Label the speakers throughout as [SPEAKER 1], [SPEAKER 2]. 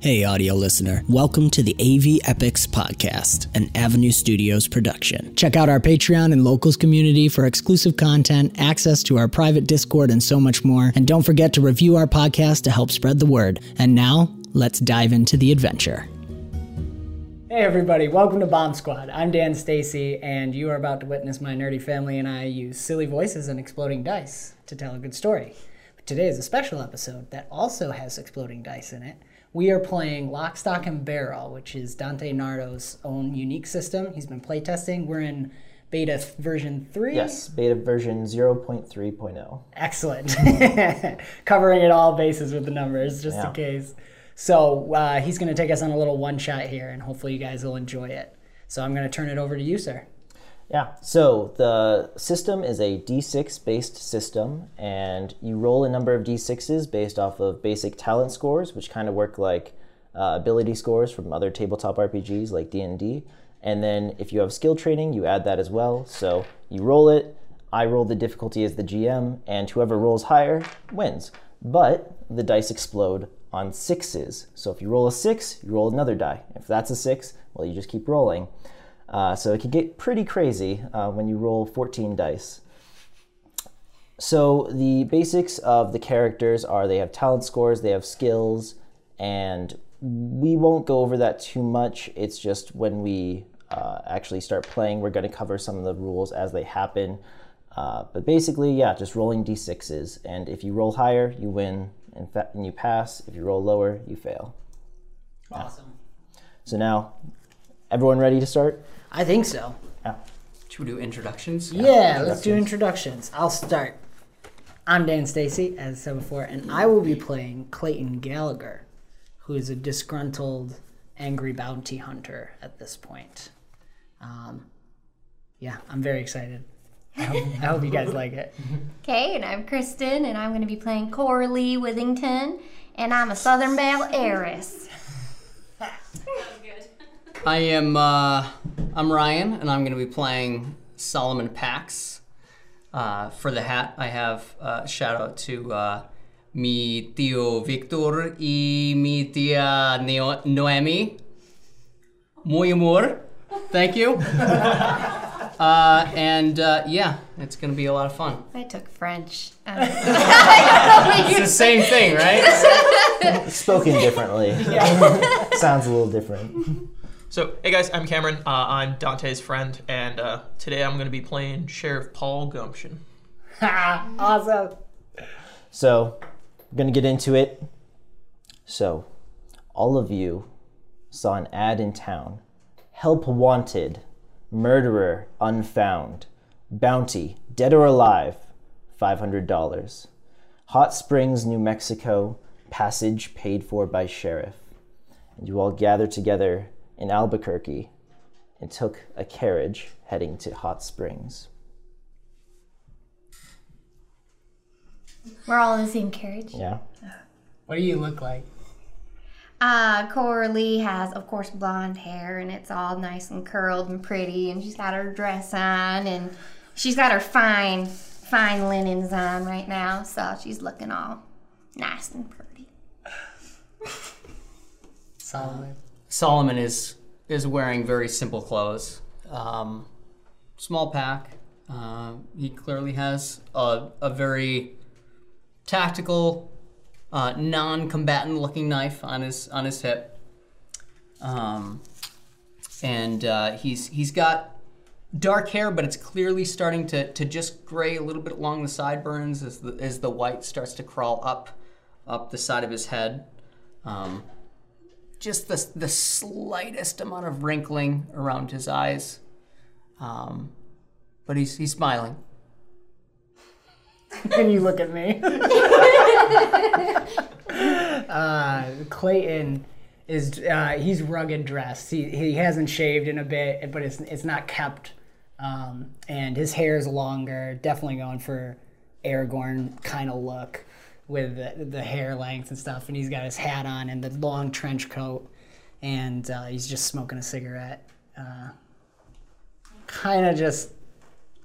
[SPEAKER 1] Hey, audio listener. Welcome to the AV Epics Podcast, an Avenue Studios production. Check out our Patreon and locals community for exclusive content, access to our private Discord, and so much more. And don't forget to review our podcast to help spread the word. And now, let's dive into the adventure. Hey, everybody. Welcome to Bomb Squad. I'm Dan Stacy, and you are about to witness my nerdy family and I use silly voices and exploding dice to tell a good story. But today is a special episode that also has exploding dice in it we are playing Lock, Stock, and Barrel, which is Dante Nardo's own unique system. He's been playtesting. We're in beta th- version 3.
[SPEAKER 2] Yes, beta version 0.3.0.
[SPEAKER 1] Excellent. Covering it all bases with the numbers, just
[SPEAKER 2] Yeah.
[SPEAKER 1] in case. So uh, he's going to take us on a little one shot here, and hopefully you guys will enjoy it. So I'm going to turn it over to you, sir.
[SPEAKER 2] Yeah, so the system is a d6 based system, and you roll a number of d6s based off of basic talent scores, which kind of work like uh, ability scores from other tabletop RPGs like D&D. And then if you have skill training, you add that as well. So you roll it, I roll the difficulty as the GM, and whoever rolls higher wins. But the dice explode on sixes. So if you roll a six, you roll another die. If that's a six, well, you just keep rolling. Uh, so it can get pretty crazy uh, when you roll 14 dice. So the basics of the characters are they have talent scores, they have skills, and we won't go over that too much. It's just when we uh, actually start playing, we're going to cover some of the rules as they happen. Uh, but basically, yeah, just rolling d6s, and if you roll higher, you win, and, fa- and you pass. If you roll lower, you fail.
[SPEAKER 1] Awesome.
[SPEAKER 2] So now, everyone ready to start?
[SPEAKER 1] I think so.
[SPEAKER 3] Should we do introductions?
[SPEAKER 1] Yeah, let's do introductions. I'll start. I'm Dan Stacy, as said before, and I will be playing Clayton Gallagher, who is a disgruntled, angry bounty hunter at this point. Um, yeah, I'm very excited. I hope, I hope you guys like it.
[SPEAKER 4] Okay, and I'm Kristen, and I'm going to be playing Coralie Withington, and I'm a Southern Belle heiress.
[SPEAKER 3] I am uh, I'm Ryan, and I'm going to be playing Solomon Pax. Uh, for the hat, I have uh, shout out to uh, mi tío Victor y mi tía Neo- Noemi. Muy amor. Thank you. uh, and uh, yeah, it's going to be a lot of fun.
[SPEAKER 4] I took French. Um, I don't know
[SPEAKER 3] It's
[SPEAKER 4] what
[SPEAKER 3] the same thing, right?
[SPEAKER 2] spoken differently. Sounds a little different.
[SPEAKER 5] So, hey guys, I'm Cameron. Uh, I'm Dante's friend, and uh, today I'm going to be playing Sheriff Paul Gumption.
[SPEAKER 1] Ha, awesome.
[SPEAKER 2] So, I'm gonna get into it. So, all of you saw an ad in town. Help wanted, murderer unfound, bounty, dead or alive, $500. Hot Springs, New Mexico, passage paid for by sheriff. And you all gathered together in Albuquerque and took a carriage heading to Hot Springs.
[SPEAKER 4] you- We're all in the same carriage.
[SPEAKER 2] Yeah?
[SPEAKER 1] What do you look like?
[SPEAKER 4] Uh, Coralie has, of course, blonde hair, and it's all nice and curled and pretty, and she's got her dress on, and she's got her fine, fine linens on right now, so she's looking all nice and pretty.
[SPEAKER 1] Solid.
[SPEAKER 3] Solomon is is wearing very simple clothes, um, small pack. Uh, he clearly has a, a very tactical, uh, non-combatant looking knife on his on his hip, um, and uh, he's he's got dark hair, but it's clearly starting to, to just gray a little bit along the sideburns as the as the white starts to crawl up up the side of his head. Um, just the, the slightest amount of wrinkling around his eyes. Um, but he's, he's smiling.
[SPEAKER 1] and you look at me. uh, Clayton is uh, he's rugged dressed. He he hasn't shaved in a bit, but it's it's not kept. Um, and his hair is longer, definitely going for Aragorn kind of look with the, the hair length and stuff. And he's got his hat on and the long trench coat, and uh, he's just smoking a cigarette. Uh, kind of just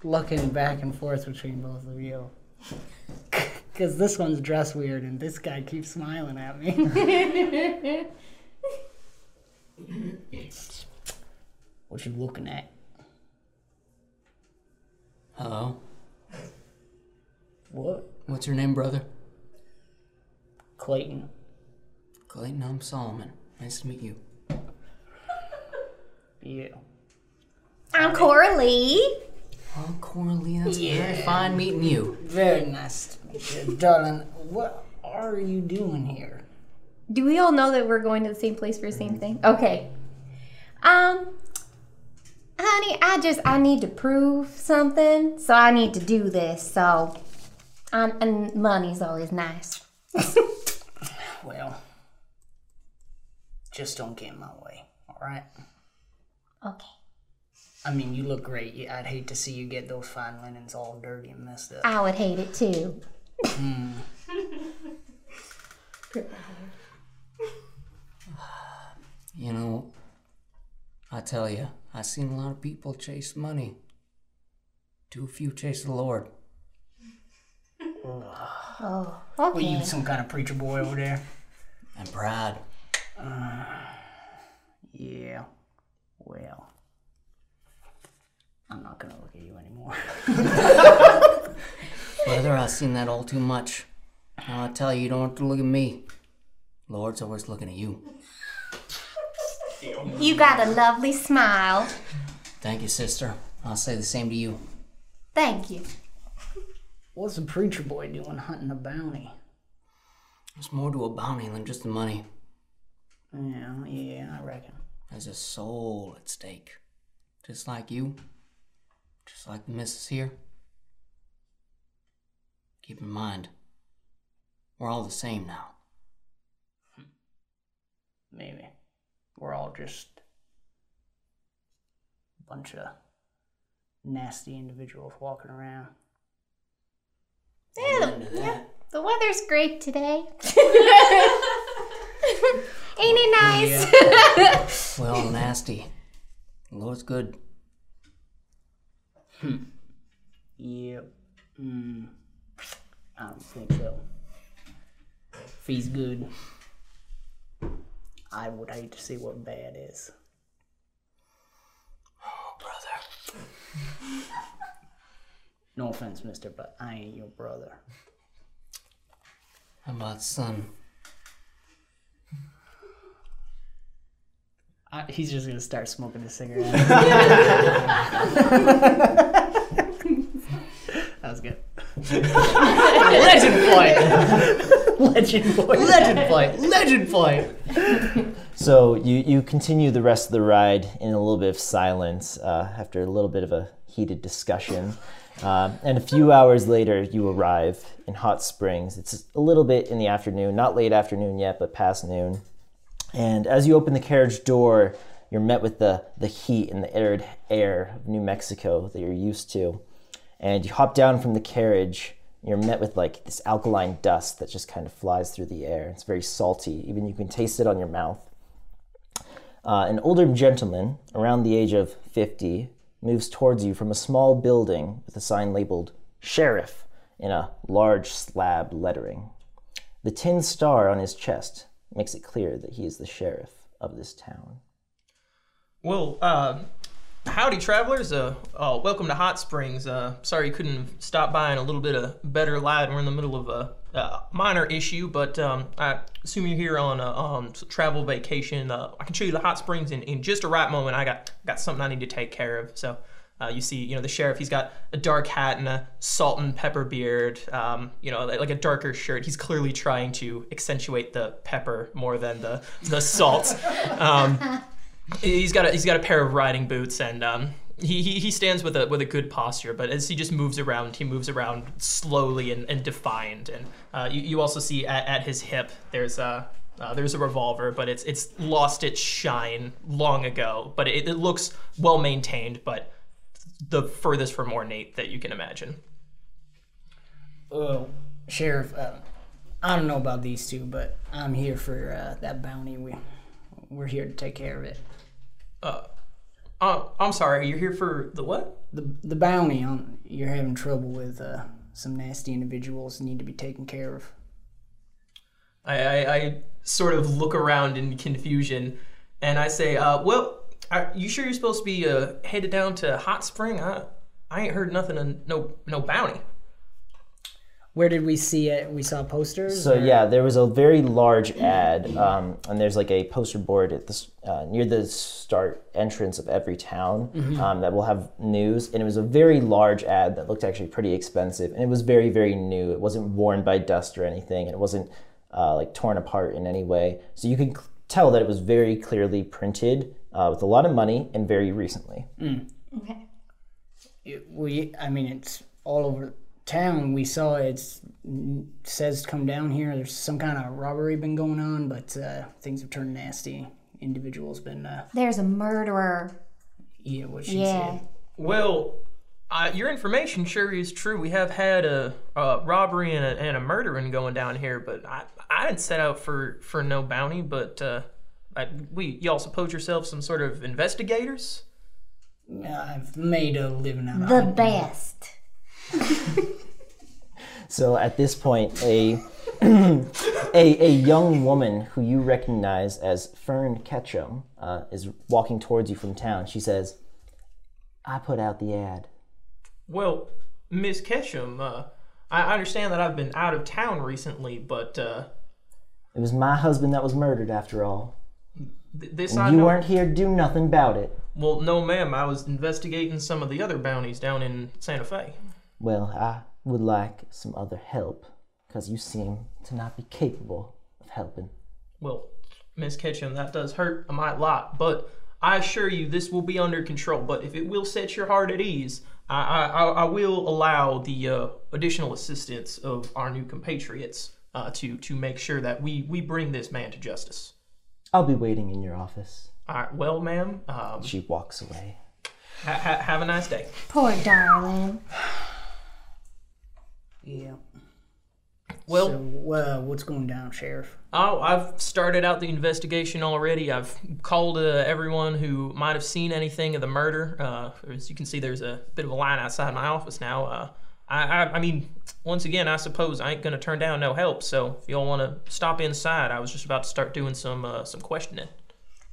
[SPEAKER 1] looking back and forth between both of you. Because this one's dressed weird and this guy keeps smiling at me. What you looking at?
[SPEAKER 3] Hello.
[SPEAKER 1] What?
[SPEAKER 3] What's your name, brother?
[SPEAKER 1] Clayton.
[SPEAKER 3] Clayton, I'm Solomon. Nice to meet you.
[SPEAKER 1] Yeah.
[SPEAKER 4] I'm Coralie.
[SPEAKER 3] Oh, Coralie, that's very fine meeting you.
[SPEAKER 1] Very nice to meet you, darling. What are you doing here?
[SPEAKER 4] Do we all know that we're going to the same place for the same thing? Okay. Um, honey, I just I need to prove something, so I need to do this. So, um, and money's always nice.
[SPEAKER 1] Well, just don't get in my way, all right?
[SPEAKER 4] Okay.
[SPEAKER 1] I mean, you look great. You- I'd hate to see you get those fine linens all dirty and messed up.
[SPEAKER 4] I would hate it too.
[SPEAKER 3] You know, I tell you, i seen a lot of people chase money. Too few chase the Lord.
[SPEAKER 4] Oh,
[SPEAKER 1] What,
[SPEAKER 4] okay.
[SPEAKER 1] you some kind of preacher boy over there?
[SPEAKER 3] And pride.
[SPEAKER 1] Yeah. Well, I'm not gonna look at you anymore.
[SPEAKER 3] Brother, i seen that all too much. Now I tell you, you don't have to look at me. Lord's always looking at you.
[SPEAKER 4] You got a lovely smile.
[SPEAKER 3] Thank you, sister. I'll say the same to you.
[SPEAKER 4] Thank you.
[SPEAKER 1] What's a preacher boy doing hunting a bounty?
[SPEAKER 3] There's more to a bounty than just the money.
[SPEAKER 1] Yeah, yeah, I reckon.
[SPEAKER 3] There's a soul at stake. Just like you. Just like the missus here. Keep in mind, we're all the same now.
[SPEAKER 1] Maybe. We're all just a bunch of nasty individuals walking around.
[SPEAKER 4] Yeah, the, yeah, the weather's great today. Ain't it nice?
[SPEAKER 3] We're all nasty. The Lord's good.
[SPEAKER 1] Yep. Mm. I don't think so. If he's good, I would hate to see what bad is.
[SPEAKER 3] Brother.
[SPEAKER 1] No offense, mister, but I ain't your brother.
[SPEAKER 3] How about son?
[SPEAKER 1] I, he's just gonna start smoking a cigarette. that was good. Legend point. Legend point. Legend point. Legend point.
[SPEAKER 2] So you, you continue the rest of the ride in a little bit of silence uh, after a little bit of a heated discussion. Um, and a few hours later, you arrive in Hot Springs. It's a little bit in the afternoon, not late afternoon yet, but past noon. And as you open the carriage door, you're met with the, the heat and the arid air of New Mexico that you're used to. And you hop down from the carriage, and you're met with like this alkaline dust that just kind of flies through the air. It's very salty, even you can taste it on your mouth. Uh, an older gentleman, around the age of 50, moves towards you from a small building with a sign labeled Sheriff in a large slab lettering. The tin star on his chest makes it clear that he is the sheriff of this town.
[SPEAKER 5] Well, uh, howdy, travelers. Uh, uh, welcome to Hot Springs. Uh, sorry you couldn't stop by in a little bit of better light. We're in the middle of a, uh minor issue, but um, I assume you're here on a um, s- travel vacation. Uh, I can show you the Hot Springs in, in just a right moment. I got got something I need to take care of. So. Uh, you see, you know, the sheriff, he's got a dark hat and a salt and pepper beard, um, you know, like a darker shirt. He's clearly trying to accentuate the pepper more than the, the salt. He's got a, he's got a pair of riding boots and um, he, he he stands with a with a good posture, but as he just moves around, he moves around slowly and, and defined. And uh, you, you also see at, at his hip there's a uh, there's a revolver, but it's it's lost its shine long ago. But it, it looks well maintained, but the furthest from ornate that you can imagine.
[SPEAKER 1] Well, Sheriff, uh, I don't know about these two, but I'm here for uh, that bounty. We we're here to take care of it.
[SPEAKER 5] Uh, I'm sorry, you're here for the what?
[SPEAKER 1] The the bounty on you're having trouble with uh, some nasty individuals need to be taken care of.
[SPEAKER 5] I, I, I sort of look around in confusion and I say, uh, well, I, Are you sure you're supposed to be uh, headed down to Hot Spring? I I ain't heard nothing of no no bounty.
[SPEAKER 1] Where did we see it? We saw posters.
[SPEAKER 2] So yeah, there was a very large ad, um, and there's like a poster board at this uh, near the start entrance of every town um, that will have news. And it was a very large ad that looked actually pretty expensive, and it was very very new. It wasn't worn by dust or anything, and it wasn't uh, like torn apart in any way. So you could cl- tell that it was very clearly printed uh, with a lot of money and very recently.
[SPEAKER 4] Okay.
[SPEAKER 1] It- we, I mean, it's all over town. We saw it's n- says come down here. There's some kind of robbery been going on, but uh, things have turned nasty. Individuals been uh,
[SPEAKER 4] There's a murderer.
[SPEAKER 1] yeah, what she
[SPEAKER 4] Yeah.
[SPEAKER 1] said.
[SPEAKER 5] Well, uh, your information sure is true. We have had a, a robbery and a, and a murdering going down here, but I I didn't set out for for no bounty. But uh, I, we y'all suppose yourselves some sort of investigators?
[SPEAKER 1] I've made a living out of
[SPEAKER 4] The best.
[SPEAKER 2] So at this point, a a, a young woman who you recognize as Fern Ketchum uh, is walking towards you from town. She says, "I put out the ad."
[SPEAKER 5] Well, Miss Ketchum, uh, I I understand that I've been out of town recently, but uh,
[SPEAKER 2] It was my husband that was murdered, after all.
[SPEAKER 5] th- this I
[SPEAKER 2] You
[SPEAKER 5] know.
[SPEAKER 2] weren't here to do nothing about it.
[SPEAKER 5] Well, no, ma'am. I was investigating some of the other bounties down in Santa Fe.
[SPEAKER 2] Well, I would like some other help, because you seem to not be capable of helping.
[SPEAKER 5] Well, Miss Ketchum, that does hurt my lot, but I assure you this will be under control. But if it will set your heart at ease, I, I, I I will allow the uh, additional assistance of our new compatriots uh, to to make sure that we we bring this man to justice.
[SPEAKER 2] I'll be waiting in your office.
[SPEAKER 5] All right, well, ma'am, um,
[SPEAKER 2] She walks away.
[SPEAKER 5] ha- ha- have a nice day.
[SPEAKER 4] Poor darling.
[SPEAKER 1] Yeah.
[SPEAKER 5] Well,
[SPEAKER 1] So, uh, what's going down, sheriff?
[SPEAKER 5] Oh, I've started out the investigation already. I've called uh, everyone who might have seen anything of the murder. Uh, as you can see, there's a bit of a line outside my office now. Uh, I, I, I mean, once again, I suppose I ain't gonna turn down no help. So if y'all want to stop inside, I was just about to start doing some uh, some questioning.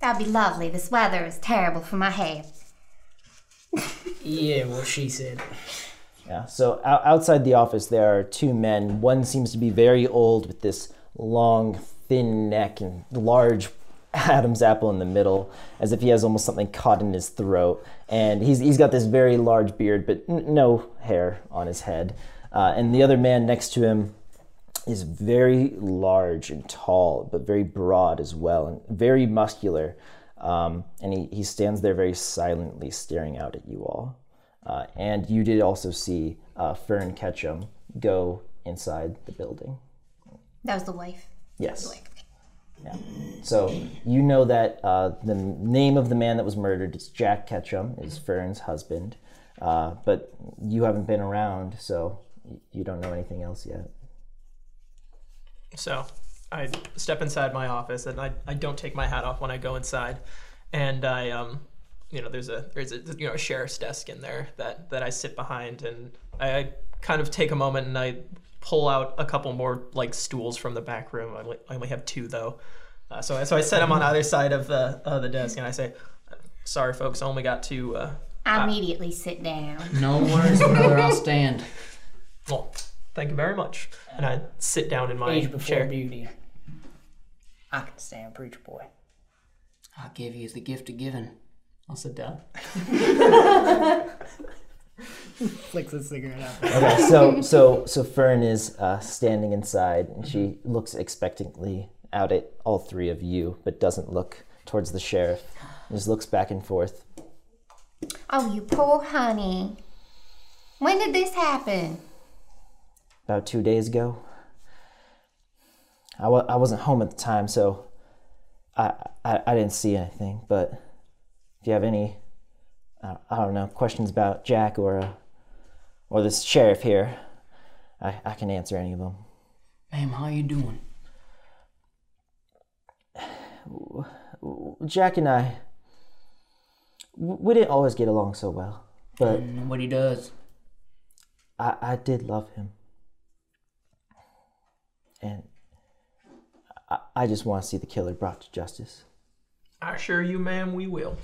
[SPEAKER 4] That'd be lovely. This weather is terrible for my hair.
[SPEAKER 1] Yeah, what she said.
[SPEAKER 2] Yeah. So ou- outside the office, there are two men. One seems to be very old with this long, thin neck and large Adam's apple in the middle, as if he has almost something caught in his throat. And he's, he's got this very large beard, but n- no hair on his head. Uh, and the other man next to him is very large and tall, but very broad as well, and very muscular. Um, and he, he stands there very silently, staring out at you all. Uh, and you did also see uh, Fern Ketchum go inside the building.
[SPEAKER 4] That was the wife.
[SPEAKER 2] Yes. Yeah. So you know that uh, the name of the man that was murdered is Jack Ketchum, is Fern's husband. Uh, but you haven't been around, so y- you don't know anything else yet.
[SPEAKER 5] So I step inside my office and I, I don't take my hat off when I go inside. And I um you know there's a there's a you know a sheriff's desk in there that that I sit behind and I, I kind of take a moment and I pull out a couple more like stools from the back room. I only, I only have two though. Uh, so I, so I set them on either side of the of the desk and I say, "Sorry folks, I only got two uh
[SPEAKER 4] I immediately sit down.
[SPEAKER 3] No worries, brother. I'll stand.
[SPEAKER 5] well, thank you very much." And I sit down in my
[SPEAKER 1] Age before
[SPEAKER 5] chair.
[SPEAKER 1] beauty. I can stand preacher boy.
[SPEAKER 3] I'll give you the gift of giving. I'll sit down.
[SPEAKER 1] Flicks his cigarette out.
[SPEAKER 2] Okay, so so so Fern is uh, standing inside, and she looks expectantly out at all three of you, but doesn't look towards the sheriff. Just looks back and forth.
[SPEAKER 4] Oh, you poor honey. When did this happen?
[SPEAKER 2] About two days ago, I w- I wasn't home at the time, so I, I I didn't see anything. But if you have any, I, I don't know, questions about Jack or uh, or this sheriff here, I, I can answer any of them.
[SPEAKER 3] Ma'am, how you doing?
[SPEAKER 2] Jack and I, w- we didn't always get along so well, but
[SPEAKER 3] Nobody does.
[SPEAKER 2] I, I did love him. And I, I just want to see the killer brought to justice.
[SPEAKER 5] I assure you, ma'am, we will.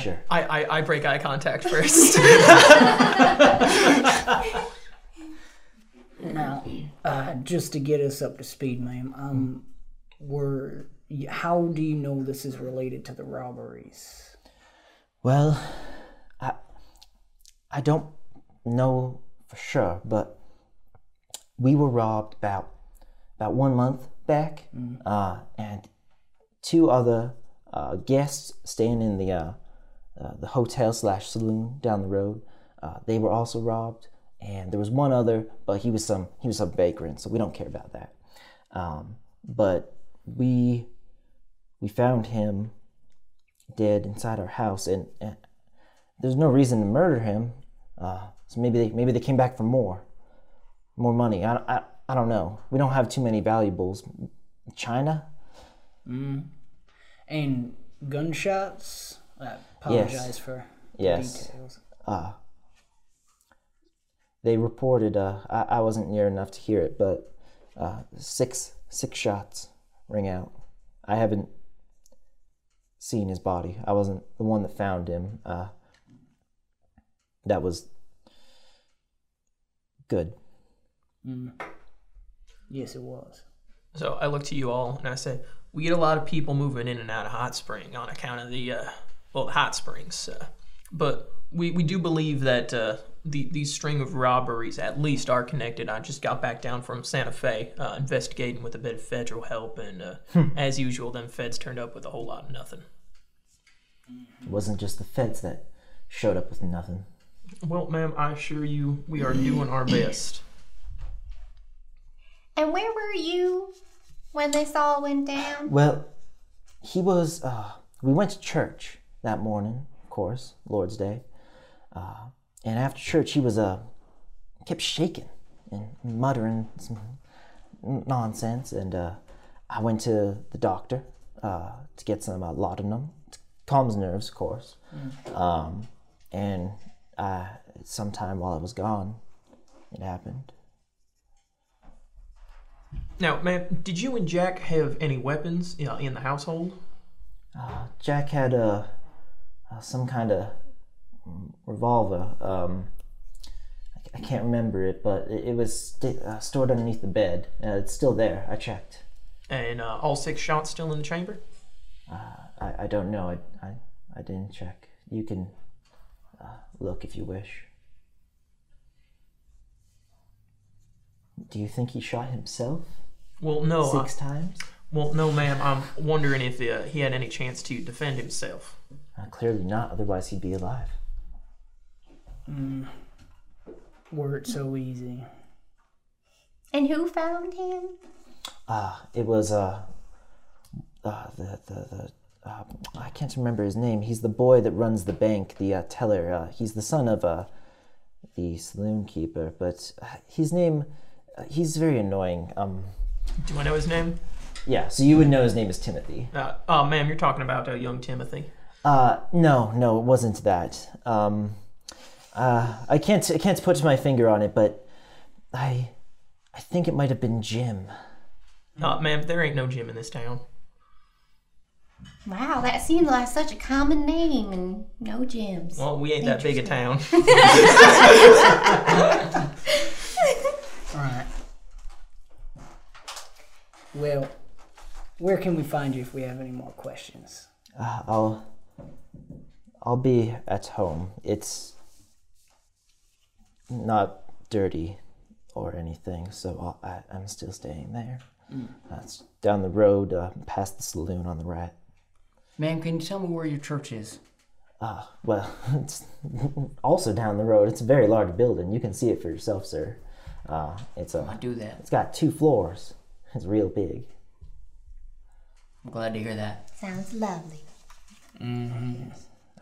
[SPEAKER 2] Sure.
[SPEAKER 5] I, I, I break eye contact first.
[SPEAKER 1] Now, uh, just to get us up to speed, ma'am, um, were y- how do you know this is related to the robberies?
[SPEAKER 2] Well, I, I don't know for sure, but we were robbed about about one month back, uh, and two other uh, guests staying in the uh, uh, the hotel slash saloon down the road. Uh, they were also robbed, and there was one other, but he was some he was some vagrant, so we don't care about that. Um, but we we found him dead inside our house, and, and there's no reason to murder him. Uh, so maybe they maybe they came back for more, more money. I, I, I don't know. We don't have too many valuables. China?
[SPEAKER 1] And gunshots? I apologize for the
[SPEAKER 2] Yes.
[SPEAKER 1] details.
[SPEAKER 2] They reported. Uh, I, I wasn't near enough to hear it, but uh, six six shots ring out. I haven't seen his body. I wasn't the one that found him. Uh, that was good.
[SPEAKER 1] Yes, it was.
[SPEAKER 5] so I look to you all and I say, we get a lot of people moving in and out of Hot Spring on account of the, uh, well, the Hot Springs. Uh, but we, we do believe that uh, the, these string of robberies at least are connected. I just got back down from Santa Fe uh, investigating with a bit of federal help, and uh, as usual, them feds turned up with a whole lot of nothing.
[SPEAKER 2] It wasn't just the feds that showed up with nothing.
[SPEAKER 5] Well, ma'am, I assure you we are doing our best.
[SPEAKER 4] And where were you when this all went down?
[SPEAKER 2] Well, he was. Uh, we went to church that morning, of course, Lord's Day. Uh, and after church, he was uh, kept shaking and muttering some nonsense. And uh, I went to the doctor uh, to get some uh, laudanum to calm his nerves, of course. Um, and uh, sometime while I was gone, it happened.
[SPEAKER 5] Now, ma'am, did you and Jack have any weapons uh, in the household?
[SPEAKER 2] Jack had a, uh some kind of revolver. Um, I, I can't remember it, but it, it was st- uh, stored underneath the bed. Uh, it's still there. I checked.
[SPEAKER 5] And uh, all six shots still in the chamber?
[SPEAKER 2] Uh, I, I don't know. I, I I didn't check. You can uh, look if you wish. Do you think he shot himself
[SPEAKER 5] Well, no. Oh, I-
[SPEAKER 2] six times?
[SPEAKER 5] well, no, ma'am. I'm wondering if uh, he had any chance to defend himself.
[SPEAKER 2] Uh, clearly not. Otherwise, he'd be alive.
[SPEAKER 1] Were it so easy?
[SPEAKER 4] And who found him?
[SPEAKER 2] it was uh, uh the the, the uh, I can't remember his name. He's the boy that runs the bank, the uh, teller. Uh, he's the son of uh, the saloon keeper, but uh, his name uh, he's very annoying. Um,
[SPEAKER 5] Do I know his name?
[SPEAKER 2] yeah, so you would know his name is Timothy.
[SPEAKER 5] Uh, oh, ma'am, you're talking about uh, young Timothy.
[SPEAKER 2] Uh, no, no, it wasn't that. Um, uh, I can't I can't put my finger on it, but I I think it might have been Jim.
[SPEAKER 5] Uh, ma'am, there ain't no Jim in this town.
[SPEAKER 4] Wow, that seemed like such a common name and no gems.
[SPEAKER 5] Well, we ain't that big a town.
[SPEAKER 1] All right. Well, where can we find you if we have any more questions?
[SPEAKER 2] Uh, I'll I'll be at home. It's not dirty or anything, so I'll, I, I'm still staying there. That's down the road, uh, past the saloon on the right.
[SPEAKER 3] Ma'am, can you tell me where your church is?
[SPEAKER 2] Uh, well, it's also down the road. It's a very large building. You can see it for yourself, sir. Uh, it's
[SPEAKER 3] I
[SPEAKER 2] a,
[SPEAKER 3] do that.
[SPEAKER 2] it's got two floors. It's real big.
[SPEAKER 3] I'm glad to hear that.
[SPEAKER 4] Sounds lovely.
[SPEAKER 2] I,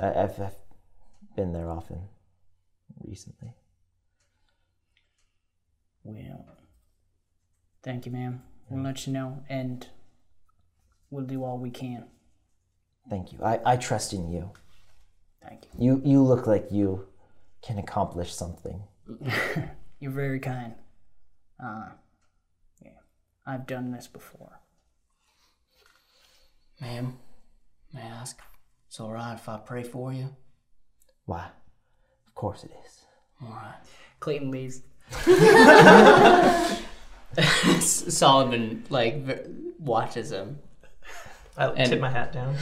[SPEAKER 2] I've, I've been there often recently.
[SPEAKER 1] Well, thank you, ma'am. We'll let you know, and we'll do all we can.
[SPEAKER 2] Thank you. I, I trust in you.
[SPEAKER 1] Thank you.
[SPEAKER 2] You you look like you can accomplish something.
[SPEAKER 1] You're very kind. Uh, yeah, I've done this before.
[SPEAKER 3] Ma'am, may I ask It's all right if I pray for you.
[SPEAKER 2] Why? Of course it is.
[SPEAKER 3] All right.
[SPEAKER 1] Clayton leaves.
[SPEAKER 3] Solomon like v- watches him.
[SPEAKER 5] I tip my hat down.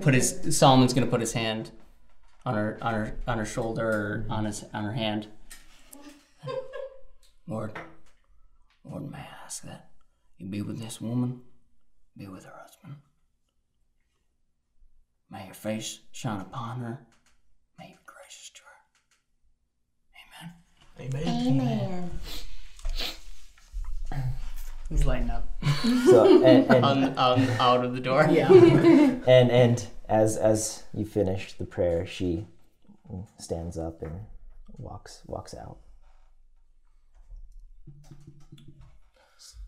[SPEAKER 3] Put his Solomon's gonna put his hand on her on her on her shoulder or on his on her hand. Lord, Lord, may I ask that you be with this woman, be with her husband. May your face shine upon her. May you be gracious to her. Amen.
[SPEAKER 5] Amen.
[SPEAKER 4] Amen.
[SPEAKER 1] He's lighting up.
[SPEAKER 2] So and and,
[SPEAKER 3] On, on, out of the door.
[SPEAKER 1] Yeah.
[SPEAKER 2] and and as as you finish the prayer, she stands up and walks walks out.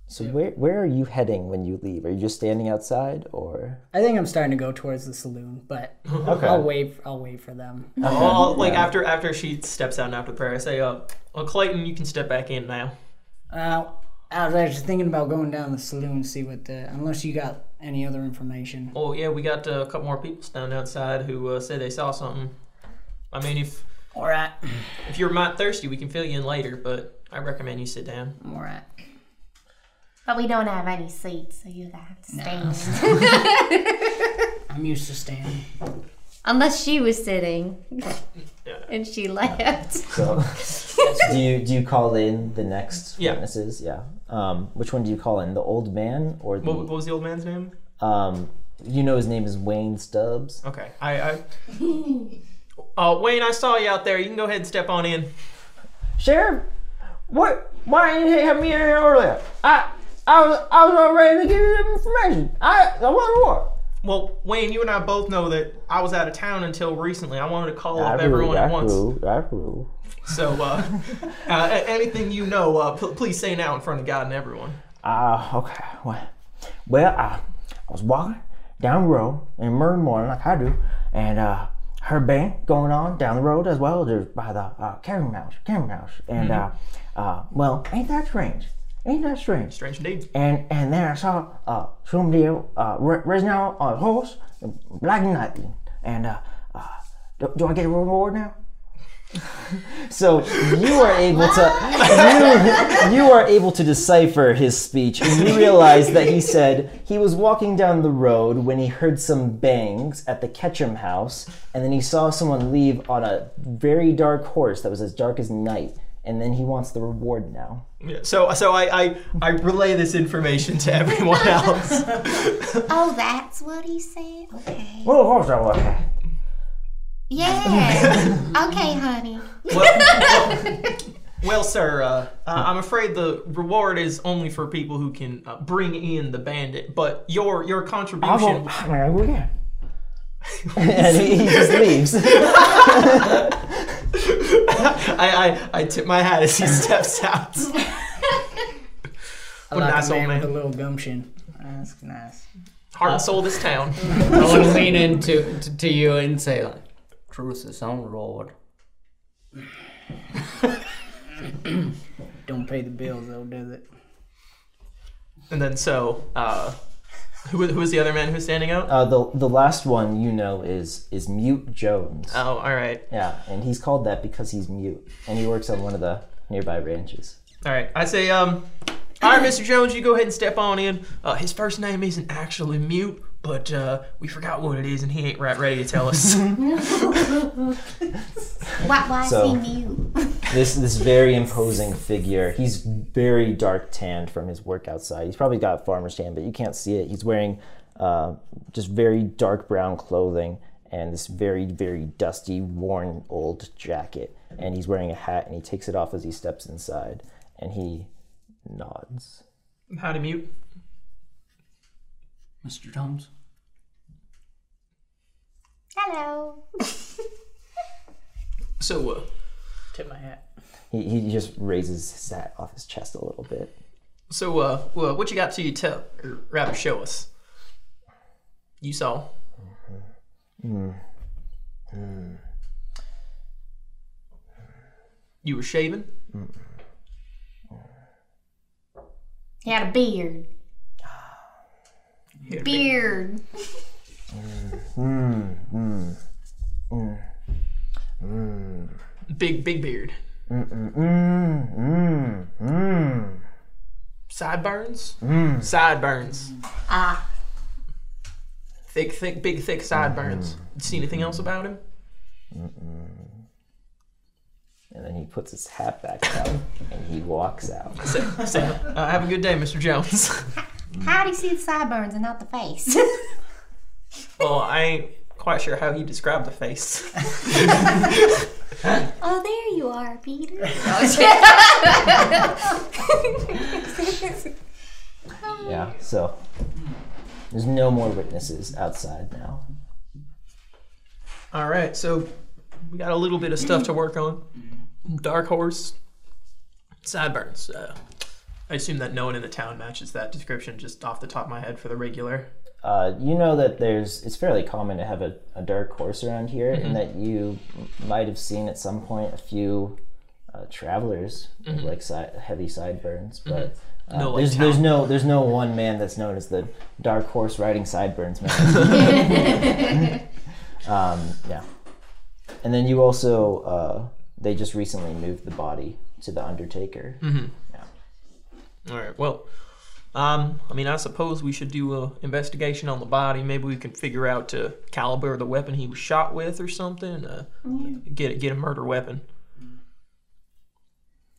[SPEAKER 2] So where where are you heading when you leave? Are you just standing outside or
[SPEAKER 1] I think I'm starting to go towards the saloon, but I'll wait. I'll wait for them.
[SPEAKER 5] Oh, like after after she steps out and after the prayer, I say, uh, "Well, Clayton, you can step back in now."
[SPEAKER 1] Uh, I was actually thinking about going down the saloon to see what the unless you got any other information.
[SPEAKER 5] Oh yeah, we got uh, a couple more people standing outside who uh, said they saw something. I mean, if
[SPEAKER 1] All right.
[SPEAKER 5] if you're not thirsty, we can fill you in later, but I recommend you sit down.
[SPEAKER 1] All right.
[SPEAKER 4] But we don't have any seats, so you have to stand.
[SPEAKER 1] I'm used to standing.
[SPEAKER 4] Unless she was sitting and she left.
[SPEAKER 2] so? do you do you call in the next
[SPEAKER 5] Yeah.
[SPEAKER 2] witnesses? Yeah. Um, which one do you call in? The old man or the
[SPEAKER 5] What, what was the old man's name?
[SPEAKER 2] um? You know his name is Wayne Stubbs.
[SPEAKER 5] Okay, I. I... uh, Wayne, I saw you out there. You can go ahead and step on in.
[SPEAKER 2] Sheriff, what? Why didn't you have me in here earlier? I, I was, I was all ready to give you the information. I, I want more.
[SPEAKER 5] Well, Wayne, you and I both know that I was out of town until recently. I wanted to call
[SPEAKER 2] I
[SPEAKER 5] up
[SPEAKER 2] rule,
[SPEAKER 5] everyone at
[SPEAKER 2] I
[SPEAKER 5] once.
[SPEAKER 2] rule, I rule.
[SPEAKER 5] So, uh, uh, a- anything you know, uh, pl- please say now in front of God and everyone.
[SPEAKER 2] Ah, okay. Well, well, I, I was walking down the road in Murray morning, like I do, and uh, heard bang going on down the road as well, just by the uh, Cameron House, Cameron House, and
[SPEAKER 5] Mm-hmm.
[SPEAKER 2] uh, uh, well, ain't that strange? Ain't that strange?
[SPEAKER 5] Strange indeed.
[SPEAKER 2] and and then I saw uh somebody uh ra- racing out on a horse, black and lightning, and uh, uh do, do I get a reward now? so you are able to you, you are able to decipher his speech, and you realize that he said he was walking down the road when he heard some bangs at the Ketchum house, and then he saw someone leave on a very dark horse that was as dark as night, and then he wants the reward now.
[SPEAKER 5] Yeah, So, so I, I, I relay this information to everyone else.
[SPEAKER 4] Oh, that's what he said? Okay.
[SPEAKER 2] Well, of course I was.
[SPEAKER 4] Yeah. okay, honey.
[SPEAKER 5] well, well, sir, uh, uh, I'm afraid the reward is only for people who can uh, bring in the bandit. But your your
[SPEAKER 2] I
[SPEAKER 5] contribution,
[SPEAKER 2] won't. I'm gonna go again. and he, he just leaves.
[SPEAKER 5] I, I I tip my hat as he steps out.
[SPEAKER 1] I
[SPEAKER 5] What a
[SPEAKER 1] like
[SPEAKER 5] nice
[SPEAKER 1] a
[SPEAKER 5] old
[SPEAKER 1] man, with
[SPEAKER 5] man.
[SPEAKER 1] a little gumption. That's nice.
[SPEAKER 5] Heart and soul, this town.
[SPEAKER 3] Uh, I want to lean into to, to you and say, like, truth is unrolled.
[SPEAKER 1] Don't pay the bills though, does it?
[SPEAKER 5] And then so, uh, who who is the other man who's standing out?
[SPEAKER 2] Uh, the the last one you know is is Mute Jones.
[SPEAKER 5] Oh, all right,
[SPEAKER 2] Yeah, and he's called that because he's mute, and he works on one of the nearby ranches.
[SPEAKER 5] all right. I say, um, all right, Mr. Jones, you go ahead and step on in. Uh, his first name isn't actually mute, but uh, we forgot what it is, and he ain't right ready to tell us.
[SPEAKER 4] Why, why
[SPEAKER 2] So-
[SPEAKER 4] is he mute?
[SPEAKER 2] This this very imposing figure. He's very dark tanned from his work outside. He's probably got farmer's tan, but you can't see it. He's wearing uh, just very dark brown clothing and this very very dusty, worn old jacket. And he's wearing a hat, and he takes it off as he steps inside, and he nods.
[SPEAKER 5] How to mute?
[SPEAKER 3] Mr. Jones?
[SPEAKER 4] Hello.
[SPEAKER 5] So, uh,
[SPEAKER 1] Tip my hat.
[SPEAKER 2] He, he just raises his hat off his chest a little bit.
[SPEAKER 5] So, uh, well, what you got to you tell, or rather show us? You saw. You were shaving?
[SPEAKER 4] He had a beard.
[SPEAKER 5] He had a big-
[SPEAKER 4] Beard.
[SPEAKER 5] Big, big beard. Sideburns? Sideburns. Ah. Thick, thick, big, thick sideburns. See anything else about him?
[SPEAKER 2] And then he puts his hat back down and he walks out.
[SPEAKER 5] Say, say, uh, have a good day, Mr. Jones.
[SPEAKER 4] How do you see the sideburns and not the face?
[SPEAKER 5] well, I ain't quite sure how he described the face.
[SPEAKER 4] oh, there you are, Peter.
[SPEAKER 2] Yeah, so there's no more witnesses outside now.
[SPEAKER 5] All right, so we got a little bit of stuff to work on. Dark horse, sideburns. Uh, I assume that no one in the town matches that description just off the top of my head for the regular.
[SPEAKER 2] Uh, you know that there's it's fairly common to have a, a dark horse around here,
[SPEAKER 5] Mm-hmm.
[SPEAKER 2] and that you m- might have seen at some point a few uh, travelers with like si- heavy sideburns, but. Uh,
[SPEAKER 5] Mm-hmm. No, like,
[SPEAKER 2] there's, there's
[SPEAKER 5] town-
[SPEAKER 2] no there's no one man that's known as the dark horse riding sideburns man. um, yeah, and then you also uh, they just recently moved the body to the Undertaker.
[SPEAKER 5] All right, well, um, I mean, I suppose we should do a investigation on the body. Maybe we can figure out to caliber of the weapon he was shot with or something. Uh, Get a, get a murder weapon.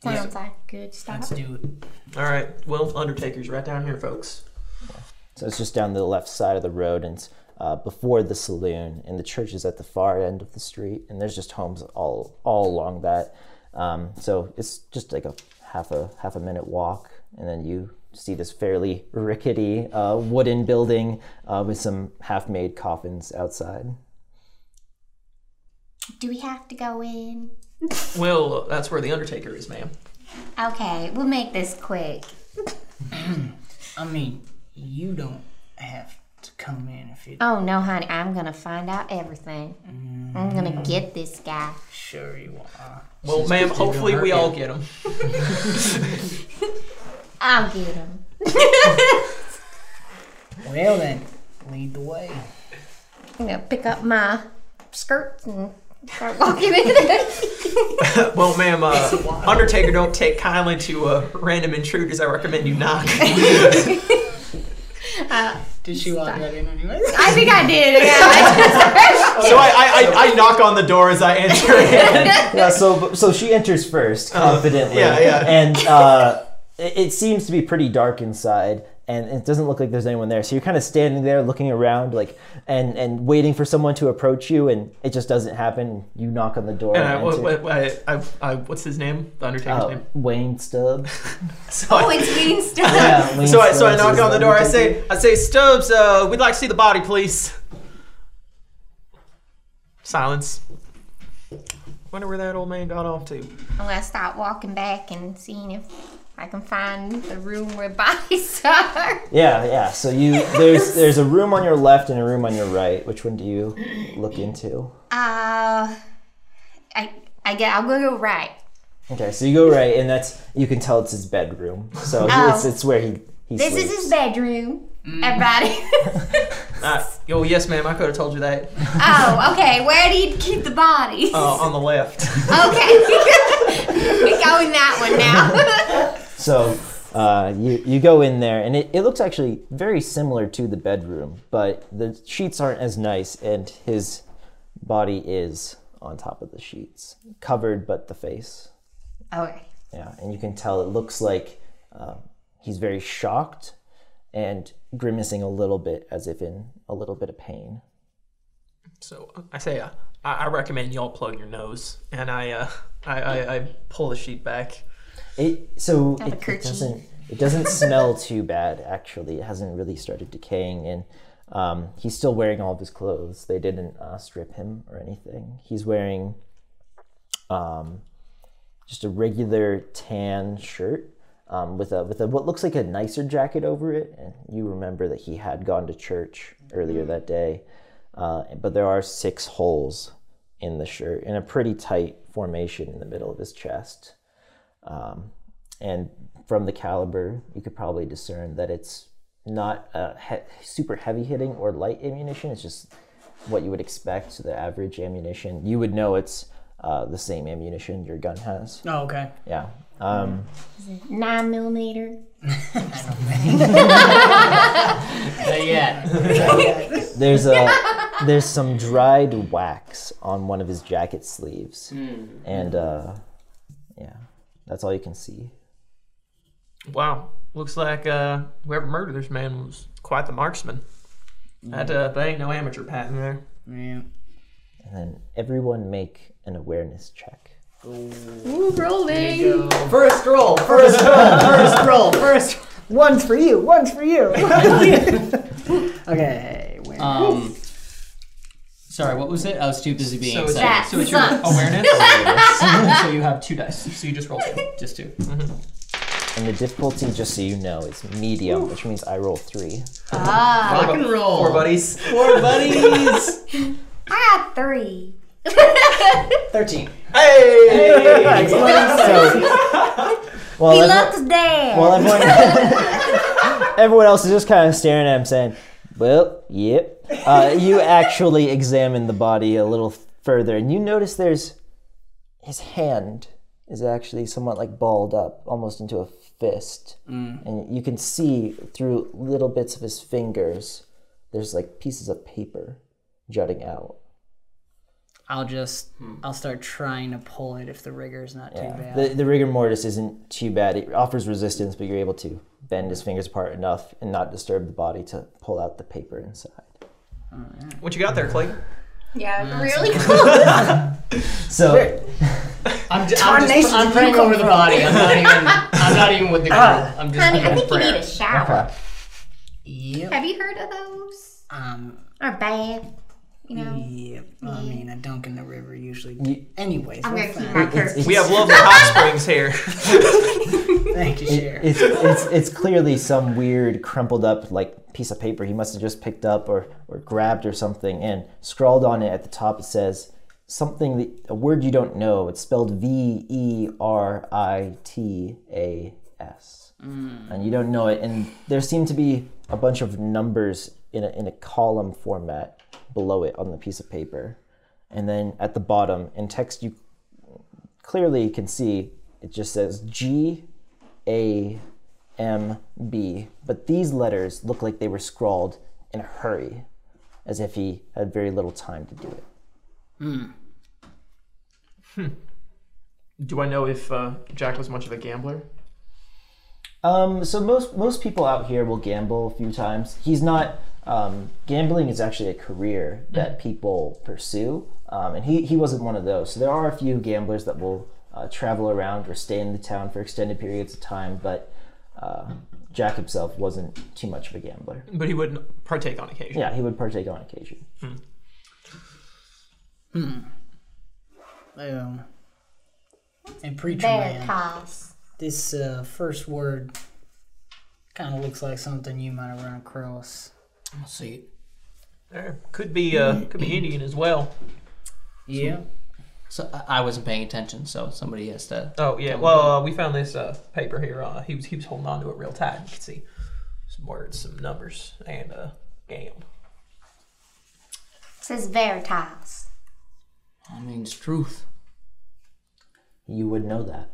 [SPEAKER 4] Sounds like a good start.
[SPEAKER 1] Let's do it.
[SPEAKER 5] All right, well, Undertaker's right down here, folks.
[SPEAKER 2] So it's just down the left side of the road and it's, uh, before the saloon, and the church is at the far end of the street, and there's just homes all all along that. Um, so it's just like a half a half a minute walk, and then you see this fairly rickety uh, wooden building uh, with some half made coffins outside.
[SPEAKER 4] Do we have to go in?
[SPEAKER 5] Well, uh, that's where the Undertaker is, ma'am.
[SPEAKER 4] Okay, we'll make this quick.
[SPEAKER 1] I mean, you don't have to come in if you
[SPEAKER 4] Oh no, honey, I'm gonna find out everything. I'm gonna
[SPEAKER 5] Mm.
[SPEAKER 4] get this guy.
[SPEAKER 1] sure you are.
[SPEAKER 5] Well, ma'am, hopefully we all get him.
[SPEAKER 4] I'll get him.
[SPEAKER 1] Well then, lead the way.
[SPEAKER 4] I'm gonna pick up my skirts and start walking in there.
[SPEAKER 5] Well, ma'am, uh, Undertaker don't take kindly to uh, random intruders. I recommend you knock.
[SPEAKER 1] Did she lock that in anyway?
[SPEAKER 4] I think I did. Yeah.
[SPEAKER 5] so I, I, I, I knock on the door as I enter in.
[SPEAKER 2] yeah, so so she enters first confidently.
[SPEAKER 5] Uh, yeah, yeah.
[SPEAKER 2] And uh, it, it seems to be pretty dark inside, and it doesn't look like there's anyone there. So you're kind of standing there looking around, like and and waiting for someone to approach you, and it just doesn't happen. You knock on the door.
[SPEAKER 5] And I,
[SPEAKER 2] enter.
[SPEAKER 5] what, what, what- I, I, what's his name? The Undertaker's
[SPEAKER 2] Uh,
[SPEAKER 5] name.
[SPEAKER 2] Wayne Stubbs.
[SPEAKER 5] Oh. So I,
[SPEAKER 4] oh, it's getting stuck.
[SPEAKER 2] Yeah, Wayne
[SPEAKER 5] so I, so I
[SPEAKER 2] Stubbs
[SPEAKER 5] knock
[SPEAKER 2] is
[SPEAKER 5] on the door. I
[SPEAKER 2] Undertaker.
[SPEAKER 5] say, I say, Stubbs, uh, we'd like to see the body, please. Silence. Wonder where that old man got off to.
[SPEAKER 4] I'm gonna start walking back and seeing if I can find the room where bodies are.
[SPEAKER 2] Yeah, yeah. So you there's there's a room on your left and a room on your right. Which one do you look into?
[SPEAKER 4] Uh, I I get. I'll go right.
[SPEAKER 2] Okay, so you go right, and that's you can tell it's his bedroom. So it's it's where he he
[SPEAKER 4] Oh. This
[SPEAKER 2] sleeps.
[SPEAKER 4] is his bedroom. Everybody.
[SPEAKER 5] Uh, oh yes, ma'am. I could have told you that.
[SPEAKER 4] oh, okay. Where do you keep the bodies?
[SPEAKER 5] Uh, on the left.
[SPEAKER 4] Okay. We're going that one now.
[SPEAKER 2] So uh, you you go in there, and it, it looks actually very similar to the bedroom, but the sheets aren't as nice, and his body is on top of the sheets, covered but the face.
[SPEAKER 4] okay.
[SPEAKER 2] Yeah, and you can tell it looks like um, he's very shocked and grimacing a little bit, as if in a little bit of pain.
[SPEAKER 5] So I say, uh, I, I recommend y'all plug your nose, and I, uh, I, I, I pull the sheet back.
[SPEAKER 2] It so
[SPEAKER 4] Not a
[SPEAKER 2] it, it
[SPEAKER 4] kerchief.
[SPEAKER 2] doesn't it doesn't smell too bad actually. It hasn't really started decaying, and um, he's still wearing all of his clothes. They didn't uh, strip him or anything. He's wearing um, just a regular tan shirt um, with a with a what looks like a nicer jacket over it. And you remember that he had gone to church earlier that day, uh, but there are six holes in the shirt in a pretty tight formation in the middle of his chest and from the caliber, you could probably discern that it's not uh, he- super heavy hitting or light ammunition. It's just what you would expect. So the average ammunition, you would know it's uh, the same ammunition your gun has.
[SPEAKER 1] Oh, okay.
[SPEAKER 2] Yeah. Um,
[SPEAKER 4] Nine millimeter.
[SPEAKER 3] Not yet.
[SPEAKER 2] there's a there's some dried wax on one of his jacket sleeves, and uh, yeah, that's all you can see.
[SPEAKER 5] Wow. Looks like uh, whoever murdered this man was quite the marksman. That, uh, that ain't no amateur pattern there.
[SPEAKER 1] Yeah.
[SPEAKER 2] And then everyone make an awareness check.
[SPEAKER 4] Ooh, rolling.
[SPEAKER 3] First roll. First roll. First roll. First.
[SPEAKER 1] One's for you. One's for you. okay. where-
[SPEAKER 3] Um. Sorry, what was it? I was too busy being
[SPEAKER 5] So it's,
[SPEAKER 3] excited.
[SPEAKER 5] so it's your
[SPEAKER 4] sucks.
[SPEAKER 5] awareness.
[SPEAKER 3] so you have two dice. So you just roll two. Just two.
[SPEAKER 2] And the difficulty, just so you know, is medium, which means I roll three.
[SPEAKER 3] Rock and roll.
[SPEAKER 5] Four buddies.
[SPEAKER 3] Four buddies.
[SPEAKER 4] I got three.
[SPEAKER 1] Thirteen.
[SPEAKER 5] Hey!
[SPEAKER 2] Well,
[SPEAKER 4] He
[SPEAKER 2] everyone,
[SPEAKER 4] looks dead.
[SPEAKER 2] well, everyone, everyone else is just kind of staring at him, saying, "Well, yep." Uh, you actually examine the body a little further, and you notice there's his hand is actually somewhat like balled up, almost into a fist, and you can see through little bits of his fingers. There's like pieces of paper jutting out.
[SPEAKER 1] I'll just I'll start trying to pull it if the rigor's not too bad.
[SPEAKER 2] The, the rigor mortis isn't too bad. It offers resistance, but you're able to bend his fingers apart enough and not disturb the body to pull out the paper inside.
[SPEAKER 5] What you got there, Clayton?
[SPEAKER 4] yeah, really cool.
[SPEAKER 2] So,
[SPEAKER 3] I'm, just, I'm, just,
[SPEAKER 1] Tarnations,
[SPEAKER 3] I'm praying
[SPEAKER 1] you go
[SPEAKER 3] over the
[SPEAKER 1] for
[SPEAKER 3] body. I'm not even. I'm not even with the group. I'm just.
[SPEAKER 4] Honey,
[SPEAKER 3] even
[SPEAKER 4] I think you
[SPEAKER 3] prayer.
[SPEAKER 4] need a shower.
[SPEAKER 1] Yep.
[SPEAKER 4] Have you heard of those?
[SPEAKER 1] Um.
[SPEAKER 4] Or bath? You know?
[SPEAKER 1] Yep. I mean, a dunk in the river usually. Anyways,
[SPEAKER 4] I'm
[SPEAKER 1] we're
[SPEAKER 4] gonna keep
[SPEAKER 1] fine.
[SPEAKER 4] my curse.
[SPEAKER 5] We have lovely hot springs here.
[SPEAKER 1] Thank you, Cher.
[SPEAKER 2] it's, it's, it's clearly some weird, crumpled up, like, piece of paper he must have just picked up or, or grabbed or something. And scrawled on it at the top, it says something, that, a word you don't know. It's spelled V E R I T A S. And you don't know it. And there seem to be a bunch of numbers in a, in a column format below it on the piece of paper. And then at the bottom, in text you clearly can see, it just says G a M B. But these letters look like they were scrawled in a hurry, as if he had very little time to do it.
[SPEAKER 5] Do I know if uh, Jack was much of a gambler?
[SPEAKER 2] Um, so most most people out here will gamble a few times. He's not. Um, gambling is actually a career that people pursue, um, and he, he wasn't one of those. So there are a few gamblers that will uh, travel around or stay in the town for extended periods of time, but uh, Jack himself wasn't too much of a gambler.
[SPEAKER 5] But he would partake on occasion.
[SPEAKER 2] Yeah, he would partake on occasion.
[SPEAKER 1] Um, and preacher
[SPEAKER 4] Bear
[SPEAKER 1] man,
[SPEAKER 4] cause.
[SPEAKER 1] this uh, first word kind of looks like something you might have run across.
[SPEAKER 3] Let's see.
[SPEAKER 5] There. Could be uh, could be Indian as well.
[SPEAKER 1] Yeah.
[SPEAKER 3] So I- I wasn't paying attention. So somebody has to.
[SPEAKER 5] Oh yeah. Well, uh, we found this uh, paper here. Uh, he was he was holding on to it real tight. You can see some words, some numbers, and uh, gamb.
[SPEAKER 4] It says Veritas.
[SPEAKER 3] That means truth.
[SPEAKER 2] You would know that.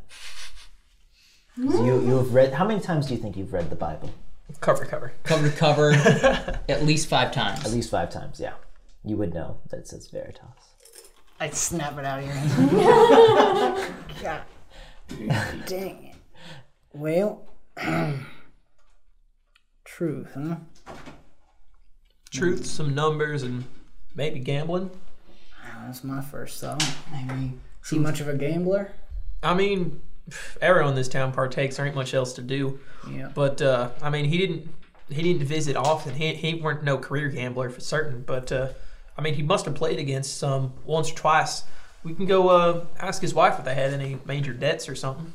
[SPEAKER 2] 'Cause You you have read. How many times do you think you've read the Bible?
[SPEAKER 5] Cover cover.
[SPEAKER 3] Cover to cover, at least five
[SPEAKER 2] At
[SPEAKER 3] times.
[SPEAKER 2] least five times. Yeah, you would know that it says Veritas.
[SPEAKER 1] I'd snap it out of your hand. God. Dang it. Well, truth, huh?
[SPEAKER 5] Truth, some numbers, and maybe gambling.
[SPEAKER 1] That's my first thought. Maybe. Is he much of a gambler?
[SPEAKER 5] I mean, everyone in this town partakes. There ain't much else to do.
[SPEAKER 1] Yeah.
[SPEAKER 5] But uh, I mean, he didn't he didn't visit often. He he weren't no career gambler for certain. But uh, I mean, he must have played against some once or twice. We can go uh, ask his wife if they had any major debts or something.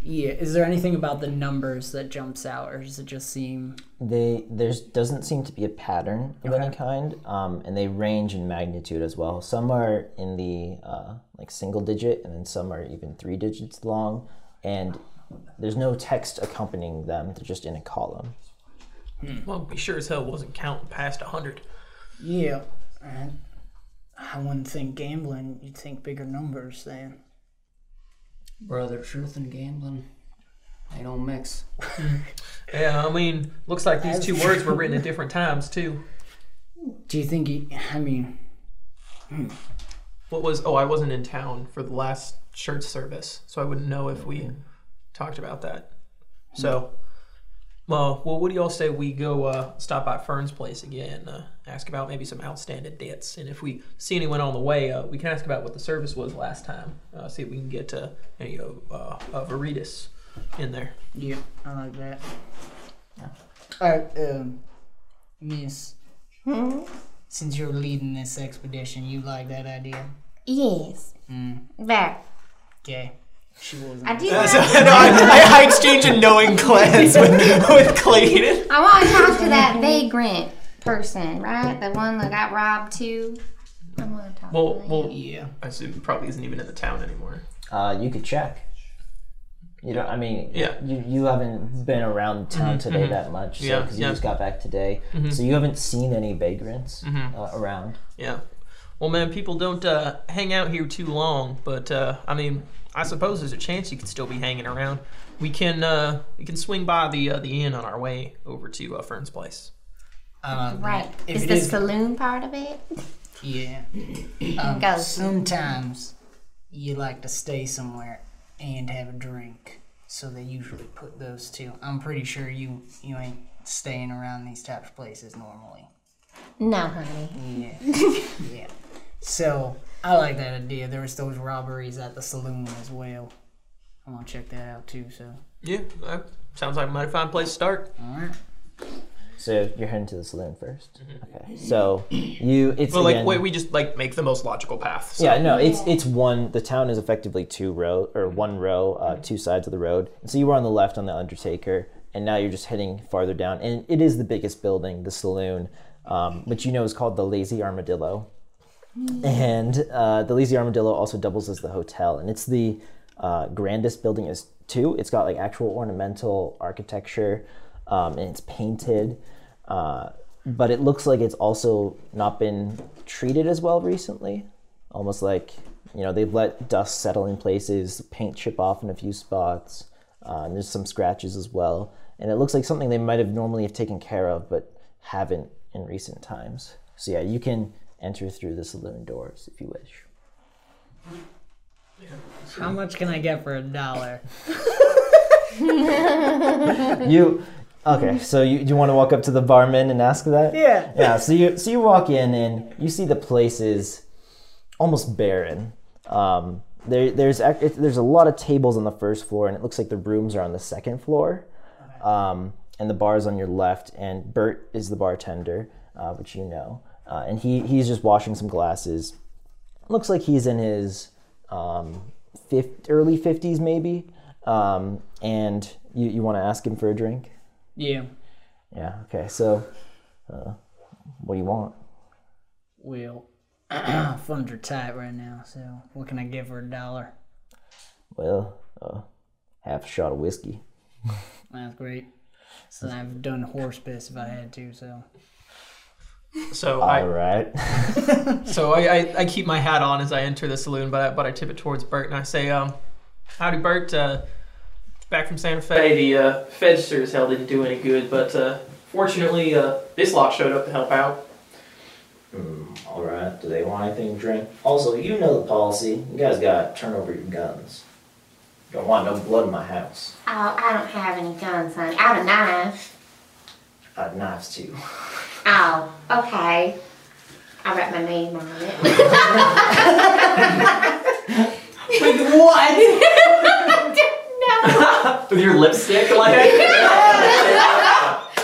[SPEAKER 1] Yeah. Is there anything about the numbers that jumps out, or does it just seem?
[SPEAKER 2] They there's doesn't seem to be a pattern of any kind, um, and they range in magnitude as well. Some are in the uh, like single digit, and then some are even three digits long, and there's no text accompanying them. They're just in a column.
[SPEAKER 5] Well, he sure as hell wasn't counting past 100.
[SPEAKER 1] Yeah. And I wouldn't think gambling, you'd think bigger numbers then.
[SPEAKER 3] Brother, truth and gambling, they don't mix.
[SPEAKER 5] Yeah, I mean, looks like these two words were written at different times, too.
[SPEAKER 1] Do you think you, I mean,
[SPEAKER 5] What was, oh, I wasn't in town for the last church service, so I wouldn't know if we talked about that. So, well, well what do y'all say we go uh, stop by Fern's place again, uh, ask about maybe some outstanding debts, and if we see anyone on the way, uh, we can ask about what the service was last time, uh, see if we can get, uh, you know, uh, uh, Veritas in there.
[SPEAKER 1] yeah, I like that. Alright, um, Miss,
[SPEAKER 4] Hmm?
[SPEAKER 1] since you're leading this expedition, you like that idea?
[SPEAKER 4] Yes. There.
[SPEAKER 1] Okay. She wasn't.
[SPEAKER 4] I do. Have,
[SPEAKER 2] I, I exchange a knowing glance with, with Clayton.
[SPEAKER 4] I want to talk to that vagrant person, right? The one that got robbed too. I want to talk.
[SPEAKER 5] Well, well,
[SPEAKER 1] Yeah.
[SPEAKER 5] I assume he probably isn't even in the town anymore.
[SPEAKER 2] Uh, you could check. You know, I mean,
[SPEAKER 5] Yeah. Mm-hmm.
[SPEAKER 2] you, you haven't been around town today that much, so,
[SPEAKER 5] Yeah,
[SPEAKER 2] 'cause you
[SPEAKER 5] yeah. Mm-hmm.
[SPEAKER 2] just got back today, so you haven't seen any vagrants uh, around.
[SPEAKER 5] Yeah. Well, man, people don't uh, hang out here too long, but uh, I mean, I suppose there's a chance you could still be hanging around. We can uh, we can swing by the uh, the inn on our way over to uh, Fern's place.
[SPEAKER 1] I like
[SPEAKER 4] Right.
[SPEAKER 1] If
[SPEAKER 4] Is
[SPEAKER 1] it
[SPEAKER 4] the
[SPEAKER 1] is-
[SPEAKER 4] saloon part of it?
[SPEAKER 1] that. Yeah. Um,
[SPEAKER 4] Go.
[SPEAKER 1] Sometimes you like to stay somewhere and have a drink, so they usually put those two. I'm pretty sure you you ain't staying around these types of places normally.
[SPEAKER 4] No, honey.
[SPEAKER 1] Yeah, yeah. So I like that idea. There was those robberies at the saloon as well. I want to check that out too. So
[SPEAKER 5] Yeah, uh, sounds like a mighty fine place to start.
[SPEAKER 1] all right,
[SPEAKER 2] So you're heading to the saloon 1st Okay. So you, it's
[SPEAKER 5] But Mm-hmm. like,
[SPEAKER 2] again-
[SPEAKER 5] wait, we just like make the most logical path. So.
[SPEAKER 2] Yeah, no, it's it's one. The town is effectively two row or one row, uh,
[SPEAKER 5] Mm-hmm.
[SPEAKER 2] two sides of the road. And so you were on the left on the Undertaker, and now you're just heading farther down. And it is the biggest building, the saloon, um, which you know is called the Lazy Armadillo. And uh, the Lazy Armadillo also doubles as the hotel, and it's the uh, grandest building is two. It's got like actual ornamental architecture, um, and it's painted. Uh, but it looks like it's also not been treated as well recently almost like you know they've let dust settle in places paint chip off in a few spots uh, and there's some scratches as well and it looks like something they might have normally have taken care of but haven't in recent times so yeah you can enter through the saloon doors if you wish
[SPEAKER 1] how much can I get for a dollar?
[SPEAKER 2] you okay so you, you want to walk up to the barman and ask that
[SPEAKER 1] Yeah.
[SPEAKER 2] yeah so you so you walk in and you see the place is almost barren um there there's ac- it- there's a lot of tables on the first floor and it looks like the rooms are on the second floor um and the bar is on your left and bert is the bartender uh, which you know uh, and he he's just washing some glasses looks like he's in his um, 50, early 50s maybe um, and you, you want to ask him for a drink
[SPEAKER 1] Yeah.
[SPEAKER 2] yeah okay so uh, what do you want
[SPEAKER 1] Well, funds are tight right now. So what can I get for a dollar?
[SPEAKER 2] well uh, half a shot of whiskey
[SPEAKER 1] That's great. So I've done horse piss if I had to. So
[SPEAKER 5] So
[SPEAKER 2] all
[SPEAKER 5] I
[SPEAKER 2] right
[SPEAKER 5] so I, I, I keep my hat on as I enter the saloon, but I, but I tip it towards Bert and I say, um, "Howdy, Bert. Uh, back from Santa Fe. the uh, Fedster as hell didn't do any good, but uh, fortunately, uh, this lot showed up to help out."
[SPEAKER 2] all right do they want anything to drink also you know the policy you guys gotta turn over your guns don't want no blood in my house
[SPEAKER 4] Oh, I don't have any guns, honey. I have a knife.
[SPEAKER 2] i have knives too
[SPEAKER 4] Oh, okay. I wrote my name on it.
[SPEAKER 5] What?
[SPEAKER 4] no,
[SPEAKER 5] With your lipstick, like?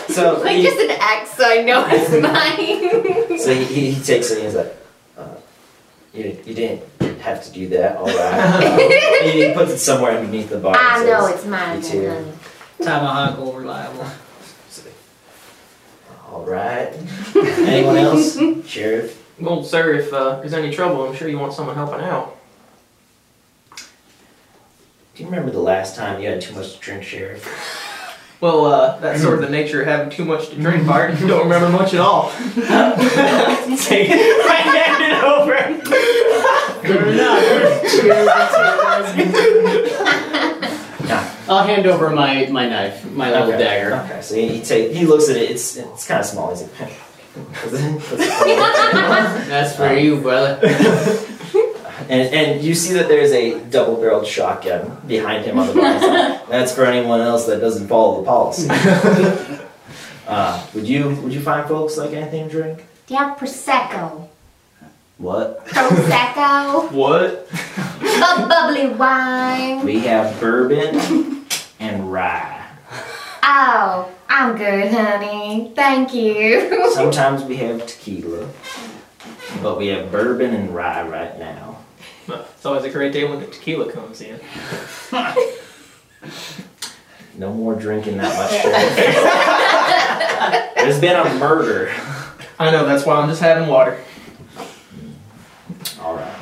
[SPEAKER 2] so
[SPEAKER 4] like just an X, so I know it's mine.
[SPEAKER 2] So he, he, he takes it and he's like, uh, you, you didn't have to do that, alright. Uh, he, he puts it somewhere underneath the bar.
[SPEAKER 4] I
[SPEAKER 2] and
[SPEAKER 4] know
[SPEAKER 2] says,
[SPEAKER 4] it's mine,
[SPEAKER 2] You too.
[SPEAKER 4] honey.
[SPEAKER 1] tomahawk over reliable.
[SPEAKER 2] Alright. Anyone else? Sheriff?
[SPEAKER 5] well, sir, if uh, there's any trouble, I'm sure you want someone helping out.
[SPEAKER 2] Do you remember the last time you had too much to drink, Sheriff?
[SPEAKER 5] Well, uh, that's sort of the nature of having too much to drink, Bart. You don't remember much at all. Take it. I hand it over.
[SPEAKER 6] I'll hand over my, my knife, my little
[SPEAKER 2] Okay.
[SPEAKER 6] dagger.
[SPEAKER 2] Okay, so he, he, take, he looks at it. It's it's kind of small. He's like,
[SPEAKER 6] That's for you, brother.
[SPEAKER 2] and and you see that there's a double-barreled shotgun behind him on the bar. He's like, That's for anyone else that doesn't follow the policy. uh, would you would you find folks like anything to drink?
[SPEAKER 4] Do you have prosecco?
[SPEAKER 2] What
[SPEAKER 4] Prosecco,
[SPEAKER 5] What?
[SPEAKER 4] bu- bubbly wine.
[SPEAKER 2] we have bourbon and rye.
[SPEAKER 4] Oh, I'm good, honey. Thank you.
[SPEAKER 2] Sometimes we have tequila, but we have bourbon and rye right now.
[SPEAKER 5] It's always a great day when the tequila comes in.
[SPEAKER 2] No more drinking that much. Sheriff. There's been a murder.
[SPEAKER 5] I know, that's why I'm just having water.
[SPEAKER 2] All right.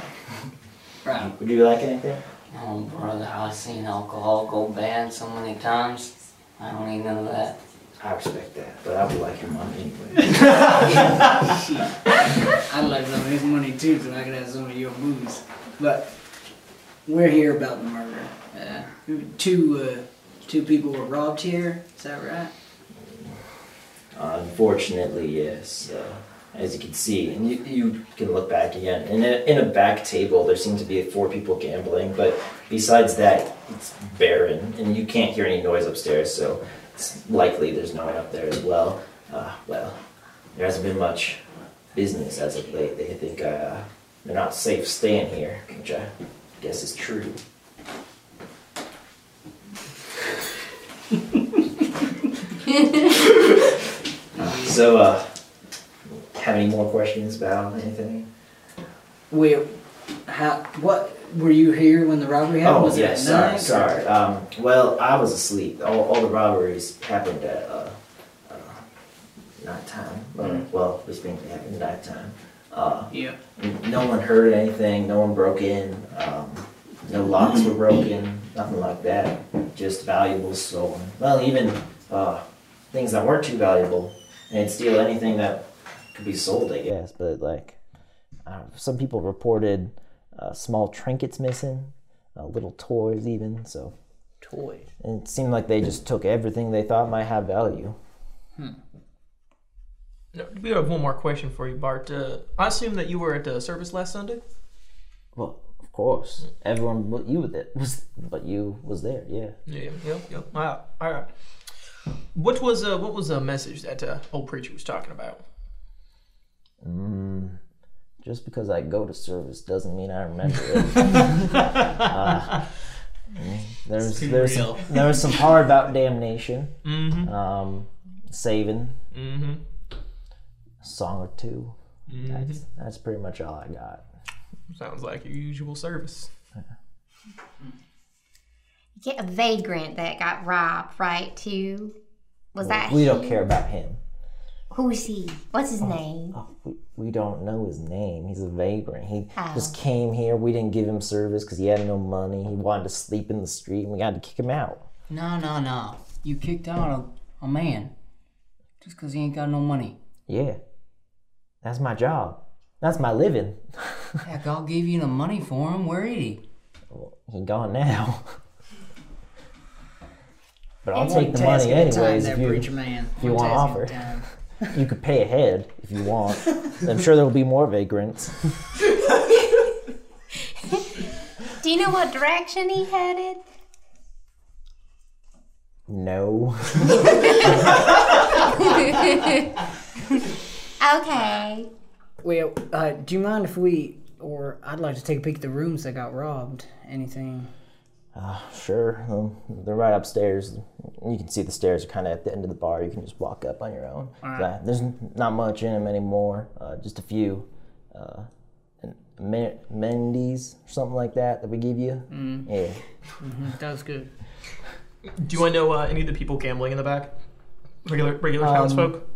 [SPEAKER 6] Right.
[SPEAKER 2] Would you like anything?
[SPEAKER 6] Oh, brother, I've seen alcohol go bad so many times. I don't even know that.
[SPEAKER 2] I respect that, but I would like your money anyway.
[SPEAKER 1] I'd like some of his money too, so I could have some of your booze. But we're here about the murder. Uh, two uh, two people were robbed here. Is that right?
[SPEAKER 2] Uh, Unfortunately, yes. Uh, as you can see, and you, you can look back again. In a, in a back table, there seem to be four people gambling, but besides that, it's barren, and you can't hear any noise upstairs, so it's likely there's no one up there as well. Uh, well, there hasn't been much business as of late. They think uh, they're not safe staying here, which I guess is true. So, uh, have any more questions about anything?
[SPEAKER 1] Wait, how? What were you here when the robbery happened?
[SPEAKER 2] Oh
[SPEAKER 1] was it
[SPEAKER 2] yes,
[SPEAKER 1] at
[SPEAKER 2] sorry,
[SPEAKER 1] night?
[SPEAKER 2] sorry. Um, well, I was asleep. All, all the robberies happened at uh, uh, nighttime. Uh, Well, this thing happened at nighttime. Uh,
[SPEAKER 1] Mm-hmm. Yeah.
[SPEAKER 2] n- no one heard anything. No one broke in. Um, no locks were broken. Nothing like that. Just valuables stolen. Well, even uh, things that weren't too valuable. And they'd steal anything that could be sold, I guess. But like, uh, some people reported uh, small trinkets missing, uh, little toys even. So
[SPEAKER 1] Toys.
[SPEAKER 2] and it seemed like they just took everything they thought might have value.
[SPEAKER 5] No, We have one more question for you, Bart. Uh, I assume that you were at the service last Sunday?
[SPEAKER 2] Well, of course, everyone but you with it was, but you was there, yeah.
[SPEAKER 5] Yeah, yeah, yeah. Wow. All right. What was uh, what was the message that uh, old preacher was talking about?
[SPEAKER 2] Just because I go to service doesn't mean I remember it. uh, there's there's some, there was some hard about damnation, um, saving, song or 2 That's that's pretty much all I got.
[SPEAKER 5] Sounds like your usual service.
[SPEAKER 4] Get a vagrant that got robbed, right? Too. Was that
[SPEAKER 2] We don't
[SPEAKER 4] he?
[SPEAKER 2] care about him.
[SPEAKER 4] Who's he? What's his name?
[SPEAKER 2] Oh, we, we don't know his name. He's a vagrant. He
[SPEAKER 1] Oh.
[SPEAKER 2] just came here. We didn't give him service because he had no money. He wanted to sleep in the street, and we had to kick him out.
[SPEAKER 6] No, no, no. You kicked out a, a man just 'cause he ain't got no money.
[SPEAKER 2] Yeah, that's my job. That's my living.
[SPEAKER 6] Heck, I'll give you the money for him. Where is he?
[SPEAKER 2] He gone now. but I'll
[SPEAKER 1] One
[SPEAKER 2] take the
[SPEAKER 1] task
[SPEAKER 2] money
[SPEAKER 1] at a time
[SPEAKER 2] anyways.
[SPEAKER 1] there,
[SPEAKER 2] If you,
[SPEAKER 1] preacher man.
[SPEAKER 2] you
[SPEAKER 1] One
[SPEAKER 2] want
[SPEAKER 1] task at a time.
[SPEAKER 2] you could pay ahead if you want. I'm sure there will be more vagrants.
[SPEAKER 4] Do you know what direction he headed?
[SPEAKER 2] No.
[SPEAKER 4] Okay.
[SPEAKER 1] Well, uh, do you mind if we, or I'd like to take a peek at the rooms that got robbed? Anything?
[SPEAKER 2] Sure. Um, they're right upstairs. You can see the stairs are kind of at the end of the bar. You can just walk up on your own. Uh, there's n- not much in them anymore. Uh, just a few. Uh, and men- Mendy's or something like that that we give you.
[SPEAKER 5] Mm.
[SPEAKER 2] Yeah.
[SPEAKER 1] That was good.
[SPEAKER 5] Do I know uh, any of the people gambling in the back? Regular regular
[SPEAKER 2] Um,
[SPEAKER 5] townsfolk.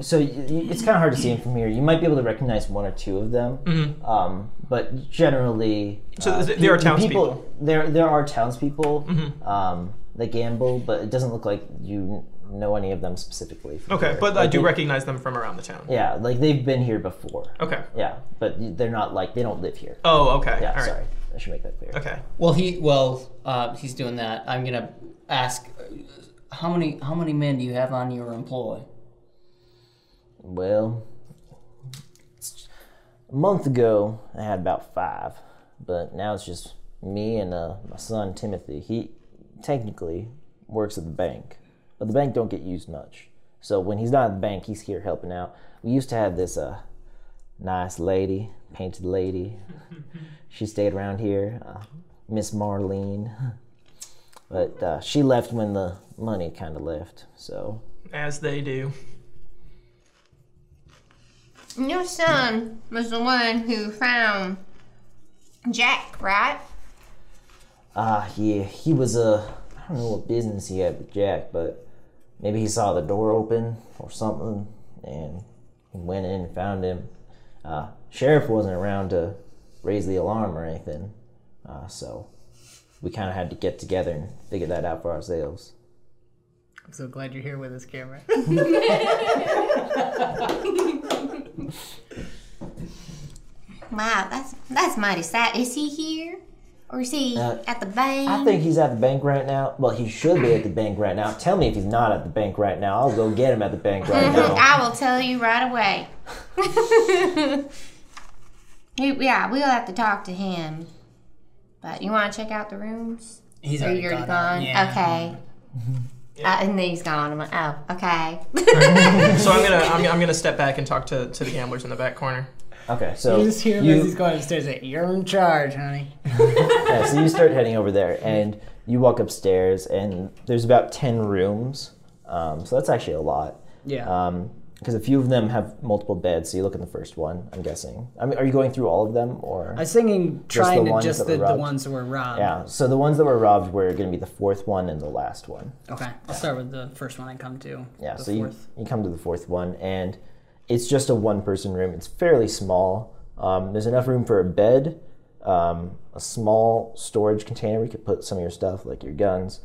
[SPEAKER 2] So y y it's kind of hard to see them from here. You might be able to recognize one or two of them. Um, but generally,
[SPEAKER 5] Mm-hmm.
[SPEAKER 2] uh,
[SPEAKER 5] So th- there are
[SPEAKER 2] pe- people-
[SPEAKER 5] townspeople. Mm-hmm.
[SPEAKER 2] There, there are townspeople. Um, the gamble, but it doesn't look like you know any of them specifically. from
[SPEAKER 5] Okay,
[SPEAKER 2] here.
[SPEAKER 5] but I do
[SPEAKER 2] they-
[SPEAKER 5] recognize them from around the town.
[SPEAKER 2] Yeah, like they've been here before.
[SPEAKER 5] Okay.
[SPEAKER 2] Yeah, but they're not like they don't live here.
[SPEAKER 5] Oh, okay.
[SPEAKER 2] yeah,
[SPEAKER 5] All right.
[SPEAKER 2] sorry, I should make that clear.
[SPEAKER 5] Okay.
[SPEAKER 3] Well, he well uh, he's doing that. I'm gonna ask uh, how many how many men do you have on your employ?
[SPEAKER 2] Well, a month ago I had about five, but now it's just me and uh, my son Timothy. He technically works at the bank, but the bank don't get used much. So when he's not at the bank, he's here helping out. We used to have this uh, nice lady, painted lady. she stayed around here, uh, Miss Marlene. But uh, she left when the money kind of left. So
[SPEAKER 5] As they do.
[SPEAKER 4] Your son was the one who found Jack, right?
[SPEAKER 2] Ah, yeah, he was a. I don't know what business he had with Jack, but maybe he saw the door open or something, and he went in and found him. Uh, sheriff wasn't around to raise the alarm or anything, uh, so we kind of had to get together and figure that out for ourselves.
[SPEAKER 1] I'm so glad you're here with us, camera.
[SPEAKER 4] Wow, that's that's mighty sad. Is he here, or is he
[SPEAKER 2] Uh,
[SPEAKER 4] at the bank?
[SPEAKER 2] I think he's at the bank right now. Well, he should be at the bank right now. Tell me if he's not at the bank right now. I'll go get him at the bank right now.
[SPEAKER 4] I will tell you right away. You- yeah, we'll have to talk to him. But you want to check out the rooms?
[SPEAKER 1] He's
[SPEAKER 4] Or
[SPEAKER 1] already
[SPEAKER 4] you're
[SPEAKER 1] gone.
[SPEAKER 4] already
[SPEAKER 1] out,
[SPEAKER 4] gone?
[SPEAKER 1] Yeah. Mm-hmm.
[SPEAKER 4] Okay. Uh, and then he's gone. I'm like, oh, okay.
[SPEAKER 5] So I'm gonna I'm, I'm gonna step back and talk to, to the gamblers in the back corner.
[SPEAKER 2] Okay, so
[SPEAKER 1] He's here,
[SPEAKER 2] you-
[SPEAKER 1] but he's going upstairs. Like, you're in charge, honey.
[SPEAKER 2] Yeah, so you start heading over there, and you walk upstairs, and there's about ten rooms. Um, so that's actually a lot,
[SPEAKER 1] Yeah.
[SPEAKER 2] Uh, because a few of them have multiple beds. So you look in the first one. I'm guessing. I mean, are you going through all of them, or?
[SPEAKER 1] I was thinking trying
[SPEAKER 2] the
[SPEAKER 1] to
[SPEAKER 2] ones
[SPEAKER 1] just
[SPEAKER 2] that
[SPEAKER 1] the,
[SPEAKER 2] were
[SPEAKER 1] the
[SPEAKER 2] robbed?
[SPEAKER 1] ones that were robbed.
[SPEAKER 2] yeah. So the ones that were robbed were going to be the fourth one and the last one.
[SPEAKER 1] Okay. I'll start with the first one I come to.
[SPEAKER 2] Yeah.
[SPEAKER 1] The
[SPEAKER 2] so you,
[SPEAKER 1] fourth.
[SPEAKER 2] you come to the fourth one, and it's just a one-person room. It's fairly small. Um, there's enough room for a bed, um, a small storage container where you could put some of your stuff, like your guns,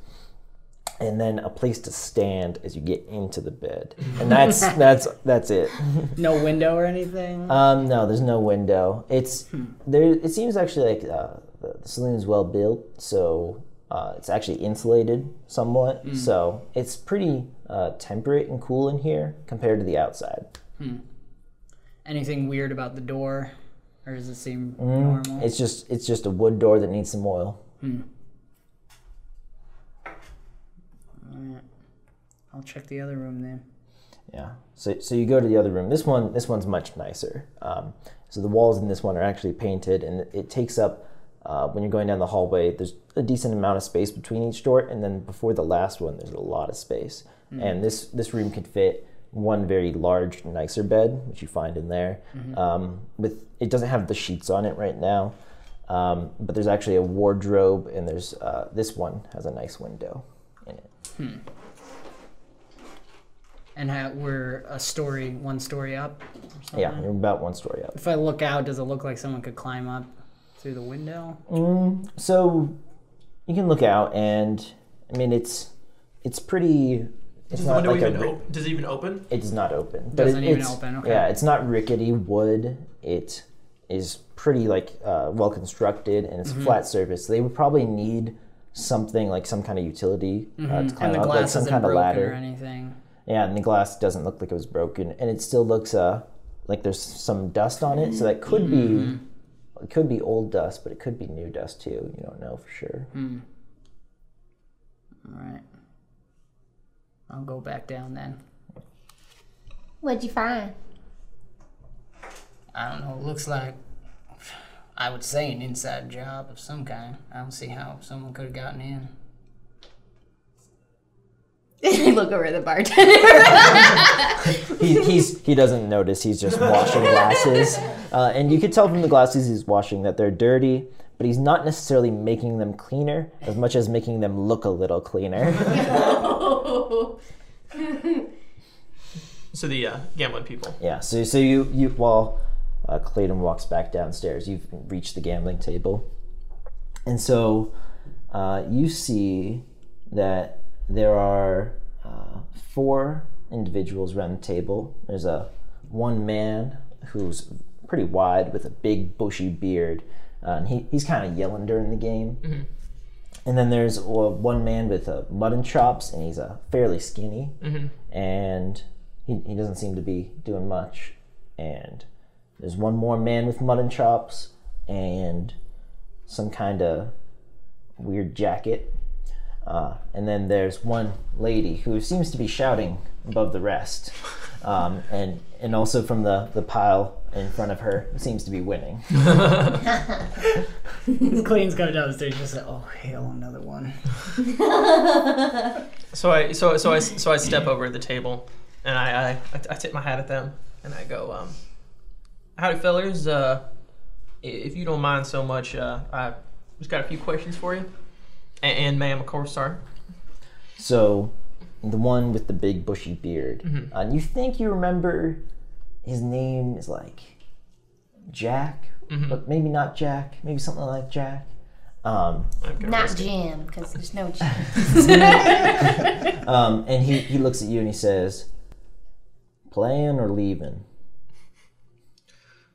[SPEAKER 2] and then a place to stand as you get into the bed. And that's that's that's it.
[SPEAKER 1] No window or anything.
[SPEAKER 2] Um, no, there's no window. It's there. It seems actually like uh, the the saloon is well built, so uh, it's actually insulated somewhat. So it's pretty uh, temperate and cool in here compared to the outside.
[SPEAKER 1] anything weird about the door, or does it seem normal?
[SPEAKER 2] It's just it's just a wood door that needs some oil.
[SPEAKER 1] I'll check the other room then.
[SPEAKER 2] Yeah. So so you go to the other room. This one this one's much nicer. Um, so the walls in this one are actually painted, and it takes up. Uh, when you're going down the hallway, there's a decent amount of space between each door, and then before the last one, there's a lot of space. And this this room could fit one very large, nicer bed, which you find in there. Um, with it doesn't have the sheets on it right now, um, but there's actually a wardrobe, and there's uh, this one has a nice window in it.
[SPEAKER 1] And how, we're a story, one story up. Or something.
[SPEAKER 2] Yeah, you're about one story up.
[SPEAKER 1] If I look out, does it look like someone could climb up through the window?
[SPEAKER 2] Uh, so you can look out and i mean it's it's pretty it's
[SPEAKER 5] Does the
[SPEAKER 2] not
[SPEAKER 5] window
[SPEAKER 2] like a
[SPEAKER 5] even
[SPEAKER 2] ri-
[SPEAKER 5] op- does it even open?
[SPEAKER 2] it does not open but
[SPEAKER 1] Doesn't
[SPEAKER 2] it-
[SPEAKER 1] even
[SPEAKER 2] it's-
[SPEAKER 1] open, okay.
[SPEAKER 2] yeah it's not rickety wood it is pretty like uh, well constructed and it's
[SPEAKER 1] Mm-hmm.
[SPEAKER 2] a flat surface they would probably need something like some kind of utility uh, to climb
[SPEAKER 1] Mm-hmm. And the
[SPEAKER 2] up like
[SPEAKER 1] glass
[SPEAKER 2] some
[SPEAKER 1] isn't
[SPEAKER 2] kind of
[SPEAKER 1] broken
[SPEAKER 2] ladder
[SPEAKER 1] or anything.
[SPEAKER 2] yeah, and the glass doesn't look like it was broken, and it still looks uh like there's some dust on it, so that could
[SPEAKER 1] Mm-hmm.
[SPEAKER 2] be it could be old dust, but it could be new dust too. You don't know for sure.
[SPEAKER 1] All right. I'll go back down then.
[SPEAKER 4] What'd you find?
[SPEAKER 1] I don't know. It looks like I would say an inside job of some kind. I don't see how someone could have gotten in.
[SPEAKER 4] Look over at the bartender.
[SPEAKER 2] He, he's he doesn't notice. He's just washing glasses, uh, and you could tell from the glasses he's washing that they're dirty. But he's not necessarily making them cleaner as much as making them look a little cleaner.
[SPEAKER 5] So the uh, gambling people.
[SPEAKER 2] yeah. So so you you while uh, Clayton walks back downstairs, you've reached the gambling table, and so uh, you see that there are uh, four individuals around the table. There's a one man who's pretty wide with a big bushy beard, uh, and he, he's kind of yelling during the game. And then there's uh, one man with uh, mutton chops, and he's uh, fairly skinny, and he, he doesn't seem to be doing much. And there's one more man with mutton chops and some kind of weird jacket. Uh, and then there's one lady who seems to be shouting above the rest. Um, and, and also from the, the pile in front of her seems to be winning.
[SPEAKER 1] Clayton's coming down the stage just like, oh, hell, another one.
[SPEAKER 5] So I so so I so I step over to the table and I I, I, tip my hat at them and I go, um, "Howdy, fellers. Uh, i- if you don't mind so much, uh, I just got a few questions for you, and, and ma'am, of course, sorry.
[SPEAKER 2] So, the one with the big bushy beard. Uh, you think you remember his name is like Jack, but maybe not Jack. Maybe something like Jack. Um,
[SPEAKER 5] I'm gonna
[SPEAKER 4] Not
[SPEAKER 5] risk it.
[SPEAKER 4] Jim, because there's no Jim.
[SPEAKER 2] um, and he, he looks at you and he says, "Playing or leaving?"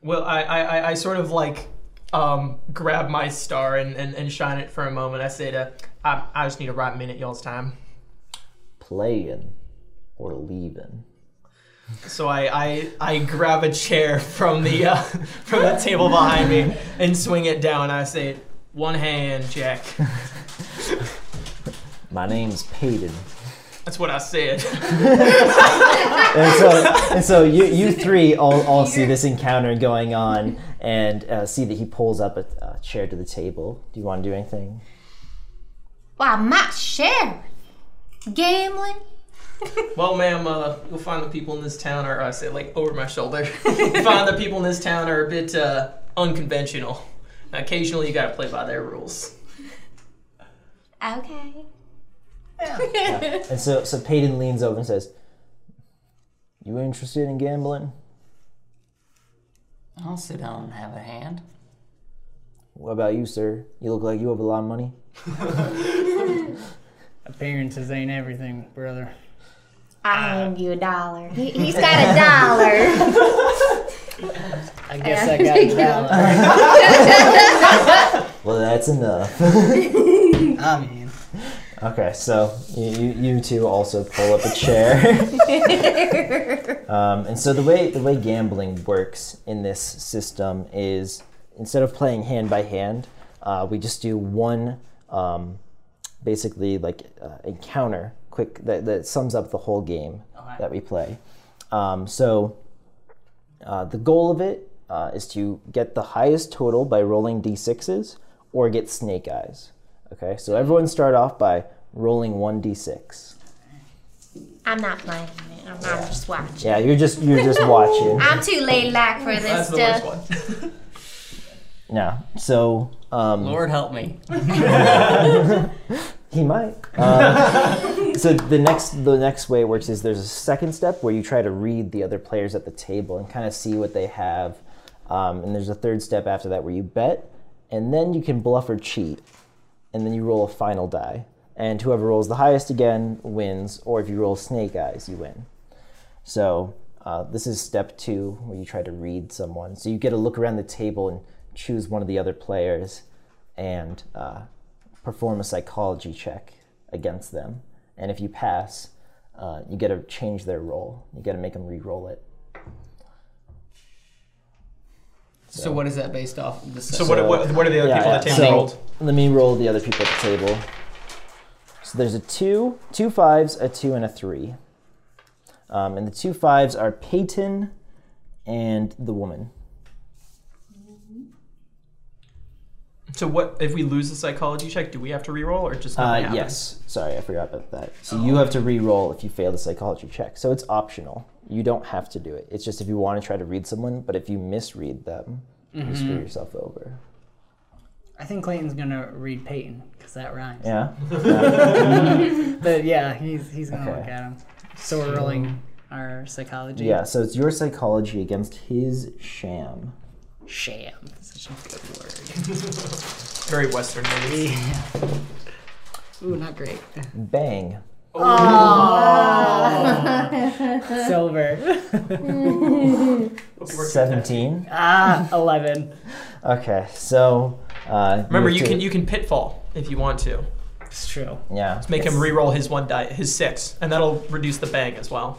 [SPEAKER 5] Well, I, I, I- I sort of like um, grab my star and, and, and shine it for a moment. I say to, I, I just need a right minute y'all's time.
[SPEAKER 2] Playing or leaving?
[SPEAKER 5] So I, I, I grab a chair from the uh, from that table behind me and swing it down. I say, one hand, Jack.
[SPEAKER 2] My name's Peyton.
[SPEAKER 5] That's what I said.
[SPEAKER 2] and so, and so you, you three all, all see this encounter going on and uh, see that he pulls up a, a chair to the table. Do you want to do anything?
[SPEAKER 4] Why, my share. Gambling?
[SPEAKER 5] Well, ma'am, uh, you'll find the people in this town are, I say, like over my shoulder. You'll find the people in this town are a bit uh, unconventional. Occasionally, you gotta play by their rules.
[SPEAKER 4] Okay.
[SPEAKER 2] And so, so Peyton leans over and says, "You interested in gambling?
[SPEAKER 6] I'll sit down and have a hand.
[SPEAKER 2] What about you, sir? You look like you have a lot of money."
[SPEAKER 1] Appearances ain't everything, brother. Ah.
[SPEAKER 4] I hand you a dollar. He, he's got a dollar.
[SPEAKER 1] I guess I got it out.
[SPEAKER 2] Well, that's enough.
[SPEAKER 1] Ah, man.
[SPEAKER 2] okay, so you, you, you two also pull up a chair. Um, and so the way the way gambling works in this system is instead of playing hand by hand, uh, we just do one um, basically like uh, encounter quick that, that sums up the whole game that we play. Um, so uh, the goal of it uh, is to get the highest total by rolling d6s or get snake eyes. Okay, so everyone start off by rolling one d6.
[SPEAKER 4] I'm not blaming it. I'm, I'm just watching.
[SPEAKER 2] Yeah, you're just you're just watching.
[SPEAKER 4] I'm too laid back for this
[SPEAKER 5] That's the worst
[SPEAKER 4] stuff.
[SPEAKER 5] one.
[SPEAKER 2] No. So um,
[SPEAKER 6] Lord help me.
[SPEAKER 2] he might. Um, so the next the next way it works is there's a second step where you try to read the other players at the table and kind of see what they have, um, and there's a third step after that where you bet, and then you can bluff or cheat, and then you roll a final die, and whoever rolls the highest again wins, or if you roll snake eyes, you win. So uh, this is step two, where you try to read someone. So you get to look around the table and choose one of the other players, and uh, perform a psychology check against them. And if you pass, uh, you get to change their roll. You get to make them re-roll it.
[SPEAKER 3] So what is that based off of the
[SPEAKER 5] So, what, what, what are the other people at the table
[SPEAKER 2] So,
[SPEAKER 5] rolled?
[SPEAKER 2] Let me roll the other people at the table. So there's a two, two fives, a two, and a three. Um, and the two fives are Peyton and the woman.
[SPEAKER 5] So what if we lose the psychology check? Do we have to reroll or just nothing
[SPEAKER 2] Uh,
[SPEAKER 5] happens?
[SPEAKER 2] yes. Sorry, I forgot about that. So you have to re-roll if you fail the psychology check. So it's optional. You don't have to do it. It's just if you want to try to read someone, but if you misread them,
[SPEAKER 5] Mm-hmm.
[SPEAKER 2] you screw yourself over.
[SPEAKER 1] I think Clayton's gonna read Peyton because that rhymes.
[SPEAKER 2] Yeah.
[SPEAKER 1] But yeah, he's he's gonna look
[SPEAKER 2] Okay.
[SPEAKER 1] at him. So we're rolling our psychology.
[SPEAKER 2] Yeah. So it's your psychology against his sham.
[SPEAKER 1] Sham. That's Such a good word.
[SPEAKER 5] Very Western. Maybe.
[SPEAKER 1] Ooh, not great.
[SPEAKER 2] Bang.
[SPEAKER 1] Silver.
[SPEAKER 2] Seventeen.
[SPEAKER 1] ah, eleven.
[SPEAKER 2] Okay, so uh,
[SPEAKER 5] Remember,
[SPEAKER 2] have
[SPEAKER 5] you
[SPEAKER 2] to-
[SPEAKER 5] can you can pitfall if you want to.
[SPEAKER 1] It's true.
[SPEAKER 2] yeah
[SPEAKER 5] Make him re-roll his one die, his six, and that'll reduce the bang as well.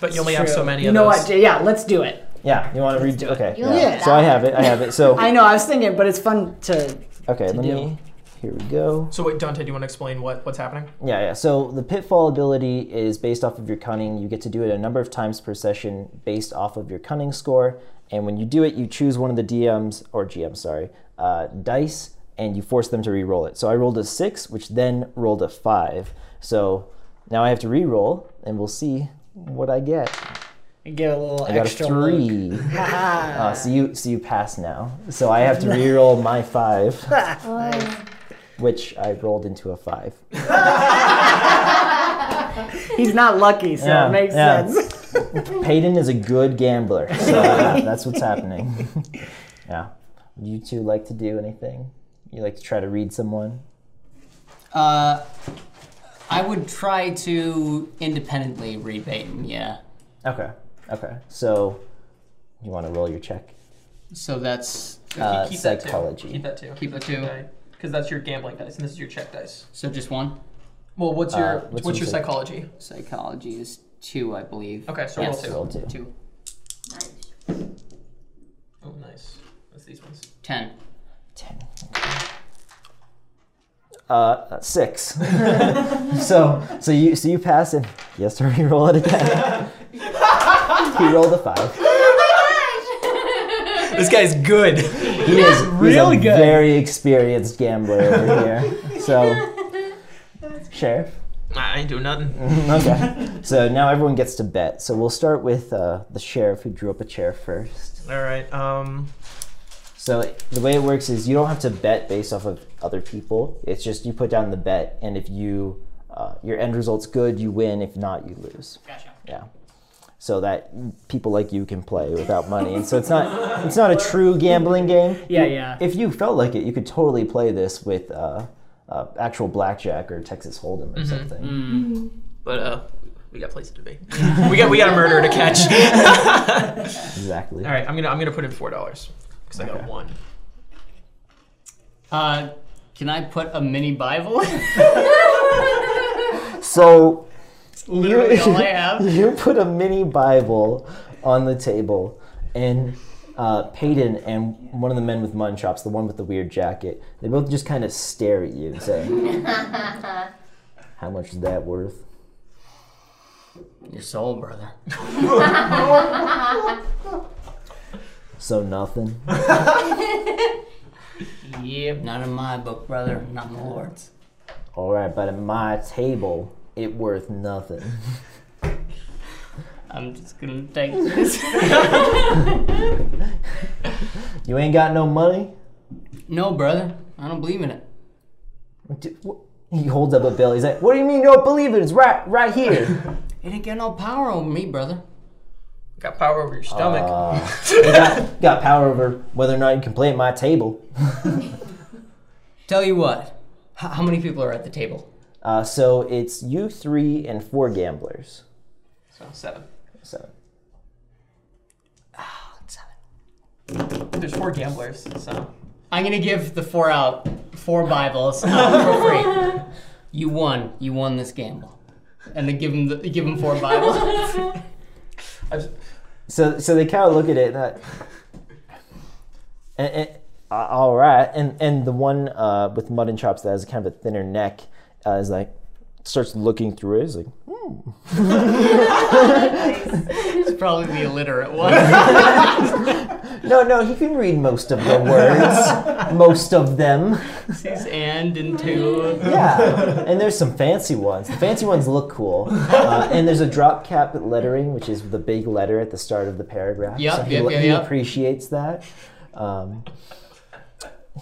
[SPEAKER 5] But you only have so
[SPEAKER 1] True.
[SPEAKER 5] many
[SPEAKER 1] You
[SPEAKER 5] of
[SPEAKER 1] know
[SPEAKER 5] those.
[SPEAKER 1] what? J- Yeah, let's do it.
[SPEAKER 2] yeah. You want to redo? Okay,
[SPEAKER 4] You'll
[SPEAKER 1] Yeah.
[SPEAKER 2] So I have it. I have it. So
[SPEAKER 1] I know. I was thinking, but it's fun to.
[SPEAKER 2] okay, let
[SPEAKER 1] do.
[SPEAKER 2] me. Here we go.
[SPEAKER 5] So wait, Dante, do you want to explain what, what's happening?
[SPEAKER 2] Yeah, yeah. So the pitfall ability is based off of your cunning. You get to do it a number of times per session based off of your cunning score. And when you do it, you choose one of the DMs or GM, sorry, uh, dice, and you force them to re-roll it. So I rolled a six, which then rolled a five. So now I have to re-roll, and we'll see what I get.
[SPEAKER 1] Give it a little
[SPEAKER 2] I got
[SPEAKER 1] extra
[SPEAKER 2] a
[SPEAKER 1] look.
[SPEAKER 2] three. uh, so you so you pass now. So I have to re-roll my five, which I rolled into a five.
[SPEAKER 1] He's not lucky, so
[SPEAKER 2] Yeah,
[SPEAKER 1] it makes
[SPEAKER 2] yeah.
[SPEAKER 1] sense.
[SPEAKER 2] Peyton is a good gambler. So yeah, that's what's happening. yeah. Would you two like to do anything? You like to try to read someone?
[SPEAKER 3] Uh, I would try to independently read Baton, yeah.
[SPEAKER 2] Okay. Okay. So you want to roll your check?
[SPEAKER 3] So that's
[SPEAKER 2] Uh,
[SPEAKER 5] keep that too.
[SPEAKER 2] psychology.
[SPEAKER 5] Keep that too.
[SPEAKER 3] keep it two.
[SPEAKER 5] Because that's your gambling dice, and this is your check dice.
[SPEAKER 3] So just one.
[SPEAKER 5] Well, what's your
[SPEAKER 2] Uh,
[SPEAKER 5] what's,
[SPEAKER 2] what's your
[SPEAKER 5] your
[SPEAKER 2] psych-
[SPEAKER 5] psychology?
[SPEAKER 3] Psychology is two, I believe.
[SPEAKER 5] Okay, so
[SPEAKER 3] Yes.
[SPEAKER 5] roll
[SPEAKER 2] roll
[SPEAKER 5] two.
[SPEAKER 2] two.
[SPEAKER 3] Two.
[SPEAKER 5] Oh, nice. That's these ones.
[SPEAKER 3] Ten.
[SPEAKER 2] Ten. Uh, six. so so you so you pass and yes, sir. You roll it again. he rolled a five.
[SPEAKER 5] This guy's good.
[SPEAKER 2] He is he's
[SPEAKER 1] really
[SPEAKER 2] a
[SPEAKER 1] good.
[SPEAKER 2] Very experienced gambler over here. So, sheriff.
[SPEAKER 5] I ain't doing nothing.
[SPEAKER 2] Okay. So now everyone gets to bet. So we'll start with uh, the sheriff who drew up a chair first.
[SPEAKER 5] All right. Um.
[SPEAKER 2] So the way it works is you don't have to bet based off of other people. It's just you put down the bet, and if you uh, your end result's good, you win. If not, you lose.
[SPEAKER 3] Gotcha.
[SPEAKER 2] Yeah. So that people like you can play without money, and so it's not it's not a true gambling game.
[SPEAKER 1] Yeah, yeah.
[SPEAKER 2] If you felt like it, you could totally play this with uh, uh, actual blackjack or Texas Hold'em or something.
[SPEAKER 5] But uh, we got places to be. we got we got a murder to catch.
[SPEAKER 2] Exactly.
[SPEAKER 5] All right. I'm gonna I'm gonna put in four dollars because I got
[SPEAKER 2] Okay.
[SPEAKER 5] one.
[SPEAKER 3] Uh, can I put a mini Bible?
[SPEAKER 2] So
[SPEAKER 3] Literally all I have.
[SPEAKER 2] you put a mini Bible on the table, and uh, Peyton and one of the men with mutton chops, the one with the weird jacket, they both just kind of stare at you and say, "How much is that worth?"
[SPEAKER 3] Your soul, brother.
[SPEAKER 2] So nothing.
[SPEAKER 3] Yep. Not in my book, brother. Not in the Lord's.
[SPEAKER 2] All right, but at my table, it worth nothing.
[SPEAKER 3] I'm just gonna take this.
[SPEAKER 2] You ain't got no money.
[SPEAKER 3] no, brother. I don't believe in it.
[SPEAKER 2] D- wh- He holds up a bill. He's like, "What do you mean you don't believe it? It's right, right here."
[SPEAKER 3] It ain't got no power over me, brother.
[SPEAKER 5] Got power over your stomach.
[SPEAKER 2] got, got power over whether or not you can play at my table.
[SPEAKER 3] Tell you what. H- how many people are at the table?
[SPEAKER 2] Uh, so it's you three and four gamblers.
[SPEAKER 5] so seven.
[SPEAKER 2] So
[SPEAKER 5] There's four gamblers. So
[SPEAKER 3] I'm gonna give the four out four Bibles out for free. You won. You won this gamble. And then give him the, give him four Bibles.
[SPEAKER 5] I just,
[SPEAKER 2] so so they kind of look at it and, that, and, and uh, all right and and the one uh, with mutton chops that has kind of a thinner neck uh, is like starts looking through it is like
[SPEAKER 3] It's probably the illiterate one.
[SPEAKER 2] no no he can read most of the words most of them
[SPEAKER 3] Six and and two.
[SPEAKER 2] yeah and there's some fancy ones the fancy ones look cool uh, and there's a drop cap lettering which is the big letter at the start of the paragraph
[SPEAKER 3] Yep,
[SPEAKER 2] so he,
[SPEAKER 3] yep,
[SPEAKER 2] lo-
[SPEAKER 3] yep,
[SPEAKER 2] he
[SPEAKER 3] yep.
[SPEAKER 2] appreciates that um,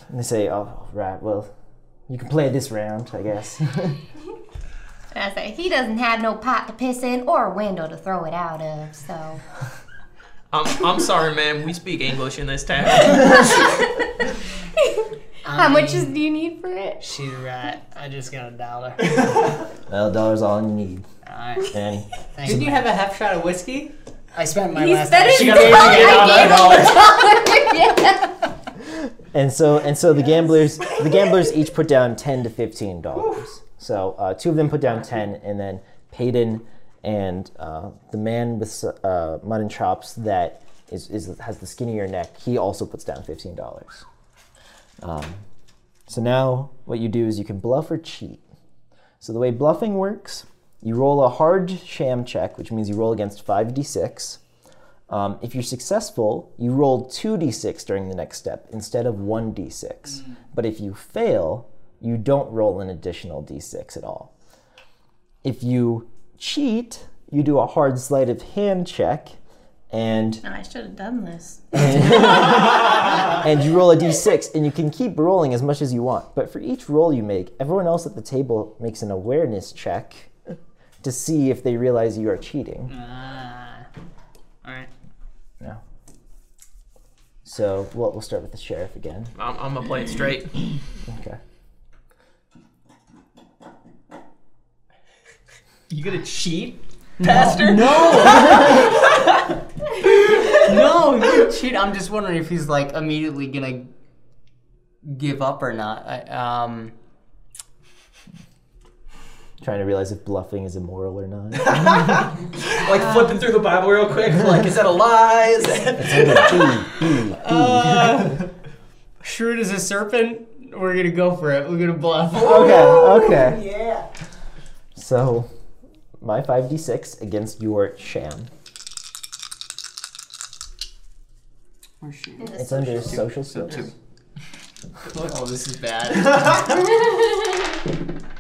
[SPEAKER 2] and they say oh right well you can play this round i guess
[SPEAKER 4] And I say, he doesn't have no pot to piss in or a window to throw it out of, so.
[SPEAKER 5] I'm I'm sorry, ma'am. We speak English in this town.
[SPEAKER 4] How much is, do you need for it?
[SPEAKER 1] She's right. I just got a dollar.
[SPEAKER 2] Well, a dollar's all you need.
[SPEAKER 1] Alright.
[SPEAKER 2] And
[SPEAKER 1] Thanks.
[SPEAKER 3] Did you have a half shot of whiskey?
[SPEAKER 1] I spent my
[SPEAKER 4] He
[SPEAKER 1] last
[SPEAKER 4] said
[SPEAKER 1] dollar.
[SPEAKER 4] it.
[SPEAKER 1] She
[SPEAKER 4] I
[SPEAKER 1] gave me
[SPEAKER 2] and so and so the gamblers the gamblers each put down ten to fifteen dollars. So uh, two of them put down ten, and then Peyton and uh, the man with uh, mutton chops that is, is has the skinnier neck. He also puts down fifteen dollars. Um, so now what you do is you can bluff or cheat. So the way bluffing works, you roll a hard sham check, which means you roll against five d six. Um, if you're successful, you roll 2d6 during the next step instead of 1d6. But if you fail, you don't roll an additional d6 at all. If you cheat, you do a hard sleight of hand check and
[SPEAKER 4] I should have done this.
[SPEAKER 2] and you roll a d6 and you can keep rolling as much as you want. But for each roll you make, everyone else at the table makes an awareness check to see if they realize you are cheating.
[SPEAKER 1] Alright.
[SPEAKER 2] Yeah. So, well, we'll start with the sheriff again.
[SPEAKER 5] I'm, I'm gonna play it straight.
[SPEAKER 2] Okay.
[SPEAKER 5] You gonna cheat, Pastor?
[SPEAKER 3] No, you cheat. I'm just wondering if he's like immediately gonna give up or not. I, um,
[SPEAKER 2] trying to realize if bluffing is immoral or not.
[SPEAKER 5] Like flipping through the Bible real quick. Like, is that a lie? Is that-
[SPEAKER 2] E.
[SPEAKER 3] shrewd as a serpent, we're gonna go for it. We're gonna bluff.
[SPEAKER 2] okay, okay. Yeah. So, my 5d6 against your sham.
[SPEAKER 3] We're shooting.
[SPEAKER 2] It's under social skills.
[SPEAKER 3] Oh, this is bad.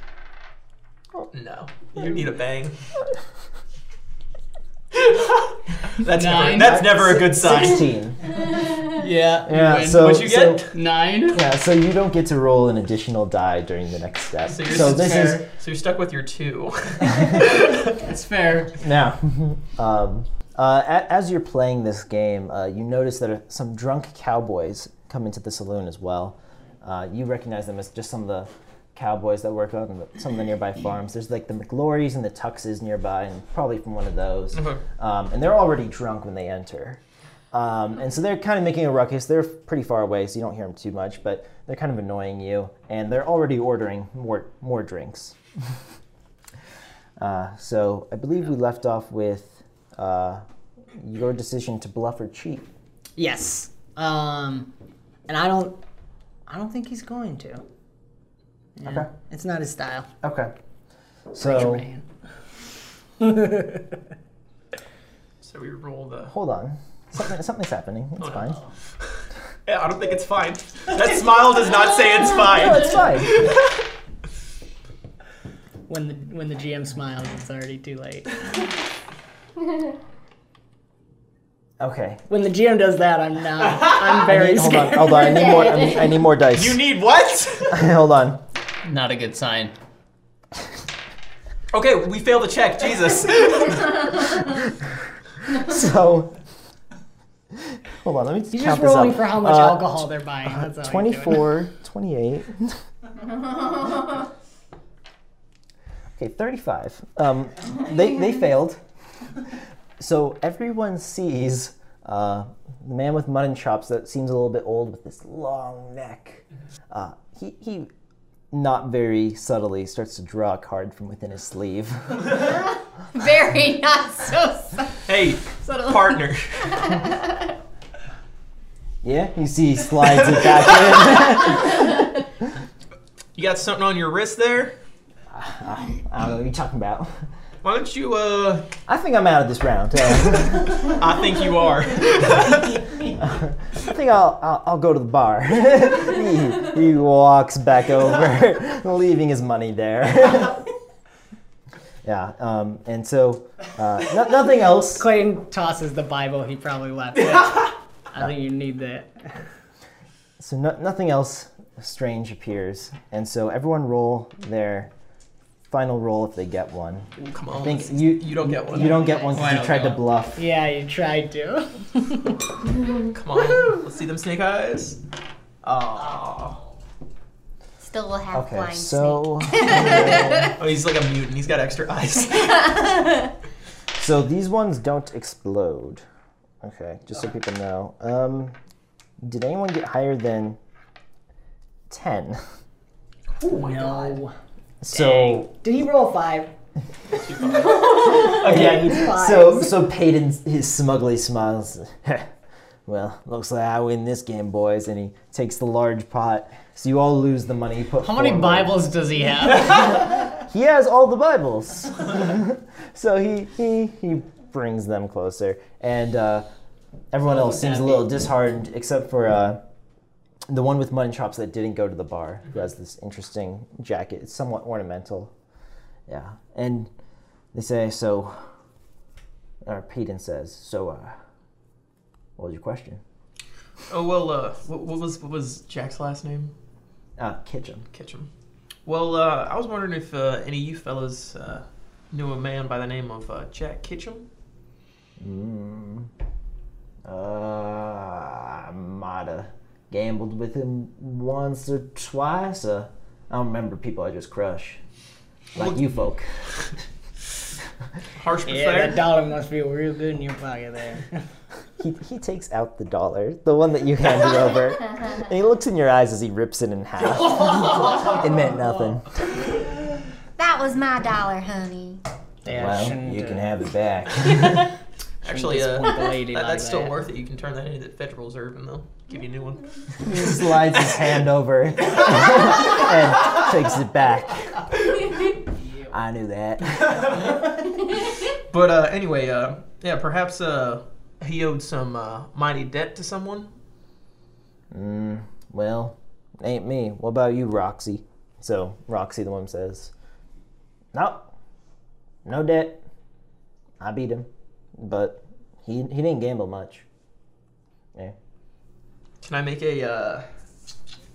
[SPEAKER 5] no, you need a bang. that's never,
[SPEAKER 3] Nine.
[SPEAKER 5] that's never a good sign.
[SPEAKER 2] 16.
[SPEAKER 3] Yeah.
[SPEAKER 2] Yeah,
[SPEAKER 3] When-
[SPEAKER 2] so,
[SPEAKER 5] What'd you get?
[SPEAKER 2] so-
[SPEAKER 3] Nine.
[SPEAKER 2] yeah, so you don't get to roll an additional die during the next step.
[SPEAKER 5] So
[SPEAKER 2] So,
[SPEAKER 5] you're,
[SPEAKER 2] this is
[SPEAKER 5] so you're stuck with your two.
[SPEAKER 3] That's fair.
[SPEAKER 2] now. um, uh, a- as you're playing this game, uh, you notice that uh, some drunk cowboys come into the saloon as well. Uh, you recognize them as just some of the cowboys that work on the, some of the nearby farms. There's like the McLaurys and the Tuxes nearby, and probably from one of those.
[SPEAKER 5] Mm-hmm.
[SPEAKER 2] Um, and they're already drunk when they enter. Um, and so they're kind of making a ruckus. They're pretty far away, so you don't hear them too much, but they're kind of annoying you, and they're already ordering more more drinks. uh, so I believe we left off with uh, your decision to bluff or cheat.
[SPEAKER 1] Yes. Um and I don't I don't think he's going to. Yeah.
[SPEAKER 2] Okay.
[SPEAKER 1] It's not his style.
[SPEAKER 2] Okay. So
[SPEAKER 1] Man.
[SPEAKER 5] so we roll the.
[SPEAKER 2] hold on, Something, something's happening. It's fine.
[SPEAKER 5] Yeah, I don't think it's fine. That smile does not say it's
[SPEAKER 2] No,
[SPEAKER 5] fine.
[SPEAKER 2] it's fine.
[SPEAKER 1] When the when the GM smiles, it's already too late.
[SPEAKER 2] Okay.
[SPEAKER 1] When the GM does that, I'm not. I'm very
[SPEAKER 2] Hold
[SPEAKER 1] scared.
[SPEAKER 2] on. Hold on. I need more. I need, I need more dice.
[SPEAKER 5] You need what?
[SPEAKER 2] hold on.
[SPEAKER 3] Not a good sign.
[SPEAKER 5] okay, we failed the check. Jesus.
[SPEAKER 2] So. Hold on, let me just
[SPEAKER 1] He's
[SPEAKER 2] count
[SPEAKER 1] just
[SPEAKER 2] this
[SPEAKER 1] rolling
[SPEAKER 2] up.
[SPEAKER 1] for how much
[SPEAKER 2] Uh,
[SPEAKER 1] alcohol they're buying. That's all he's doing.
[SPEAKER 2] 24, 28. okay, 35. Um, they, they failed. So everyone sees uh, the man with mutton chops that seems a little bit old with this long neck. Uh, he, he, not very subtly, starts to draw a card from within his sleeve.
[SPEAKER 4] Very not so subtle.
[SPEAKER 5] Hey, partner.
[SPEAKER 2] yeah, you see he slides it back in.
[SPEAKER 5] You got something on your wrist there?
[SPEAKER 2] I don't know what you're talking about.
[SPEAKER 5] Why don't you, uh.
[SPEAKER 2] I think I'm out of this round. Uh,
[SPEAKER 5] I think you are.
[SPEAKER 2] I think I'll, I'll, I'll go to the bar. he, he walks back over, leaving his money there. yeah, um, and so uh, no, nothing else.
[SPEAKER 1] Clayton tosses the Bible he probably left. I think you need that.
[SPEAKER 2] So no, nothing else strange appears, and so everyone roll their final roll if they get one.
[SPEAKER 5] Come on.
[SPEAKER 2] Thanks. You
[SPEAKER 5] You don't get one.
[SPEAKER 2] you don't get one because
[SPEAKER 3] Why
[SPEAKER 2] you
[SPEAKER 3] not
[SPEAKER 2] tried to
[SPEAKER 3] go?
[SPEAKER 2] bluff.
[SPEAKER 1] Yeah, you tried to.
[SPEAKER 5] Come on. Let's see them snake eyes. Oh.
[SPEAKER 4] still a half
[SPEAKER 2] Okay,
[SPEAKER 4] blind
[SPEAKER 2] so
[SPEAKER 5] Oh, he's like a mutant. He's got extra eyes.
[SPEAKER 2] so these ones don't explode. Okay, just so people know. Um, did anyone get higher than ten?
[SPEAKER 1] No.
[SPEAKER 2] So
[SPEAKER 7] Did he roll a five?
[SPEAKER 2] again, so so Peyton his smugly smiles. well, looks like I win this game, boys, and he takes the large pot. So you all lose the money. You put
[SPEAKER 3] How many
[SPEAKER 2] forward.
[SPEAKER 3] Bibles does he have?
[SPEAKER 2] He has all the Bibles. so he, he he brings them closer, and uh, everyone else seems a little disheartened, except for uh, the one with mutton chops that didn't go to the bar, who has this interesting jacket. It's somewhat ornamental. Yeah, and they say so. Or Peyton says so. Uh, what was your question?
[SPEAKER 5] oh well. Uh, what, what was what was Jack's last name?
[SPEAKER 2] Uh, kitchen.
[SPEAKER 5] Kitchen. Well, uh, I was wondering if uh, any of you fellas uh, knew a man by the name of uh, Jack Kitchum.
[SPEAKER 2] Uh, Hmm. I might have gambled with him once or twice. Uh, I don't remember people I just crush. Like you folk.
[SPEAKER 5] Harsh but
[SPEAKER 1] Yeah, that
[SPEAKER 5] fair.
[SPEAKER 1] dollar must feel real good in your pocket there.
[SPEAKER 2] He, he takes out the dollar, the one that you handed over, and he looks in your eyes as he rips it in half. it meant nothing.
[SPEAKER 4] snake. That was my dollar, honey.
[SPEAKER 1] Yeah,
[SPEAKER 2] Well,
[SPEAKER 1] shouldn't,
[SPEAKER 2] you
[SPEAKER 1] uh,
[SPEAKER 2] can have it back.
[SPEAKER 5] Actually, uh,
[SPEAKER 1] disappoint the lady
[SPEAKER 5] that,
[SPEAKER 1] like
[SPEAKER 5] that's still
[SPEAKER 1] that.
[SPEAKER 5] worth it. You can turn that into the Federal Reserve, and they'll give you a new one.
[SPEAKER 2] he slides his hand over and takes it back. I knew that.
[SPEAKER 5] But uh, anyway, uh, yeah, perhaps uh, he owed some uh, mighty debt to someone.
[SPEAKER 2] Well, ain't me. What about you, Roxy? So Roxy, the one says, "Nope, no debt. I beat him, but he he didn't gamble much." Yeah.
[SPEAKER 5] Can I make a uh,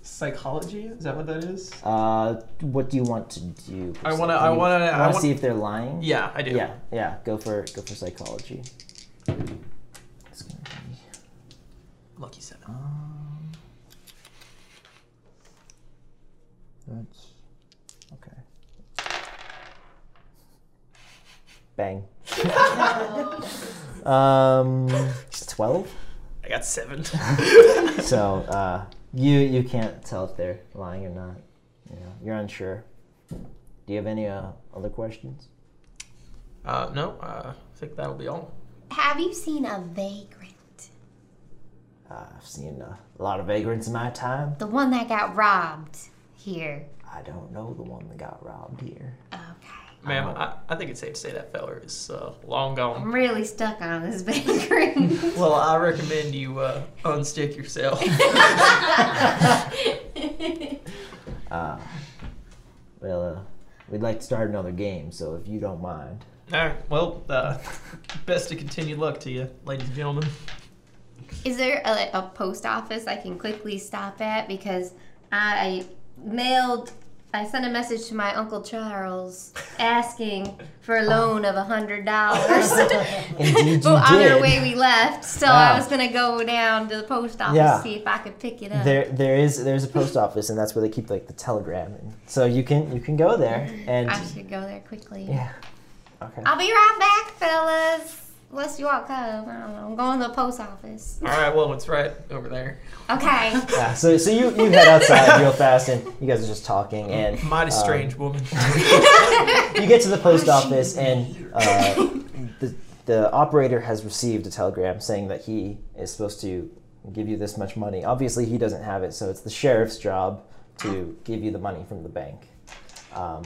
[SPEAKER 5] psychology? Is that what that is?
[SPEAKER 2] Uh, what do you want to do?
[SPEAKER 5] I wanna- I wanna- I
[SPEAKER 2] want
[SPEAKER 5] wa-
[SPEAKER 2] to see if they're lying.
[SPEAKER 5] Yeah, I do.
[SPEAKER 2] Yeah, yeah. Go for go for psychology. It's gonna be-
[SPEAKER 5] Lucky seven.
[SPEAKER 2] That's okay. Bang. um, twelve.
[SPEAKER 5] I got seven.
[SPEAKER 2] So uh, you you can't tell if they're lying or not. You know, you're unsure. Do you have any uh, other questions?
[SPEAKER 5] uh, no, uh, I think that'll be all.
[SPEAKER 4] Have you seen a vagrant?
[SPEAKER 2] Uh, I've seen uh, a lot of vagrants in my time.
[SPEAKER 4] The one that got robbed here.
[SPEAKER 2] I don't know the one that got robbed here.
[SPEAKER 4] Okay.
[SPEAKER 5] Ma'am, I, I think it's safe to say that feller is uh, long gone.
[SPEAKER 4] I'm really stuck on this vagrant.
[SPEAKER 5] Well, I recommend you uh, unstick yourself.
[SPEAKER 2] Uh, Well, uh, we'd like to start another game, so if you don't mind.
[SPEAKER 5] all right, well, uh, best of continued luck to you, ladies and gentlemen.
[SPEAKER 4] Is there a, a post office I can quickly stop at? Because I mailed, I sent a message to my Uncle Charles asking for a loan of a $100.
[SPEAKER 2] Indeed, you
[SPEAKER 4] but on our
[SPEAKER 2] did.
[SPEAKER 4] way, we left. So
[SPEAKER 2] Wow.
[SPEAKER 4] I was going to go down to the post office
[SPEAKER 2] Yeah.
[SPEAKER 4] see if I could pick it up.
[SPEAKER 2] There, there is there's a post office, and that's where they keep like the telegram. And so you can you can go there and
[SPEAKER 4] I should go there quickly.
[SPEAKER 2] yeah, okay.
[SPEAKER 4] I'll be right back, fellas. Unless you all come. I don't know. I'm going to the post office.
[SPEAKER 5] All right, well, it's right over there.
[SPEAKER 4] Okay.
[SPEAKER 2] Yeah, so so you, you head outside real fast, and you guys are just talking, and
[SPEAKER 5] Mighty
[SPEAKER 2] um,
[SPEAKER 5] strange woman.
[SPEAKER 2] you get to the post office and uh, the, the operator has received a telegram saying that he is supposed to give you this much money obviously he doesn't have it so it's the sheriff's job to give you the money from the bank um,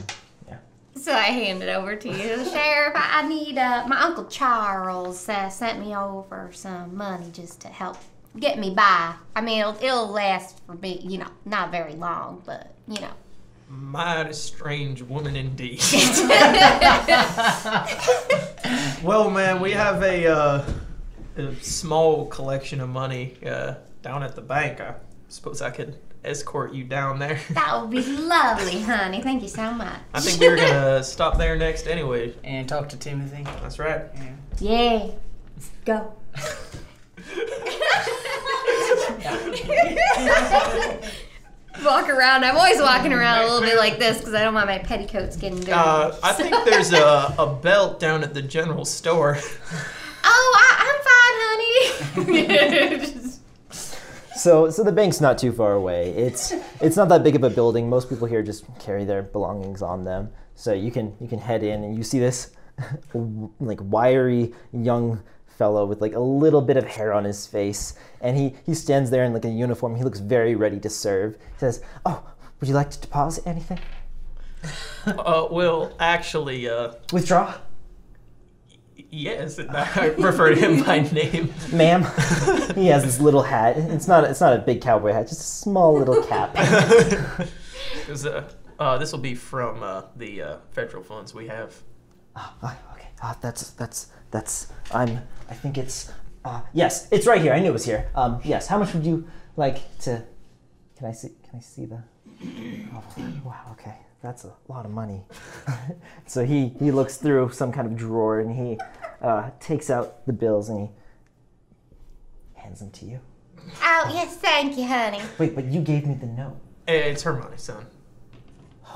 [SPEAKER 4] So I hand it over to you, Sheriff. I I need uh, my uncle Charles uh, sent me over some money just to help get me by. I mean, it'll, it'll last for me, you know, not very long, but you know.
[SPEAKER 5] Mighty strange woman indeed. well, man, we have a, uh, a small collection of money uh, down at the bank. I suppose I could escort you down there.
[SPEAKER 4] That would be lovely, honey. Thank you so much.
[SPEAKER 5] I think we were gonna stop there next anyway.
[SPEAKER 1] And talk to Timothy.
[SPEAKER 5] That's right.
[SPEAKER 4] Yeah. Go. walk around. I'm always walking around a little bit like this because I don't want my petticoats getting dirty.
[SPEAKER 5] Uh, I think there's a, a belt down at the general store.
[SPEAKER 4] oh, I, I'm fine, honey. Just-
[SPEAKER 2] So, so the bank's not too far away. It's it's not that big of a building. Most people here just carry their belongings on them. So you can you can head in and you see this like wiry young fellow with like a little bit of hair on his face, and he he stands there in like a uniform. He looks very ready to serve. He says, "Oh, would you like to deposit anything?
[SPEAKER 5] Uh, well, actually, uh,
[SPEAKER 2] Withdraw,
[SPEAKER 5] yes, I refer to him by name.
[SPEAKER 2] ma'am." he has this little hat. It's not it's not a big cowboy hat. Just a small little cap.
[SPEAKER 5] 'Cause, uh, uh, this will be from uh, the uh, federal funds we have.
[SPEAKER 2] Ah, okay. Ah, that's that's that's. I'm. I think it's. Uh, yes, it's right here. I knew it was here. Um, yes. How much would you like to? Can I see? Can I see the? Oh, wow. Okay. That's a lot of money. so he he looks through some kind of drawer and he uh, takes out the bills and he hands them to you.
[SPEAKER 4] oh, yes, thank you, honey.
[SPEAKER 2] Wait, but you gave me the note.
[SPEAKER 5] Eh, It's her money, son.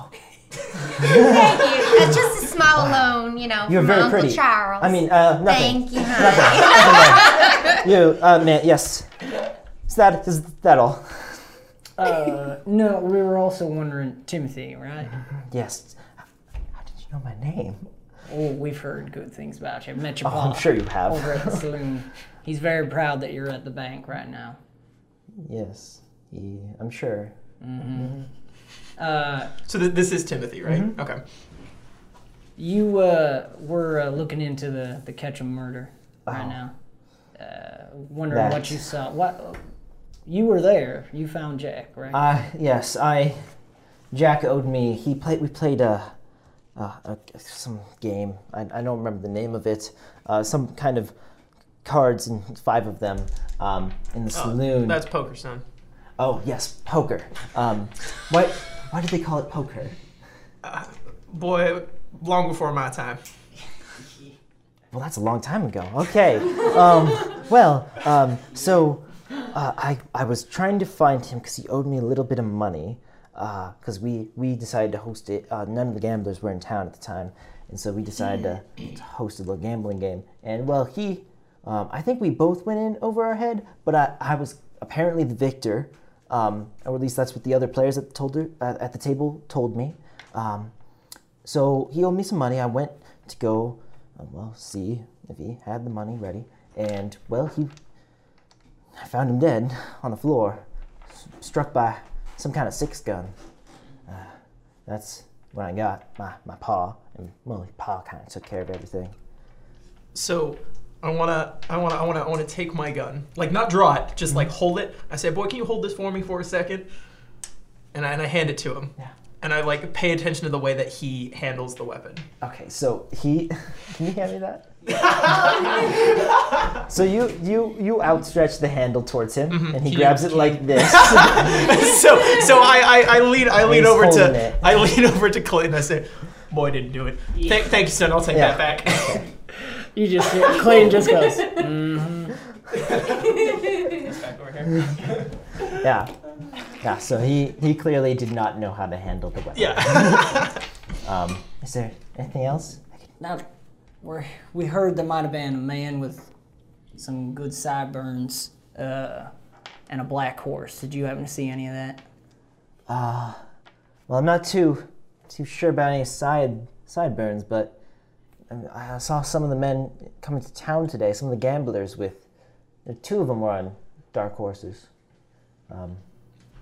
[SPEAKER 2] Okay.
[SPEAKER 4] Thank you. That's just a small loan, you know,
[SPEAKER 2] You're
[SPEAKER 4] from
[SPEAKER 2] very
[SPEAKER 4] Uncle
[SPEAKER 2] pretty.
[SPEAKER 4] Charles.
[SPEAKER 2] I mean, uh, nothing.
[SPEAKER 4] thank you, honey.
[SPEAKER 2] You, uh, man. Yes. Is that is that all?
[SPEAKER 1] Uh, no, we were also wondering, Timothy, right?
[SPEAKER 2] Yes. How did you know my name?
[SPEAKER 1] Oh, we've heard good things about you. I've met your
[SPEAKER 2] Oh, I'm
[SPEAKER 1] boss
[SPEAKER 2] sure you have.
[SPEAKER 1] over at the saloon. He's very proud that you're at the bank right now.
[SPEAKER 2] Yes, he, I'm sure.
[SPEAKER 1] Uh,
[SPEAKER 5] So th- this is Timothy, right? Okay.
[SPEAKER 1] you uh, were uh, looking into the the Ketchum murder right
[SPEAKER 2] Oh.
[SPEAKER 1] now. Uh, wondering
[SPEAKER 2] That.
[SPEAKER 1] what you saw. What you were there? You found Jack, right?
[SPEAKER 2] Uh, yes, I. Jack owed me. He played. We played a, a, a some game. I, I don't remember the name of it. Uh, some kind of cards and five of them um, in the saloon.
[SPEAKER 5] Oh, That's poker, son.
[SPEAKER 2] Oh yes, poker. Um, why why did they call it poker?
[SPEAKER 5] Boy, long before my time.
[SPEAKER 2] Well, that's a long time ago. Okay. Um, well, um, so uh, I, I was trying to find him because he owed me a little bit of money because we, we decided to host it. Uh, none of the gamblers were in town at the time. And so we decided to, to host a little gambling game. And well, he, um, I think we both went in over our head, but I, I was apparently the victor, um, or at least that's what the other players at the, told, uh, at the table told me. Um, so he owed me some money. I went to go, uh, well, see if he had the money ready. And, well, he. I found him dead on the floor, s- struck by some kind of six gun. Uh, that's when I got my, my paw. And, well, my paw kind of took care of everything.
[SPEAKER 5] So I wanna, I wanna, I wanna, I wanna take my gun. Like not draw it, just like
[SPEAKER 2] Mm-hmm.
[SPEAKER 5] hold it. I say, boy, can you hold this for me for a second? And I, and I hand it to him.
[SPEAKER 2] Yeah.
[SPEAKER 5] And I like pay attention to the way that he handles the weapon.
[SPEAKER 2] Okay, so he. Can you hand me that? so you you you outstretch the handle towards him, and Mm-hmm. he
[SPEAKER 5] Can you-
[SPEAKER 2] grabs it like this.
[SPEAKER 5] so so I, I, I lean I lean
[SPEAKER 2] Oh, He's
[SPEAKER 5] over
[SPEAKER 2] holding
[SPEAKER 5] to
[SPEAKER 2] it.
[SPEAKER 5] I lean over to Clayton. I say, boy, I didn't do it. Thank, thank you, son. I'll take
[SPEAKER 2] Yeah.
[SPEAKER 5] that back.
[SPEAKER 1] You just Clayton just goes.
[SPEAKER 5] back over here.
[SPEAKER 2] yeah, yeah. So he he clearly did not know how to handle the weapon.
[SPEAKER 5] Yeah.
[SPEAKER 2] Um, is there anything else?
[SPEAKER 1] Now, we we heard there might have been a man with some good sideburns uh, and a black horse. Did you happen to see any of that?
[SPEAKER 2] Well, I'm not too too sure about any side sideburns, but um, I saw some of the men coming to town today. Some of the gamblers with uh, two of them were on dark horses. Um,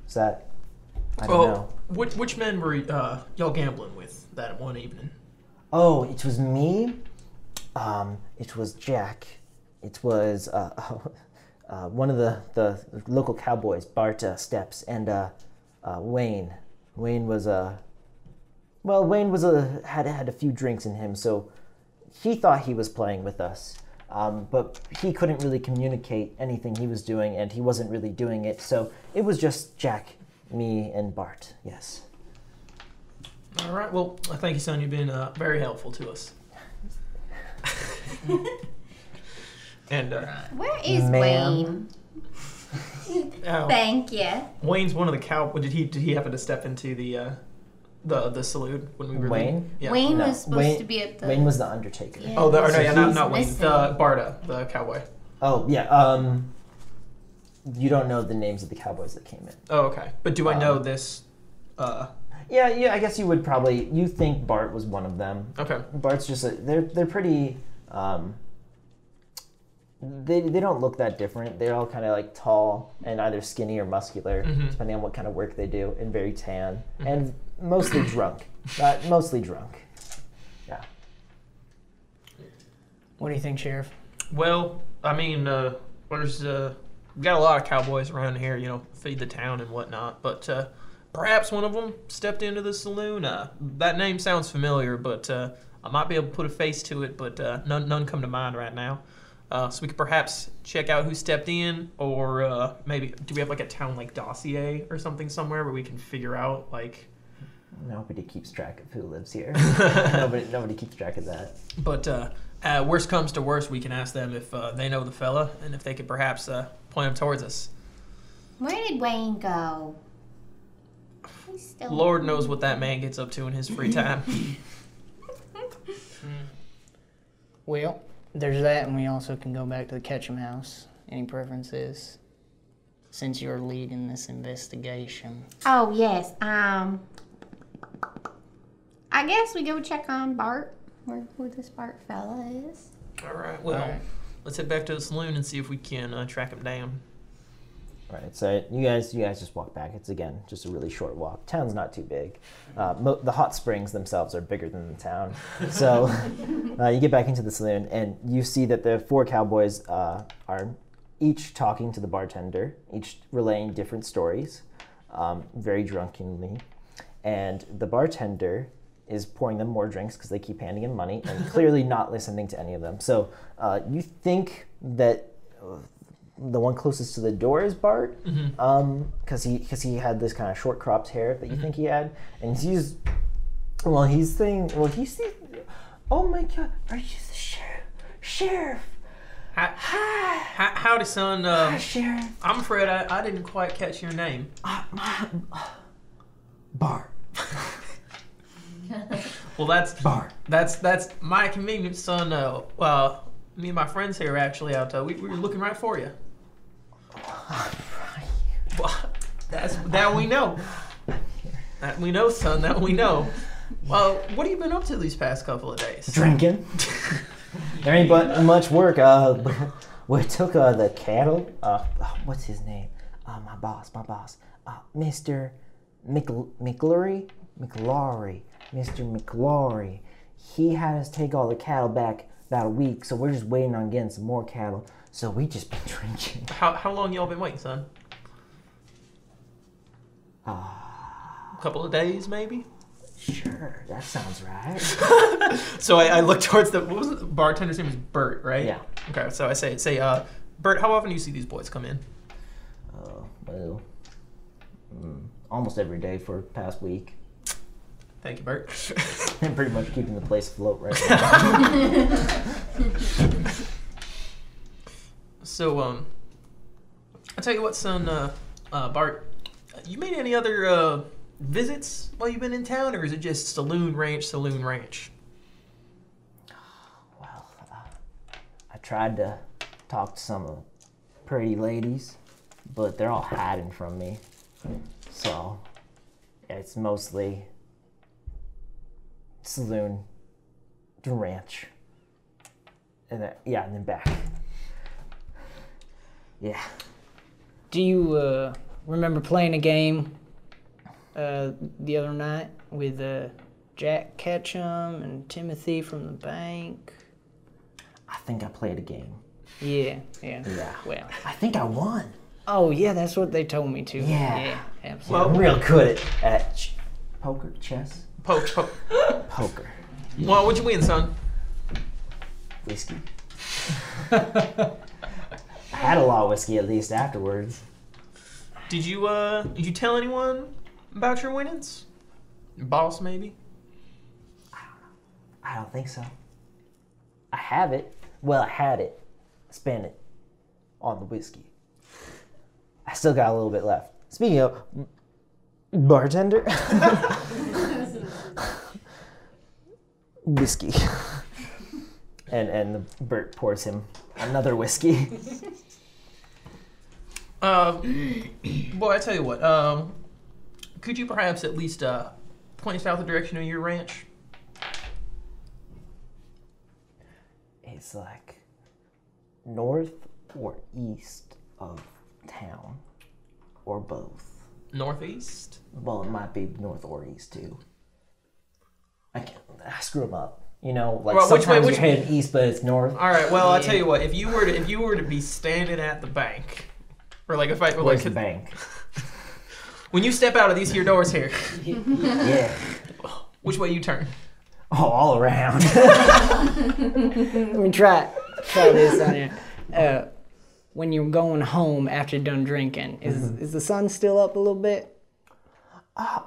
[SPEAKER 2] is that I don't
[SPEAKER 5] oh,
[SPEAKER 2] know.
[SPEAKER 5] which, which men were uh, y'all gambling with that one evening?
[SPEAKER 2] Oh, it was me. Um, it was Jack. It was uh, uh, one of the, the local cowboys, Bart uh, Steps, and uh, uh, Wayne. Wayne was Uh, well, Wayne was a had had a few drinks in him, so he thought he was playing with us, um, but he couldn't really communicate anything he was doing, and he wasn't really doing it. So it was just Jack, me, and Bart. Yes.
[SPEAKER 5] All right. Well, uh, thank you, son. You've been uh, very helpful to us. and uh,
[SPEAKER 4] Where is
[SPEAKER 2] Ma'am.
[SPEAKER 4] Wayne?
[SPEAKER 5] Oh,
[SPEAKER 4] Thank you.
[SPEAKER 5] Wayne's one of the cow. Did he did he happen to step into the uh, the the salute when we were
[SPEAKER 2] Wayne?
[SPEAKER 5] leaving? Yeah.
[SPEAKER 4] Wayne
[SPEAKER 2] No,
[SPEAKER 4] was supposed
[SPEAKER 2] Wayne-
[SPEAKER 4] to be at the.
[SPEAKER 2] Wayne was the Undertaker.
[SPEAKER 4] Yeah,
[SPEAKER 5] Oh, the, or no,
[SPEAKER 4] he's
[SPEAKER 5] yeah, not, not Wayne.
[SPEAKER 4] missing.
[SPEAKER 5] The Barda, the cowboy.
[SPEAKER 2] Oh yeah. Um, you don't know the names of the cowboys that came in.
[SPEAKER 5] Oh, okay. But do I know this? Uh,
[SPEAKER 2] Yeah, yeah. I guess you would probably. You think Bart was one of them.
[SPEAKER 5] okay.
[SPEAKER 2] Bart's just a, they're they're pretty. Um, they, they don't look that different. They're all kind of like tall and either skinny or muscular, depending on what kind of work they do, and very tan and mostly drunk. Uh, mostly drunk. Yeah.
[SPEAKER 1] What do you think, Sheriff?
[SPEAKER 5] Well, I mean, uh, there's uh, we got a lot of cowboys around here, you know, feed the town and whatnot. But uh, perhaps one of them stepped into the saloon. Uh, that name sounds familiar, but uh, I might be able to put a face to it, but uh, none, none come to mind right now. Uh, so we could perhaps check out who stepped in, or uh, maybe do we have like a town like dossier or something somewhere where we can figure out like.
[SPEAKER 2] Nobody keeps track of who lives here. nobody nobody keeps track of that.
[SPEAKER 5] But uh, uh, worst comes to worst, we can ask them if uh, they know the fella and if they could perhaps uh, point him towards us.
[SPEAKER 4] Where did Wayne go? He's still.
[SPEAKER 5] Lord knows what that man gets up to in his free time.
[SPEAKER 1] Well, there's that, and we also can go back to the Ketchum House. Any preferences? Since you're leading this investigation,
[SPEAKER 4] Oh yes. Um. I guess we go check on Bart. Where, where this Bart fella is.
[SPEAKER 5] All right, well,
[SPEAKER 1] All right.
[SPEAKER 5] let's head back to the saloon and see if we can uh, track him down.
[SPEAKER 2] All right, so you guys, you guys just walk back. It's again just a really short walk. Town's not too big. Uh, mo- the hot springs themselves are bigger than the town. So uh, you get back into the saloon and you see that the four cowboys uh, are each talking to the bartender, each relaying different stories, um, very drunkenly, and the bartender is pouring them more drinks because they keep handing him money and clearly not listening to any of them. So uh, you think that the one closest to the door is Bart, because he because he had this kind of short cropped hair that you think he had, and he's well, he's saying, well, he's saying, oh my god, are you the sheriff? Sheriff,
[SPEAKER 5] Hi, hi, howdy, son. Uh,
[SPEAKER 2] sheriff,
[SPEAKER 5] I'm Fred. I, I didn't quite catch your name.
[SPEAKER 2] Uh, Bart,
[SPEAKER 5] Well, that's
[SPEAKER 2] Bart.
[SPEAKER 5] that's that's my convenience, son. Uh, uh, me and my friends here actually out. Uh, we, we were looking right for you. Well, that's that we know. That we know, son. That we know. Well, what have you been up to these past couple of days?
[SPEAKER 2] Drinking. there ain't but much work. Uh, we took uh, the cattle. Uh, oh, what's his name? Uh, my boss, my boss, uh, Mister McL- McLaury, McLaury, Mister McLaury. He had us take all the cattle back about a week, so we're just waiting on getting some more cattle. So we just been drinking.
[SPEAKER 5] How how long y'all been waiting, son? A couple of days, maybe.
[SPEAKER 2] Ah, Sure, that sounds right.
[SPEAKER 5] So I, I look towards the what was it? the bartender's name was Bert, right?
[SPEAKER 2] Yeah.
[SPEAKER 5] Okay, so I say say uh, Bert, how often do you see these boys come in?
[SPEAKER 2] Oh well, mm, almost every day for past week.
[SPEAKER 5] Thank you, Bert.
[SPEAKER 2] I'm pretty much keeping the place afloat right now.
[SPEAKER 5] so um, I tell you what, son, uh, uh, Bart, you made any other uh, visits while you've been in town, or is it just saloon ranch, saloon ranch?
[SPEAKER 2] Well, uh, I tried to talk to some of the pretty ladies, but they're all hiding from me. So it's mostly saloon, ranch, and then yeah, and then back. Yeah.
[SPEAKER 1] do you uh, remember playing a game uh, the other night with uh, Jack Ketchum and Timothy from the bank?
[SPEAKER 2] I think I played a game.
[SPEAKER 1] Yeah, yeah.
[SPEAKER 2] Yeah.
[SPEAKER 1] Well,
[SPEAKER 2] I think I won.
[SPEAKER 1] oh yeah, that's what they told me to.
[SPEAKER 2] Yeah.
[SPEAKER 1] yeah absolutely.
[SPEAKER 2] I'm real good at, at ch- poker, chess,
[SPEAKER 5] Poke, poke.
[SPEAKER 2] poker,
[SPEAKER 5] well, what'd you win, son?
[SPEAKER 2] whiskey. I had a lot of whiskey at least afterwards.
[SPEAKER 5] Did you uh did you tell anyone about your winnings? Boss maybe?
[SPEAKER 2] I don't think so. I have it. Well, I had it. Spent it on the whiskey. I I still got a little bit left. Speaking of bartender, whiskey, and and Bert pours him another whiskey.
[SPEAKER 5] Uh, boy, I tell you what. Um, could you perhaps at least uh, point us out the direction of your ranch?
[SPEAKER 2] It's like north or east of town, or both.
[SPEAKER 5] Northeast.
[SPEAKER 2] Well, it might be north or east too. I can't. I screw them up. You know, like
[SPEAKER 5] Well, which way- Oh,
[SPEAKER 2] sometimes
[SPEAKER 5] which-
[SPEAKER 2] you're headed east, but it's north.
[SPEAKER 5] All right. Well, I tell you what. If you were to if you were to be standing at the bank, or like if I or like
[SPEAKER 2] Where's the bank?
[SPEAKER 5] when you step out of these here doors here,
[SPEAKER 2] yeah.
[SPEAKER 5] which way you turn?
[SPEAKER 2] Oh, all around.
[SPEAKER 1] Let me try try this on here. Uh, when you're going home after you're done drinking, is is the sun still up a little bit?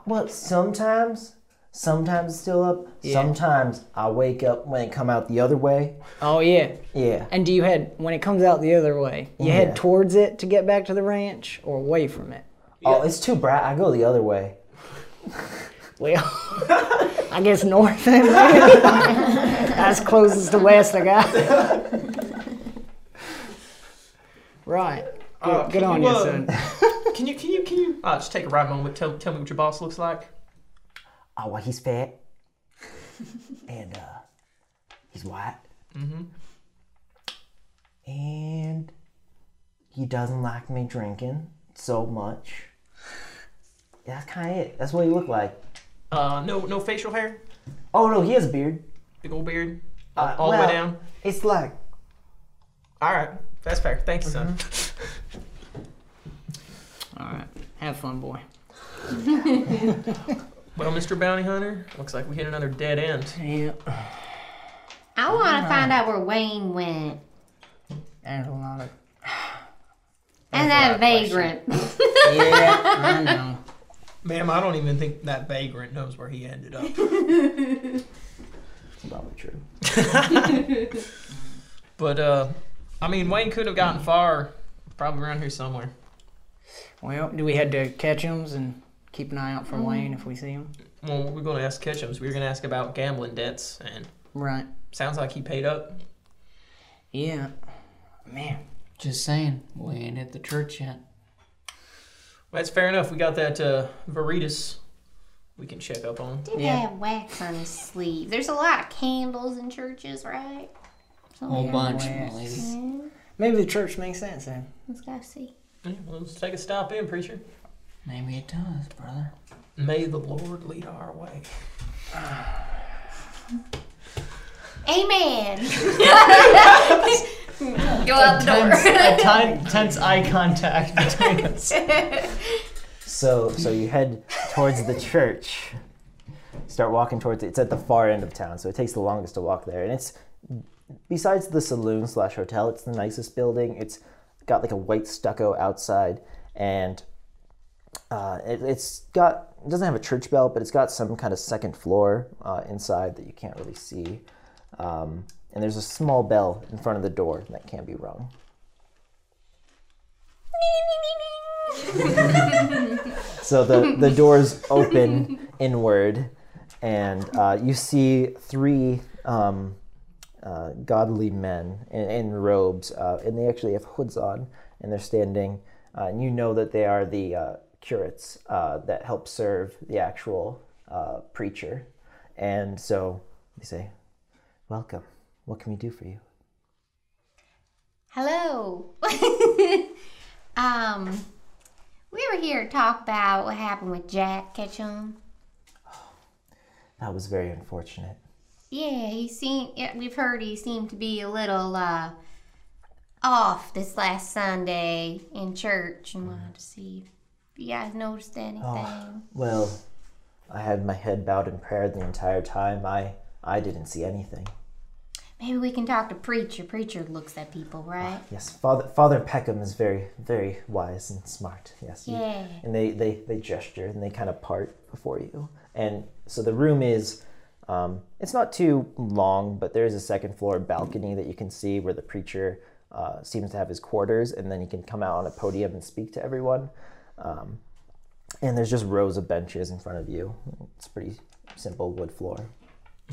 [SPEAKER 2] Well, sometimes, sometimes it's still up. Sometimes I wake up when it come out the other way.
[SPEAKER 1] Oh yeah.
[SPEAKER 2] Yeah.
[SPEAKER 1] And do you head when it comes out the other way? You
[SPEAKER 2] Yeah.
[SPEAKER 1] head towards it to get back to the ranch, or away from it?
[SPEAKER 2] Oh, it's too bright. I go the other way.
[SPEAKER 1] Well, I guess north. then, maybe. That's closest to west I got. right. Good,
[SPEAKER 5] Uh,
[SPEAKER 1] good on
[SPEAKER 5] can you,
[SPEAKER 1] you,
[SPEAKER 5] uh,
[SPEAKER 1] son.
[SPEAKER 5] Can you can you can you uh, just take a ride moment? Tell tell me what your boss looks like.
[SPEAKER 2] Oh, well, he's fat. and uh, he's white. Mm-hmm. And he doesn't like me drinking so much. That's kind of it. That's what he looked like.
[SPEAKER 5] Uh, no no facial hair,
[SPEAKER 2] Oh no, he has a beard.
[SPEAKER 5] big old beard,
[SPEAKER 2] Uh,
[SPEAKER 5] all the
[SPEAKER 2] well,
[SPEAKER 5] way down.
[SPEAKER 2] It's like
[SPEAKER 5] All right, that's fair. Thank you, son. Mm-hmm.
[SPEAKER 1] All right. Have fun, boy.
[SPEAKER 5] Well, Mr. Bounty Hunter, looks like we hit another dead end.
[SPEAKER 1] Yeah.
[SPEAKER 4] I want to find out where Wayne went.
[SPEAKER 1] Oh. There's a lot of.
[SPEAKER 4] And that vagrant.
[SPEAKER 1] Yeah, I know.
[SPEAKER 5] Ma'am, I don't even think that vagrant knows where he ended up.
[SPEAKER 2] probably true.
[SPEAKER 5] But uh, I mean, Wayne could have gotten far, probably around here somewhere.
[SPEAKER 1] Well, do we had to catch 'em and keep an eye out for Wayne if we see him?
[SPEAKER 5] Well, we're going to ask Ketchums. We were going to ask about gambling debts, and
[SPEAKER 1] Right.
[SPEAKER 5] sounds like he paid up.
[SPEAKER 1] Yeah. Man.
[SPEAKER 6] Just saying, we ain't at the church yet.
[SPEAKER 5] That's fair enough. We got that uh, Veritas we can check up on.
[SPEAKER 4] Did
[SPEAKER 1] Yeah.
[SPEAKER 4] they have wax on his sleeve? There's a lot of candles in churches, right?
[SPEAKER 3] Oh,
[SPEAKER 6] Whole bunch,
[SPEAKER 1] Yes.
[SPEAKER 6] ladies.
[SPEAKER 1] Mm-hmm. Maybe the church makes sense then.
[SPEAKER 4] Let's go see.
[SPEAKER 5] Yeah, well, let's take a stop in, preacher.
[SPEAKER 6] Maybe it does, brother.
[SPEAKER 5] May the Lord lead our way.
[SPEAKER 4] Amen. go out the door.
[SPEAKER 3] a ten- tense eye contact between us.
[SPEAKER 2] So so you head towards the church. Start walking towards it. It's at the far end of town, so it takes the longest to walk there. And it's besides the saloon slash hotel, it's the nicest building. It's got like a white stucco outside, and uh, it, it's got it doesn't have a church bell, but it's got some kind of second floor uh, inside that you can't really see. Um, and there's a small bell in front of the door that can be rung. So the, the doors open inward, and uh, you see three um, uh, godly men in, in robes, uh, and they actually have hoods on, and they're standing. Uh, and you know that they are the uh, curates uh, that help serve the actual uh, preacher. And so they say, Welcome. What can we do for you?
[SPEAKER 4] Hello. um, we were here to talk about what happened with Jack Ketchum.
[SPEAKER 2] That was very unfortunate.
[SPEAKER 4] Yeah, he seemed. Yeah, we've heard he seemed to be a little uh, off this last Sunday in church, and wanted to see if you guys noticed anything.
[SPEAKER 2] Oh. Well, I had my head bowed in prayer the entire time. I, I didn't see anything.
[SPEAKER 4] Maybe we can talk to preacher. Preacher looks at people, right?
[SPEAKER 2] Yes, Father Father Peckham is very very wise and smart. Yes. you-
[SPEAKER 4] Yeah.
[SPEAKER 2] and they, they they gesture and they kind of part before you. And so the room is um, it's not too long, but there is a second floor balcony that you can see where the preacher uh, seems to have his quarters, and then he can come out on a podium and speak to everyone. Um, and there's just rows of benches in front of you. It's pretty simple wood floor.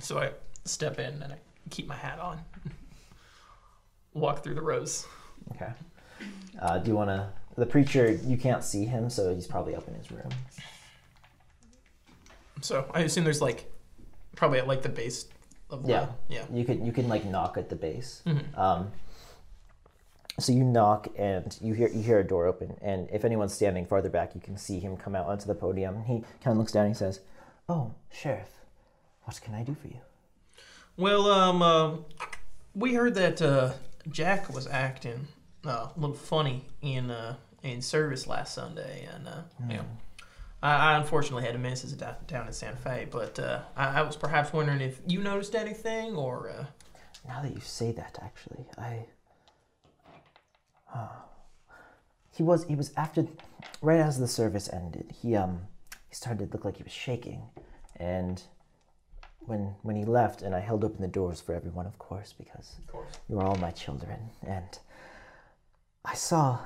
[SPEAKER 5] So I step in and I keep my hat on. Walk through the rows.
[SPEAKER 2] Okay. Uh, do you want to? The preacher, you can't see him, so he's probably up in his room.
[SPEAKER 5] So I assume there's like probably at like the base of the
[SPEAKER 2] Yeah.
[SPEAKER 5] yeah.
[SPEAKER 2] You can you can like knock at the base. Um, so you knock and you hear you hear a door open, and if anyone's standing farther back, you can see him come out onto the podium. He kind of looks down. and He says, "Oh, sheriff, what can I do for you?"
[SPEAKER 5] Well, um, uh, we heard that uh, Jack was acting uh, a little funny in uh, in service last Sunday, and uh, yeah, I, I unfortunately had to miss his da- down in Santa Fe. But uh, I, I was perhaps wondering if you noticed anything, or uh,
[SPEAKER 2] Now that you say that, actually, I. Ah. he was he was after, right as the service ended. He um, he started to look like he was shaking, and when when he left, and I held open the doors for everyone, of course, because you are all my children, and I saw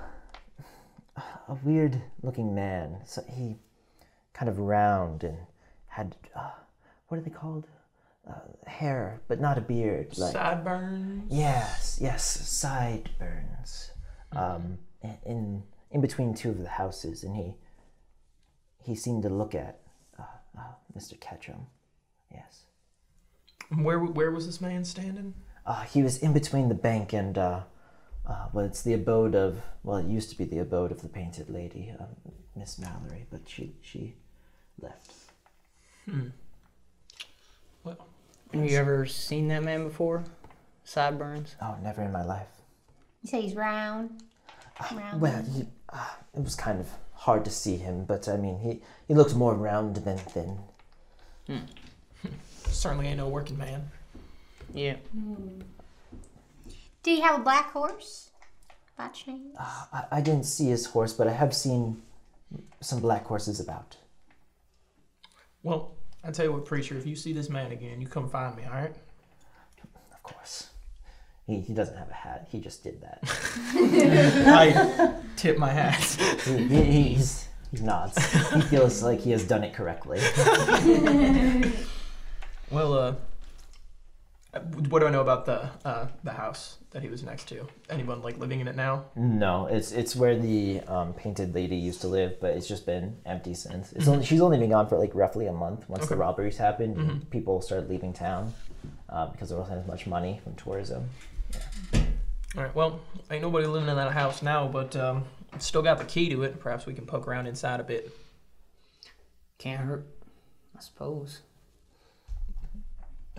[SPEAKER 2] a weird looking man. So he, kind of round and had, uh, what are they called? Uh, hair, but not a beard. Like,
[SPEAKER 5] sideburns.
[SPEAKER 2] Yes, yes, sideburns. Um, i- in in between two of the houses, and he he seemed to look at uh, uh, Mr. Ketchum. Yes,
[SPEAKER 5] Where where was this man standing?
[SPEAKER 2] uh, he was in between the bank and uh, uh, well, it's the abode of well, it used to be the abode of the painted lady, um, Miss Mallory, but she she left.
[SPEAKER 5] Well,
[SPEAKER 1] Have you ever seen that man before? Sideburns.
[SPEAKER 2] Oh, never in my life.
[SPEAKER 4] You say he's round. Round.
[SPEAKER 2] Well, he, uh, it was kind of hard to see him, but I mean, he he looked more round than thin.
[SPEAKER 5] certainly ain't no working man.
[SPEAKER 1] Yeah.
[SPEAKER 4] Do you have a black horse? By chance?
[SPEAKER 2] I, I didn't see his horse, but I have seen some black horses about.
[SPEAKER 5] Well, I tell you what, preacher, if you see this man again, you come find me. All right.
[SPEAKER 2] Of course. He, he doesn't have a hat. He just did that.
[SPEAKER 5] I tip my hat.
[SPEAKER 2] he, he, he's, he nods. He feels like he has done it correctly.
[SPEAKER 5] Well, uh, what do I know about the uh, the house that he was next to? Anyone like living in it now?
[SPEAKER 2] No, it's it's where the um, painted lady used to live, but it's just been empty since. It's only she's only been gone for like roughly a month. Once the robberies happened, and people started leaving town uh, because there wasn't as much money from tourism.
[SPEAKER 5] All right. Well, ain't nobody living in that house now, but um, still got the key to it. Perhaps we can poke around inside a bit.
[SPEAKER 1] Can't hurt. I suppose.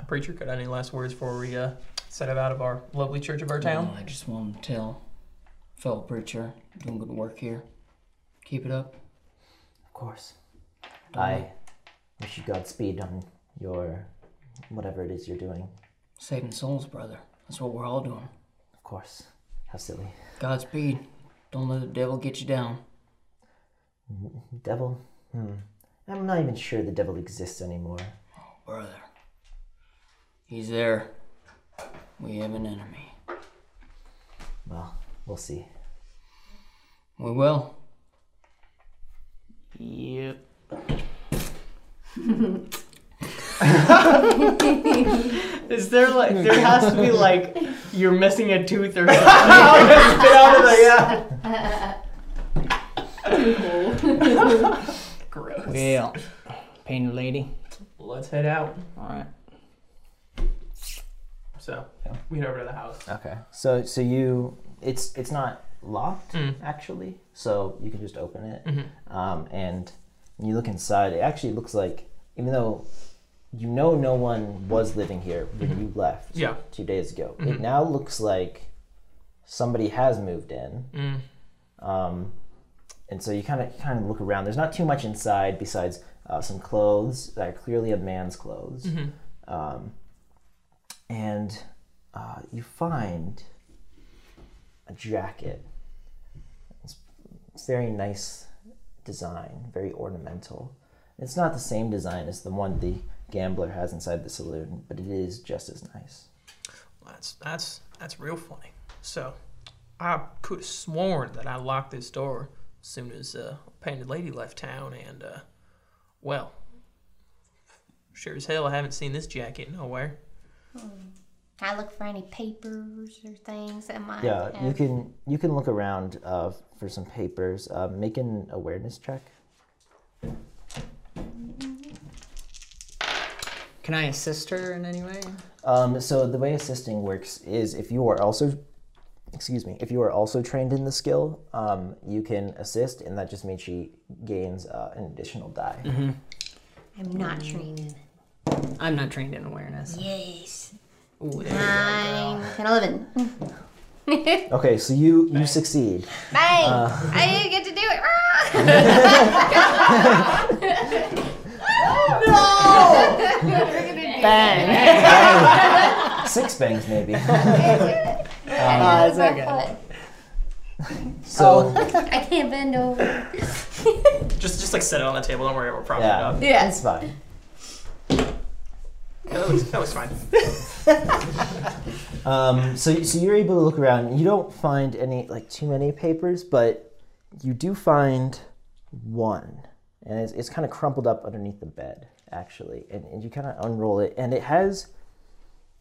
[SPEAKER 5] Preacher, got any last words before we uh, set up out of our lovely church of our town?
[SPEAKER 6] I just want to tell fellow preacher, doing good work here.
[SPEAKER 3] Keep it up.
[SPEAKER 2] Of course. I wish you Godspeed on your whatever it is you're doing.
[SPEAKER 6] Saving souls, brother. That's what we're all doing.
[SPEAKER 2] Of course. How silly.
[SPEAKER 6] Godspeed. Don't let the devil get you down.
[SPEAKER 2] Devil? Hmm. I'm not even sure the devil exists anymore.
[SPEAKER 6] Brother. He's there. We have an enemy.
[SPEAKER 2] Well, we'll see.
[SPEAKER 6] We will.
[SPEAKER 1] Yep.
[SPEAKER 3] Is there like there has to be like you're missing a tooth or something? out of the, yeah.
[SPEAKER 5] Gross.
[SPEAKER 1] Well, painted lady.
[SPEAKER 5] Let's head out.
[SPEAKER 1] All right.
[SPEAKER 5] So we head over to the house.
[SPEAKER 2] Okay. So so you it's it's not locked actually. So you can just open it. Um, and when you look inside, it actually looks like even though you know no one was living here when you left
[SPEAKER 5] Yeah.
[SPEAKER 2] two days ago. It now looks like somebody has moved in. Um, and so you kind of kind of look around. There's not too much inside besides uh, some clothes that are clearly a man's clothes, um, and uh, you find a jacket. It's, it's very nice design, very ornamental. It's not the same design as the one the gambler has inside the saloon, but it is just as nice.
[SPEAKER 5] That's that's that's real funny. So I could have sworn that I locked this door as soon as uh, Painted Lady left town, and, uh, well, sure as hell I haven't seen this jacket nowhere.
[SPEAKER 4] Can I look for any papers or things that might.
[SPEAKER 2] Yeah,
[SPEAKER 4] have-
[SPEAKER 2] you can you can look around uh, for some papers. Uh, make an awareness check.
[SPEAKER 3] Can I assist her in any way?
[SPEAKER 2] Um, so the way assisting works is if you are also, excuse me, if you are also trained in the skill, um, you can assist, and that just means she gains uh, an additional die.
[SPEAKER 4] I'm not trained. in it.
[SPEAKER 3] I'm not trained in awareness.
[SPEAKER 4] Yes.
[SPEAKER 3] Ooh, there
[SPEAKER 4] Nine and eleven.
[SPEAKER 2] Okay, so you you succeed.
[SPEAKER 4] Bang! I didn't get to do it. Ah!
[SPEAKER 2] Six bangs maybe.
[SPEAKER 4] Ah, it's okay.
[SPEAKER 2] so
[SPEAKER 4] I can't bend over.
[SPEAKER 5] Just, just like set it on the table. Don't worry, we'll prop
[SPEAKER 2] Yeah.
[SPEAKER 5] it up.
[SPEAKER 2] it's fine.
[SPEAKER 5] That looks, that looks fine.
[SPEAKER 2] Um, so so you're able to look around. You don't find any like too many papers, but you do find one, and it's, it's kind of crumpled up underneath the bed actually, and, and you kind of unroll it, and it has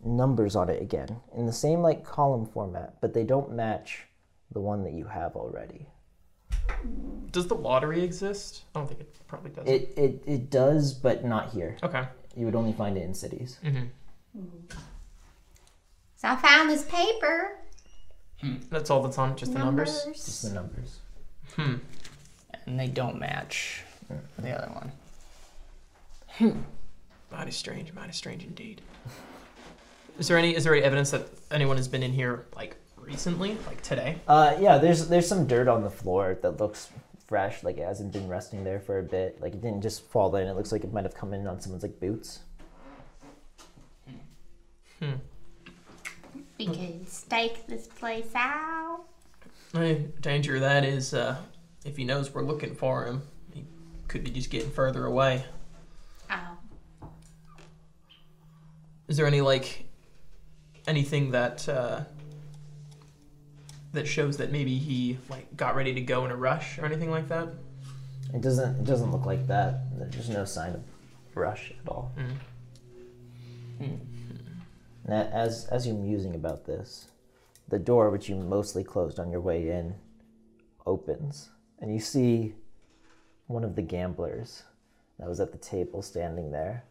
[SPEAKER 2] numbers on it again in the same like column format, but they don't match the one that you have already.
[SPEAKER 5] Does the lottery exist? I don't think it probably does.
[SPEAKER 2] It it, it does, but not here.
[SPEAKER 5] okay.
[SPEAKER 2] You would only find it in cities.
[SPEAKER 4] So I found this paper.
[SPEAKER 5] That's all that's on it, just the numbers.
[SPEAKER 2] It's the numbers.
[SPEAKER 1] and they don't match the other one.
[SPEAKER 5] Mighty strange, mighty strange indeed. Is there any is there any evidence that anyone has been in here like recently, like today?
[SPEAKER 2] Uh, yeah, there's there's some dirt on the floor that looks fresh, like it hasn't been resting there for a bit. Like it didn't just fall in. It looks like it might have come in on someone's like boots.
[SPEAKER 4] We can stake this place out.
[SPEAKER 5] The danger of that is uh, if he knows we're looking for him, he could be just getting further away.
[SPEAKER 4] Oh.
[SPEAKER 5] Is there any like anything that uh, that shows that maybe he like got ready to go in a rush or anything like that?
[SPEAKER 2] It doesn't it doesn't look like that. There's no sign of rush at all. And a- as as you're musing about this, the door which you mostly closed on your way in opens, and you see one of the gamblers that was at the table standing there,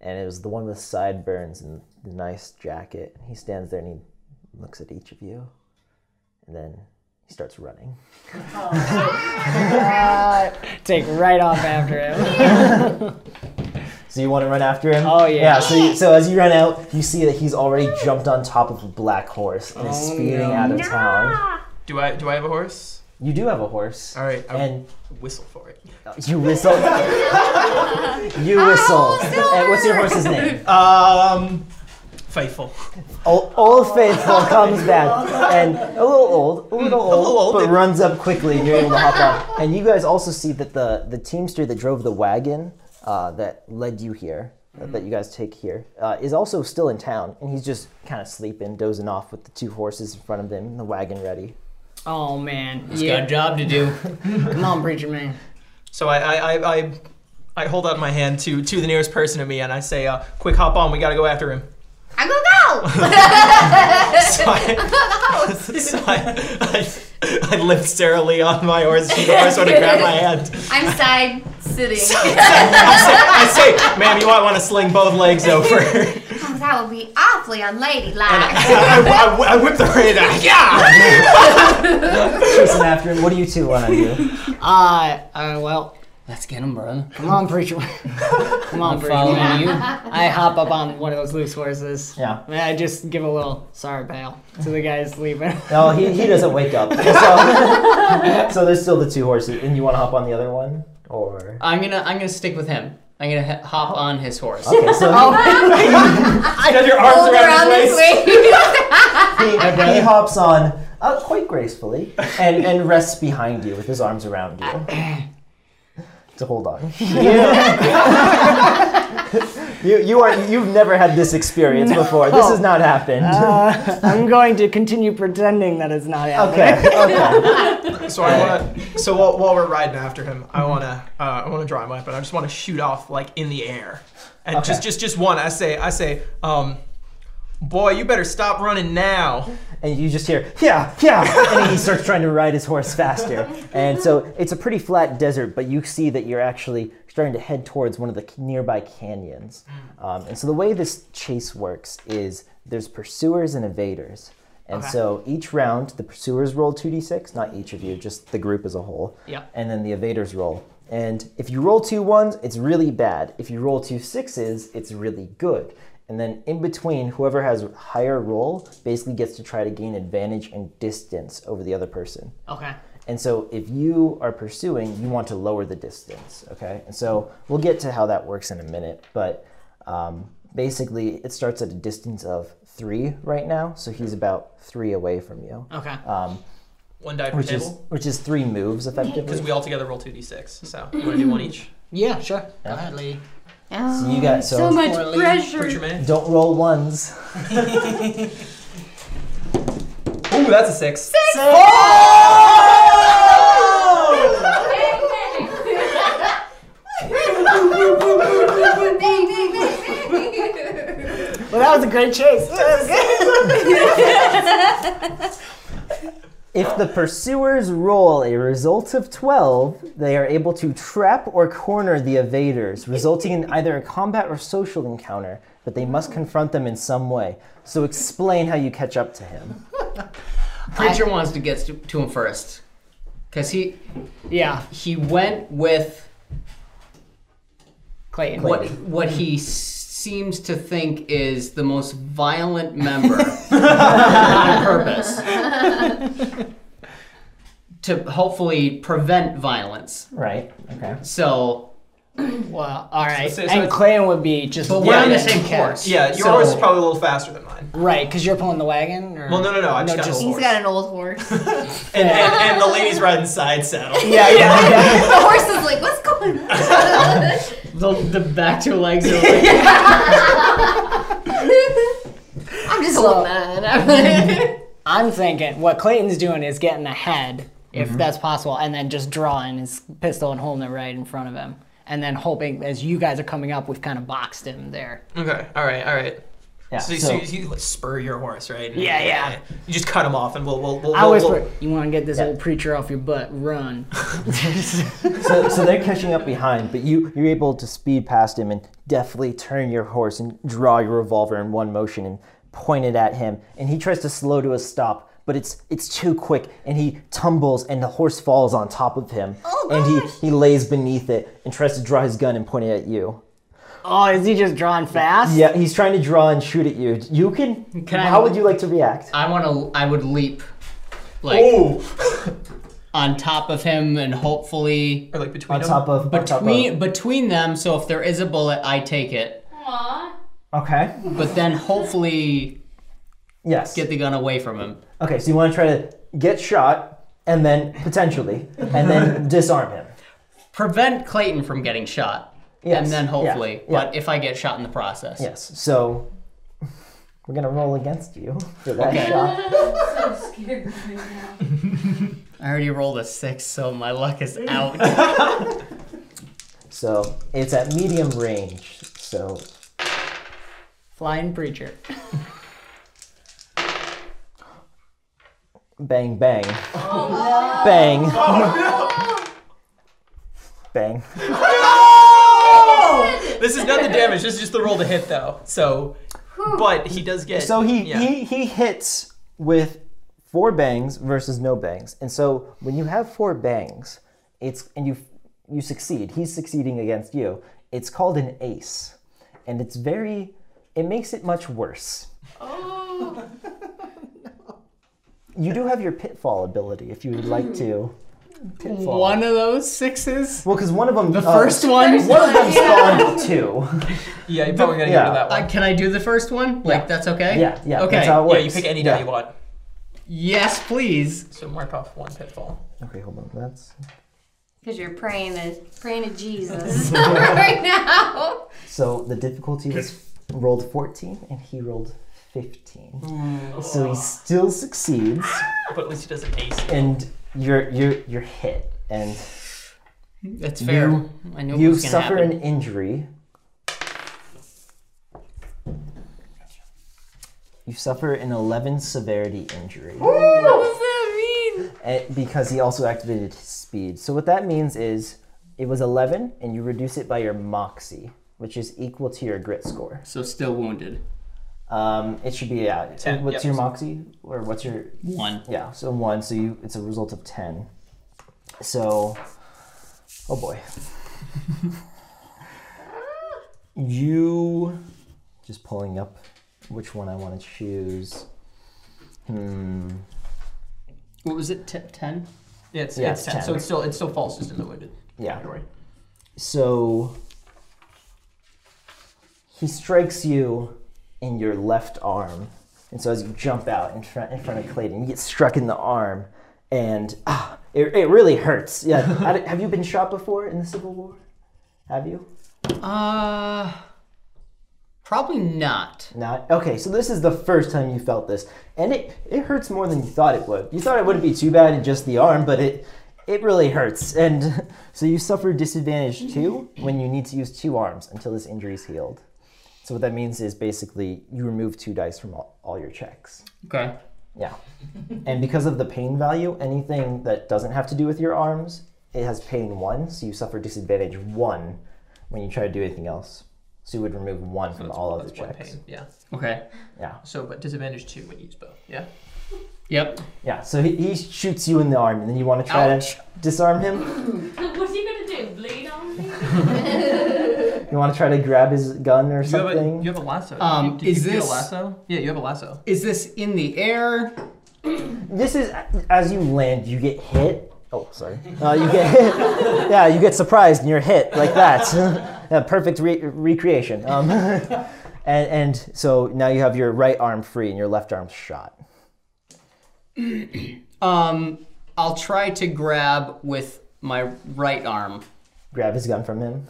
[SPEAKER 2] and it was the one with sideburns and the nice jacket. He stands there and he looks at each of you, and then he starts running.
[SPEAKER 1] Take right off after him.
[SPEAKER 2] So you want to run after him?
[SPEAKER 1] Oh, yeah.
[SPEAKER 2] Yeah. So, you, so as you run out, you see that he's already jumped on top of a black horse and is
[SPEAKER 1] Oh,
[SPEAKER 2] speeding out of town.
[SPEAKER 4] Ah!
[SPEAKER 5] Do I do I have a horse?
[SPEAKER 2] You do have a horse.
[SPEAKER 5] All right, I
[SPEAKER 2] And
[SPEAKER 5] whistle for it.
[SPEAKER 2] you whistle. you whistle. And what's your horse's name?
[SPEAKER 5] Um, faithful.
[SPEAKER 2] Old, old faithful comes back and a little old, a little old,
[SPEAKER 5] little old.
[SPEAKER 2] but runs up quickly and you're able to hop on. And you guys also see that the the teamster that drove the wagon uh, that led you here, uh, that- that you guys take here, uh, is also still in town, and he's just kind of sleeping, dozing off with the two horses in front of him, and the wagon ready.
[SPEAKER 1] Oh man,
[SPEAKER 3] He's got a job to do.
[SPEAKER 1] Come on, preacher man.
[SPEAKER 5] So I I, I, I I hold out my hand to to the nearest person to me and I say, uh, "Quick, hop on! We gotta go after him."
[SPEAKER 4] I go go!
[SPEAKER 5] So I, so I, I, I lift Sarah Lee on my horse. She's the first one to grab my hand.
[SPEAKER 4] I'm side sitting.
[SPEAKER 5] I say, I say, "Ma'am, you might want to sling both legs over." And
[SPEAKER 4] that would be awfully unladylike.
[SPEAKER 5] I, I, I, I whip the rein out. Yeah.
[SPEAKER 2] Chasing after him. What do you two want to do?
[SPEAKER 1] Uh, uh well,
[SPEAKER 6] Let's get him, brother.
[SPEAKER 1] come on, preacher. Come on, preacher man.
[SPEAKER 6] Following you.
[SPEAKER 1] I hop up on one of those loose horses.
[SPEAKER 2] Yeah.
[SPEAKER 1] And I just give a little sorry pal to the guys leaving.
[SPEAKER 2] No, he, he doesn't wake up. So, so there's still the two horses, and you want to hop on the other one, or
[SPEAKER 3] I'm gonna I'm gonna stick with him. I'm gonna h-
[SPEAKER 6] Oh.
[SPEAKER 3] hop on his horse.
[SPEAKER 2] okay, so.
[SPEAKER 5] I got your arms
[SPEAKER 4] Hold
[SPEAKER 5] around
[SPEAKER 4] around
[SPEAKER 5] his
[SPEAKER 4] this
[SPEAKER 5] waist.
[SPEAKER 4] way.
[SPEAKER 2] he, he hops on uh, quite gracefully and, and rests behind you with his arms around you to hold on. You you are you've never had this experience before. This has not happened.
[SPEAKER 4] Uh.
[SPEAKER 1] I'm going to continue pretending that it's not happening.
[SPEAKER 2] okay. Okay.
[SPEAKER 5] So I want to. So while, while we're riding after him, I want to. Uh, I want to draw my weapon. I just want to shoot off like in the air, and just just just one. I say I say, um, boy, you better stop running now.
[SPEAKER 2] And you just hear yeah yeah, and he starts trying to ride his horse faster. And so it's a pretty flat desert, but you see that you're actually starting to head towards one of the nearby canyons. Um, and so the way this chase works is there's pursuers and evaders. And so each round, the pursuers roll 2d6, not each of you, just the group as a whole.
[SPEAKER 5] Yeah.
[SPEAKER 2] And then the evaders roll. And if you roll two ones, it's really bad. If you roll two sixes, it's really good. And then in between, whoever has higher roll basically gets to try to gain advantage and distance over the other person.
[SPEAKER 5] Okay.
[SPEAKER 2] And so if you are pursuing, you want to lower the distance, okay? And so we'll get to how that works in a minute, but um, basically it starts at a distance of three right now, so he's about three away from you,
[SPEAKER 5] Okay.
[SPEAKER 2] um,
[SPEAKER 5] one die per
[SPEAKER 2] which is
[SPEAKER 5] table
[SPEAKER 2] which is three moves
[SPEAKER 5] because
[SPEAKER 2] effectively.
[SPEAKER 5] we all together roll two d six. So you want to do one each.
[SPEAKER 1] Yeah, sure. Go ahead, Lee.
[SPEAKER 4] Oh,
[SPEAKER 2] you got- so-
[SPEAKER 4] much
[SPEAKER 1] Poor Lee.
[SPEAKER 5] Put your
[SPEAKER 4] pressure.
[SPEAKER 5] man.
[SPEAKER 2] Don't roll ones.
[SPEAKER 5] Ooh, that's a six.
[SPEAKER 1] Well, that was a great chase.
[SPEAKER 2] If the pursuers roll a result of 12, they are able to trap or corner the evaders, resulting in either a combat or social encounter, but they must confront them in some way. So explain how you catch up to him.
[SPEAKER 3] Preacher wants to get to, to him first, because he
[SPEAKER 1] yeah,
[SPEAKER 3] he went with
[SPEAKER 1] Clayton.
[SPEAKER 3] what what he s- seems to think is the most violent member on purpose to hopefully prevent violence.
[SPEAKER 2] Right? Okay.
[SPEAKER 3] So
[SPEAKER 1] Well, all right.
[SPEAKER 5] So- so
[SPEAKER 1] and
[SPEAKER 5] it's-
[SPEAKER 1] Clayton would be just.
[SPEAKER 3] But we're on the
[SPEAKER 5] yeah.
[SPEAKER 3] same course.
[SPEAKER 5] Yeah, your
[SPEAKER 1] So-
[SPEAKER 5] horse is probably a little faster than mine.
[SPEAKER 1] Right, because you're pulling the wagon. Or...
[SPEAKER 5] Well, no, no, no. I just got a
[SPEAKER 4] He's
[SPEAKER 5] horse.
[SPEAKER 4] got an old horse.
[SPEAKER 5] and, and, and the lady's riding side saddle.
[SPEAKER 1] Yeah, yeah.
[SPEAKER 4] the horse is like, what's going on?
[SPEAKER 3] the the back two legs are like
[SPEAKER 4] I'm just a man.
[SPEAKER 1] I'm thinking what Clayton's doing is getting ahead, if
[SPEAKER 5] Mm-hmm.
[SPEAKER 1] that's possible, and then just drawing his pistol and holding it right in front of him, and then hoping as you guys are coming up, we've kind of boxed him there.
[SPEAKER 5] Okay. All right. All right.
[SPEAKER 2] Yeah,
[SPEAKER 5] So, so,
[SPEAKER 2] so-
[SPEAKER 5] you, you like, spur your horse, right? And-
[SPEAKER 1] Yeah, yeah.
[SPEAKER 5] You just cut him off, and we'll we'll we'll.
[SPEAKER 1] I
[SPEAKER 5] we'll-
[SPEAKER 1] always
[SPEAKER 5] we'll-
[SPEAKER 1] put, you want to get this old preacher off your butt, run.
[SPEAKER 2] so, so they're catching up behind, but you, you're able to speed past him and deftly turn your horse and draw your revolver in one motion and point it at him. And he tries to slow to a stop, but it's it's too quick, and he tumbles, and the horse falls on top of him. and he, he lays beneath it and tries to draw his gun and point it at you.
[SPEAKER 1] Oh, is he just drawing fast?
[SPEAKER 2] Yeah, he's trying to draw and shoot at you. You can.
[SPEAKER 3] Can I-
[SPEAKER 2] how would you like to react?
[SPEAKER 3] I want to I would leap like on top of him and hopefully
[SPEAKER 5] Or like between
[SPEAKER 2] On
[SPEAKER 5] them.
[SPEAKER 2] top of. on top of-
[SPEAKER 3] between between them. So if there is a bullet, I take it.
[SPEAKER 2] Okay.
[SPEAKER 3] But then hopefully
[SPEAKER 2] Yes.
[SPEAKER 3] get the gun away from him.
[SPEAKER 2] Okay, so you want to try to get shot and then potentially and then disarm him.
[SPEAKER 3] Prevent Clayton from getting shot.
[SPEAKER 2] Yes,
[SPEAKER 3] And then
[SPEAKER 2] yeah,
[SPEAKER 3] hopefully.
[SPEAKER 2] yeah.
[SPEAKER 3] But if I get shot in the process.
[SPEAKER 2] Yes. So we're gonna roll against you for that shot.
[SPEAKER 3] I already rolled a six, so my luck is out.
[SPEAKER 2] So it's at medium range. So
[SPEAKER 1] Flying preacher.
[SPEAKER 2] bang bang. bang. Bang.
[SPEAKER 4] Oh!
[SPEAKER 5] This is not the damage. This is just the roll to hit, though. So, but he does get.
[SPEAKER 2] So he,
[SPEAKER 5] yeah.
[SPEAKER 2] he he hits with four bangs versus no bangs. And so when you have four bangs, it's and you you succeed. He's succeeding against you. It's called an ace. And it's very it makes it much worse. Oh. you do have your pitfall ability if you would like to. Pitfall.
[SPEAKER 1] One of those sixes.
[SPEAKER 2] Well, because one of them the
[SPEAKER 1] First one.
[SPEAKER 2] one of them spawned two.
[SPEAKER 5] yeah, you're probably gonna get
[SPEAKER 2] yeah.
[SPEAKER 5] rid of that
[SPEAKER 3] I,
[SPEAKER 5] one.
[SPEAKER 3] can I do the first one? Like, that's okay?
[SPEAKER 2] Yeah, yeah.
[SPEAKER 3] Okay.
[SPEAKER 2] That's how it
[SPEAKER 5] yeah,
[SPEAKER 2] works.
[SPEAKER 5] you pick any die
[SPEAKER 2] yeah.
[SPEAKER 5] you want.
[SPEAKER 3] Yes, please.
[SPEAKER 5] So mark off one pitfall.
[SPEAKER 2] Okay, hold on. That's
[SPEAKER 4] Because you're praying to praying to Jesus right now.
[SPEAKER 2] So the difficulty was rolled 14 and he rolled 15.
[SPEAKER 3] Mm.
[SPEAKER 2] So he still succeeds
[SPEAKER 5] But at least he doesn't ace it.
[SPEAKER 2] and you're you're you're hit and
[SPEAKER 3] That's fair. I knew it
[SPEAKER 2] you
[SPEAKER 3] was gonna
[SPEAKER 2] suffer
[SPEAKER 3] happen.
[SPEAKER 2] an injury. You suffer an 11 severity injury.
[SPEAKER 3] what does that mean?
[SPEAKER 2] and- because he also activated his speed. So what that means is it was 11, and you reduce it by your moxie, which is equal to your grit score.
[SPEAKER 3] So still wounded.
[SPEAKER 2] Um, it should be yeah.
[SPEAKER 5] Ten,
[SPEAKER 2] what's
[SPEAKER 5] yep.
[SPEAKER 2] your moxie or what's your
[SPEAKER 3] One.
[SPEAKER 2] yeah? So one. So you it's a result of 10. So oh boy, you just pulling up which one I want to choose. Hmm.
[SPEAKER 3] What was it? Tip ten.
[SPEAKER 5] Yeah, it's,
[SPEAKER 2] Yeah,
[SPEAKER 5] it's
[SPEAKER 2] it's
[SPEAKER 5] 10,
[SPEAKER 2] 10.
[SPEAKER 5] So it still it still falls just in the wounded
[SPEAKER 2] Yeah.
[SPEAKER 5] category.
[SPEAKER 2] So he strikes you in your left arm. And so as you jump out in front in front of Clayton, you get struck in the arm and ah, it, it really hurts. Yeah. How did- have you been shot before in the Civil War? Have you?
[SPEAKER 3] Uh, probably not.
[SPEAKER 2] Not okay, so this is the first time you felt this. And it, it hurts more than you thought it would. You thought it wouldn't be too bad in just the arm, but it it really hurts. And so you suffer disadvantage too when you need to use two arms until this injury is healed. So what that means is basically you remove two dice from all, all your checks.
[SPEAKER 3] Okay.
[SPEAKER 2] Yeah. And because of the pain value, anything that doesn't have to do with your arms, it has pain one, so you suffer disadvantage one when you try to do anything else. So you would remove one from
[SPEAKER 5] That's
[SPEAKER 2] all
[SPEAKER 5] one-
[SPEAKER 2] other
[SPEAKER 5] that's one
[SPEAKER 2] checks.
[SPEAKER 5] pain, Yeah.
[SPEAKER 3] Okay.
[SPEAKER 2] Yeah.
[SPEAKER 5] So, but disadvantage two when you use bow. Yeah.
[SPEAKER 3] Yep.
[SPEAKER 2] Yeah, so he, he shoots you in the arm, and then you want to try
[SPEAKER 3] Ouch.
[SPEAKER 2] to disarm him.
[SPEAKER 7] What's he gonna do? Bleed on me?
[SPEAKER 2] You want to try to grab his gun or
[SPEAKER 5] You have, a,
[SPEAKER 2] something.
[SPEAKER 5] you have a lasso.
[SPEAKER 3] Um,
[SPEAKER 5] Did you-
[SPEAKER 3] is
[SPEAKER 5] did you get
[SPEAKER 3] this-
[SPEAKER 5] a lasso? Yeah, you have a lasso.
[SPEAKER 3] Is this in the air?
[SPEAKER 2] This is as you land, you get hit. Oh, sorry. Uh, you get hit. yeah, you get surprised and you're hit like that. yeah, perfect re- recreation. Um, and, and so now you have your right arm free and your left arm shot.
[SPEAKER 3] Um, I'll try to grab with my right arm,
[SPEAKER 2] Grab his gun from him.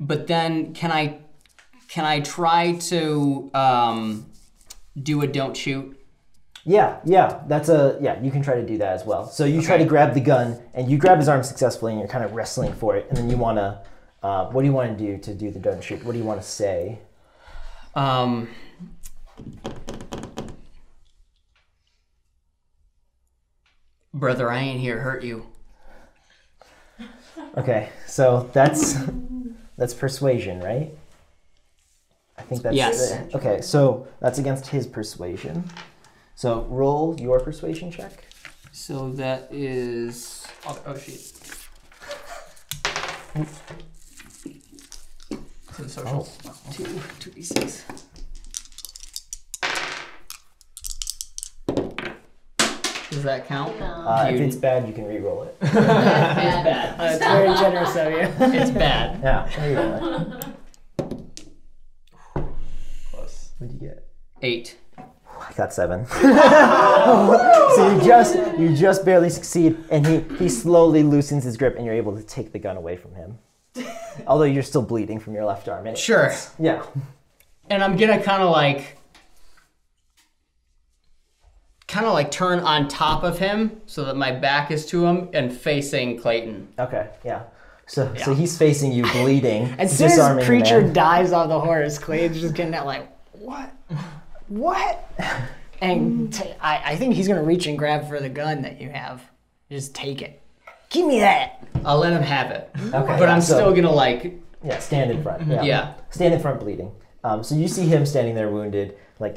[SPEAKER 3] but then can I can I try to um, do a don't shoot?
[SPEAKER 2] Yeah, yeah, that's a yeah. You can try to do that as well. So you try to grab the gun, and you grab his arm successfully, and you're kind of wrestling for it. And then you want to, uh, what do you want to do to do the gun shoot? What do you want to say?
[SPEAKER 3] Um, brother, I ain't here to hurt you.
[SPEAKER 2] Okay, so that's that's persuasion, right? I think that's
[SPEAKER 3] Yes.
[SPEAKER 2] Okay, so that's against his persuasion. So roll your persuasion check.
[SPEAKER 3] So that is
[SPEAKER 5] Oh, oh shit. It's in social.
[SPEAKER 3] two two d six. Does that count?
[SPEAKER 2] Uh, if
[SPEAKER 3] You-
[SPEAKER 2] it's bad, you can re-roll it.
[SPEAKER 1] That's very generous of you.
[SPEAKER 3] It's bad.
[SPEAKER 2] Yeah, re-roll it.
[SPEAKER 5] Close.
[SPEAKER 2] What'd you get?
[SPEAKER 3] Eight.
[SPEAKER 2] I got seven. so you just you just barely succeed, and he he slowly loosens his grip, and you're able to take the gun away from him. Although you're still bleeding from your left arm. and-
[SPEAKER 3] Sure.
[SPEAKER 2] Yeah.
[SPEAKER 3] and I'm gonna kind of like, kind of like turn on top of him so that my back is to him and facing Clayton.
[SPEAKER 2] Okay. Yeah. So so he's facing you, bleeding,
[SPEAKER 1] As soon as
[SPEAKER 2] disarming
[SPEAKER 1] creature
[SPEAKER 2] man.
[SPEAKER 1] dives off the horse, Clay's just getting that like, what, what? And t- I, I think he's gonna reach and grab for the gun that you have. Just take it. Give me that.
[SPEAKER 3] I'll let him have it,
[SPEAKER 2] Okay.
[SPEAKER 3] but I'm
[SPEAKER 2] so-
[SPEAKER 3] still gonna like,
[SPEAKER 2] yeah. Stand in front. Yeah.
[SPEAKER 3] yeah,
[SPEAKER 2] Stand in front, bleeding. Um, so you see him standing there, wounded, like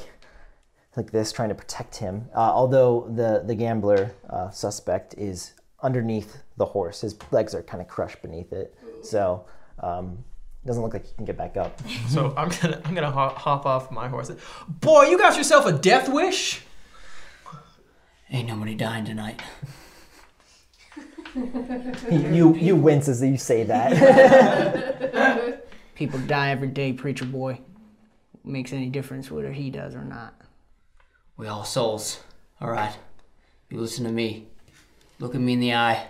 [SPEAKER 2] like this, trying to protect him. Uh, although the the gambler uh, suspect is underneath the horse, his legs are kind of crushed beneath it. So um, doesn't look like he can get back up.
[SPEAKER 5] So I'm gonna I'm gonna hop, hop off my horse. Boy, you got yourself a death wish.
[SPEAKER 3] ain't nobody dying tonight.
[SPEAKER 2] He, you you wince as you say that.
[SPEAKER 1] People die every day, preacher boy. Makes any difference whether he does or not.
[SPEAKER 3] We all souls. All right, you listen to me. Look at me in the eye.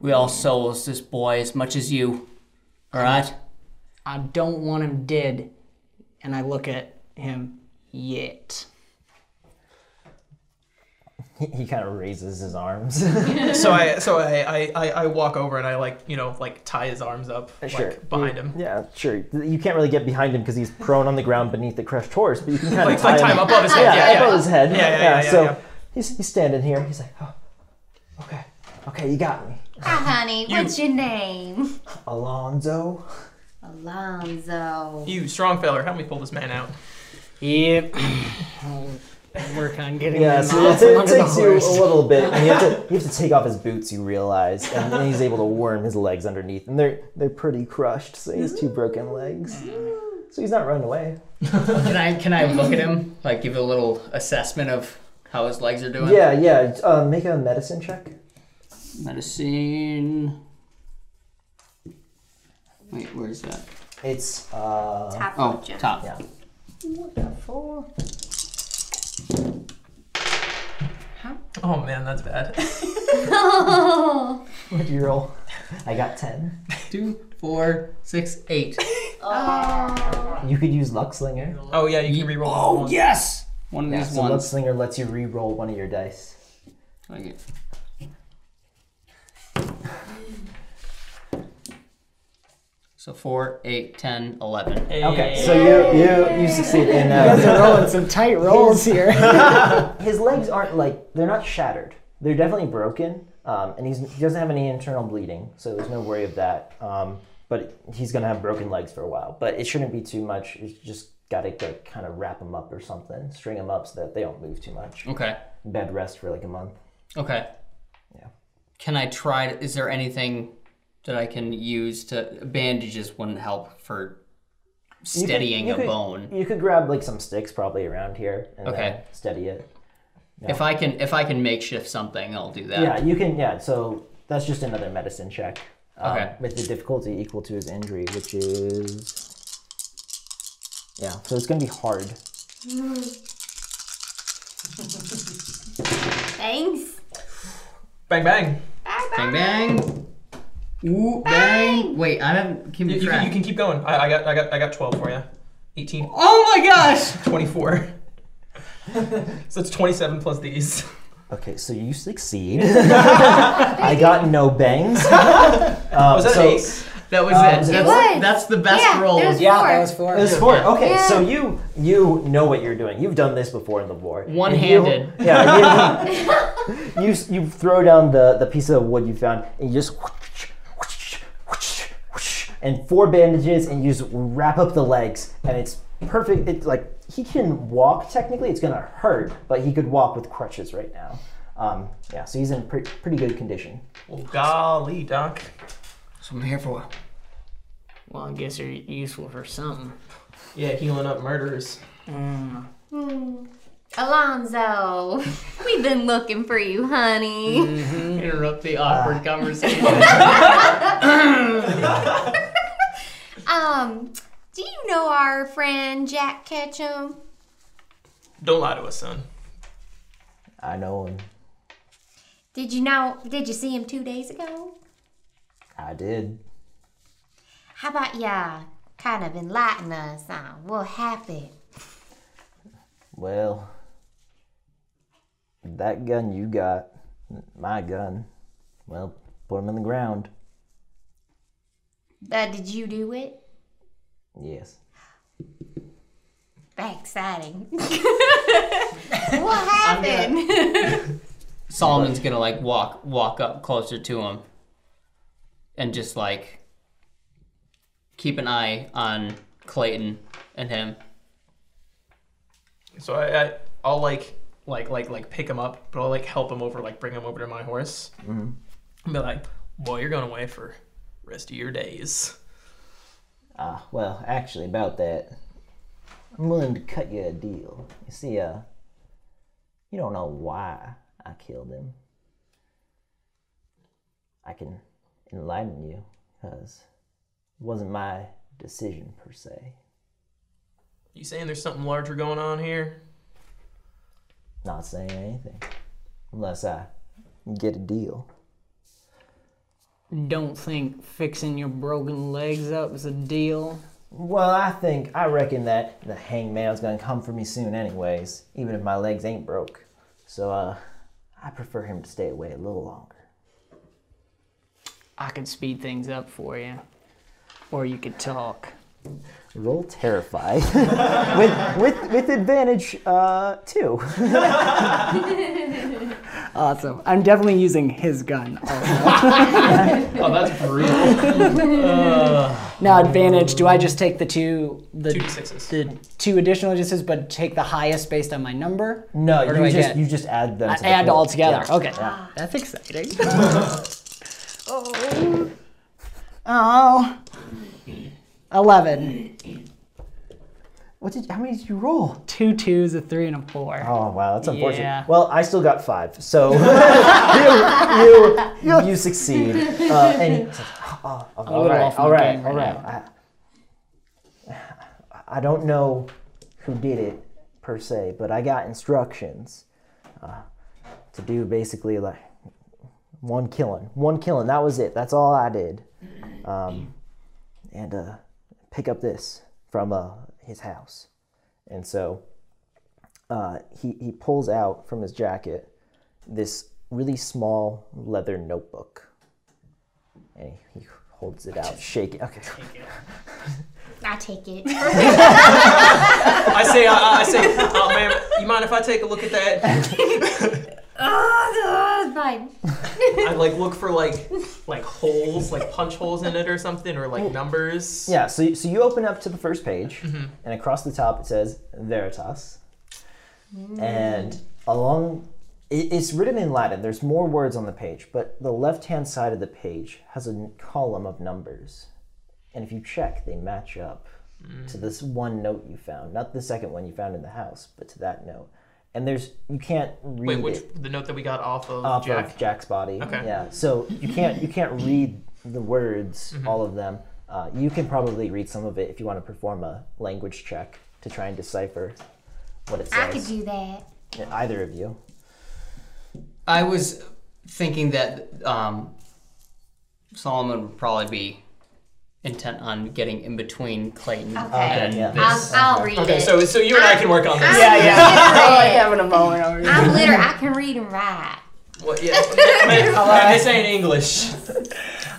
[SPEAKER 3] We all souls, this boy, as much as you. All right.
[SPEAKER 1] I don't want him dead. And I look at him yet.
[SPEAKER 2] He kind of raises his arms.
[SPEAKER 5] So I so I, I, I, I walk over and I like you know like tie his arms up like
[SPEAKER 2] Sure.
[SPEAKER 5] behind him.
[SPEAKER 2] yeah, sure. You can't really get behind him because he's prone on the ground beneath the crushed horse, but you can kind
[SPEAKER 5] Like,
[SPEAKER 2] of tie,
[SPEAKER 5] like tie him above his head.
[SPEAKER 2] Yeah,
[SPEAKER 5] Yeah, yeah.
[SPEAKER 2] above his head.
[SPEAKER 5] Yeah, yeah, yeah, yeah,
[SPEAKER 2] so
[SPEAKER 5] yeah.
[SPEAKER 2] He's, he's standing here. He's like, oh, okay, okay, you got me,
[SPEAKER 4] Hi, honey. What's your name?
[SPEAKER 2] Alonzo.
[SPEAKER 4] Alonzo.
[SPEAKER 5] You strong feller, help me pull this man out.
[SPEAKER 1] Yep. I'll work on getting
[SPEAKER 2] Yeah,
[SPEAKER 1] yeah,
[SPEAKER 2] so it, it takes you a little bit, and you have to you have to take off his boots. You realize, and then he's able to worm his legs underneath, and they're they're pretty crushed. So he has two broken legs. So he's not running away.
[SPEAKER 3] Can I can I look at him? Like give a little assessment of how his legs are doing?
[SPEAKER 2] Yeah, yeah. Uh, make a medicine check.
[SPEAKER 3] Medicine. Wait, where's that?
[SPEAKER 2] It's uh,
[SPEAKER 4] Top
[SPEAKER 3] Oh,
[SPEAKER 4] fortune.
[SPEAKER 3] top.
[SPEAKER 2] Yeah.
[SPEAKER 5] Oh man, that's bad.
[SPEAKER 4] Oh,
[SPEAKER 2] what do you roll? I got ten.
[SPEAKER 3] Two, four, six, eight.
[SPEAKER 2] You could use Luckslinger.
[SPEAKER 5] Oh yeah, you can re-roll.
[SPEAKER 3] Oh yes! One of
[SPEAKER 2] Yeah,
[SPEAKER 3] these
[SPEAKER 2] so
[SPEAKER 3] ones.
[SPEAKER 2] Luckslinger lets you re-roll one of your dice.
[SPEAKER 3] Like it. So four, eight, ten, eleven.
[SPEAKER 2] Okay, so you you you succeed in. Uh,
[SPEAKER 1] rolling some tight rolls here.
[SPEAKER 2] his legs aren't like they're not shattered. They're definitely broken, um, and he's, he doesn't have any internal bleeding, so there's no worry of that. Um, but he's gonna have broken legs for a while, but it shouldn't be too much. You just gotta like, kind of wrap him up or something, string him up so that they don't move too much.
[SPEAKER 3] Okay.
[SPEAKER 2] Bed rest for like a month.
[SPEAKER 3] Okay.
[SPEAKER 2] Yeah.
[SPEAKER 3] Can I try? To, is there anything that I can use to bandages wouldn't help for
[SPEAKER 2] You could-
[SPEAKER 3] steadying
[SPEAKER 2] you
[SPEAKER 3] a
[SPEAKER 2] could-
[SPEAKER 3] bone?
[SPEAKER 2] You could grab like some sticks probably around here and then
[SPEAKER 3] Okay.
[SPEAKER 2] steady it.
[SPEAKER 3] If I can, if I can makeshift something, I'll do that.
[SPEAKER 2] Yeah, you can. Yeah, so that's just another medicine check. um,
[SPEAKER 3] Okay.
[SPEAKER 2] With the difficulty equal to his injury, which is. Yeah, so it's gonna be hard.
[SPEAKER 4] thanks.
[SPEAKER 5] Bang bang.
[SPEAKER 4] Bye
[SPEAKER 3] Bang
[SPEAKER 4] bye.
[SPEAKER 3] bang. Ooh bang! Wait, I haven't keep
[SPEAKER 5] You, you
[SPEAKER 3] track.
[SPEAKER 5] can, you can keep going. I, I got I got I got twelve for you. 18,
[SPEAKER 3] oh my gosh!
[SPEAKER 5] 24. so it's 27 plus these.
[SPEAKER 2] Okay, so you succeed. I got no bangs. Um,
[SPEAKER 5] Was that
[SPEAKER 2] so- uh,
[SPEAKER 5] an ace?
[SPEAKER 3] That was it.
[SPEAKER 2] it
[SPEAKER 3] That's,
[SPEAKER 4] was.
[SPEAKER 3] that's the best
[SPEAKER 4] Yeah,
[SPEAKER 3] roll.
[SPEAKER 4] there's-
[SPEAKER 2] Yeah,
[SPEAKER 4] Four.
[SPEAKER 1] That was four.
[SPEAKER 2] It was four. Okay,
[SPEAKER 4] Yeah.
[SPEAKER 2] so you you know what you're doing. You've done this before in the war.
[SPEAKER 3] One-handed.
[SPEAKER 2] You, yeah. You, you you throw down the the piece of wood you found and you just and four bandages and you just wrap up the legs and it's perfect. It's like he can walk technically. It's gonna hurt, but he could walk with crutches right now. Um, yeah, so he's in pre- pretty good condition.
[SPEAKER 5] Well, golly, Doc.
[SPEAKER 3] So I'm here for.
[SPEAKER 1] Well, I guess you're useful for something.
[SPEAKER 5] Yeah, healing up murderers.
[SPEAKER 4] Alonzo, we've been looking for you, honey.
[SPEAKER 3] Mm-hmm. Interrupt the
[SPEAKER 1] Uh,
[SPEAKER 3] awkward conversation.
[SPEAKER 4] Um, do you know our friend Jack Ketchum?
[SPEAKER 5] Don't lie to us, son.
[SPEAKER 2] I know him.
[SPEAKER 4] Did you know? Did you see him two days ago?
[SPEAKER 2] I did.
[SPEAKER 4] How about ya? Kind of enlighten us on what happened.
[SPEAKER 2] Well, that gun you got, my gun, well, put him in the ground.
[SPEAKER 4] Uh, did you do it?
[SPEAKER 2] Yes.
[SPEAKER 4] That exciting. what happened?
[SPEAKER 3] Solomon's gonna like walk walk up closer to him, and just like keep an eye on Clayton and him.
[SPEAKER 5] So I, I I'll like like like like pick him up, but I'll like help him over, like bring him over to my horse, mm-hmm. and be like, "Boy, you're going away for rest of your days."
[SPEAKER 2] Ah, well, actually, about that, I'm willing to cut you a deal. You see, uh, you don't know why I killed him. I can enlighten you, because it wasn't my decision per se.
[SPEAKER 5] You saying there's something larger going on here?
[SPEAKER 2] Not saying anything. Unless I get a deal.
[SPEAKER 1] Don't think fixing your broken legs up is a deal.
[SPEAKER 2] Well, I think, I reckon that the hangman's gonna come for me soon, anyways, even if my legs ain't broke. So, uh, I prefer him to stay away a little longer.
[SPEAKER 1] I could speed things up for you, or you could talk.
[SPEAKER 2] Roll terrify with, with with advantage uh, too.
[SPEAKER 1] Awesome. I'm definitely using his gun. Also.
[SPEAKER 5] Oh, that's brutal.
[SPEAKER 1] now advantage. Do I just take the two the
[SPEAKER 5] Two sixes.
[SPEAKER 1] the two additional justices, but take the highest based on my number?
[SPEAKER 2] No,
[SPEAKER 1] Or do I
[SPEAKER 2] you just
[SPEAKER 1] get-
[SPEAKER 2] you just add them.
[SPEAKER 1] I
[SPEAKER 2] to the
[SPEAKER 1] add
[SPEAKER 2] pool.
[SPEAKER 1] all together.
[SPEAKER 2] Yeah.
[SPEAKER 1] Okay, that's exciting. oh. oh, eleven.
[SPEAKER 2] What did? How many did you roll?
[SPEAKER 1] Two twos, a three, and a four.
[SPEAKER 2] Oh wow, that's unfortunate.
[SPEAKER 1] Yeah.
[SPEAKER 2] Well, I still got five, so you, you you succeed. Uh, and oh, oh, all
[SPEAKER 1] little
[SPEAKER 2] right,
[SPEAKER 1] off my
[SPEAKER 2] all right,
[SPEAKER 1] game
[SPEAKER 2] all
[SPEAKER 1] right
[SPEAKER 2] right. I, I don't know who did it per se, but I got instructions uh, to do basically like one killing, one killing. That was it. That's all I did. Um, and uh, pick up this from uh, his house, and so uh, he, he pulls out from his jacket this really small leather notebook. And he holds it out, shake it. Okay.
[SPEAKER 4] I take it.
[SPEAKER 5] I say, I, I say, oh man, you mind if I take a look at that?
[SPEAKER 4] oh, no, it's fine.
[SPEAKER 5] I like look for like like holes, like punch holes in it or something, or like numbers.
[SPEAKER 2] Yeah, so, so you open up to the first page,
[SPEAKER 5] Mm-hmm.
[SPEAKER 2] and across the top it says Veritas. And along, it, it's written in Latin. There's more words on the page, but the left hand side of the page has a n- column of numbers. And if you check, they match up to
[SPEAKER 5] Mm.
[SPEAKER 2] this one note you found. Not the second one you found in the house, but to that note. And there's, you can't read
[SPEAKER 5] Wait, which
[SPEAKER 2] it
[SPEAKER 5] the note that we got off of
[SPEAKER 2] off
[SPEAKER 5] Jack?
[SPEAKER 2] of Jack's body.
[SPEAKER 5] Okay.
[SPEAKER 2] Yeah. So you can't you can't read the words,
[SPEAKER 1] Mm-hmm.
[SPEAKER 2] all of them. Uh, you can probably read some of it if you want to perform a language check to try and decipher what it says.
[SPEAKER 4] I could do that.
[SPEAKER 2] Either of you.
[SPEAKER 3] I was thinking that um, Solomon would probably be intent on getting in between Clayton and
[SPEAKER 2] yeah.
[SPEAKER 3] this.
[SPEAKER 4] I'll, I'll read
[SPEAKER 5] Okay,
[SPEAKER 4] it.
[SPEAKER 5] so so you and I can work on this.
[SPEAKER 3] Ah.
[SPEAKER 4] yeah, yeah.
[SPEAKER 1] having a moment over here.
[SPEAKER 4] I'm literate. I can read and write.
[SPEAKER 5] What- yeah, man, man, this ain't English.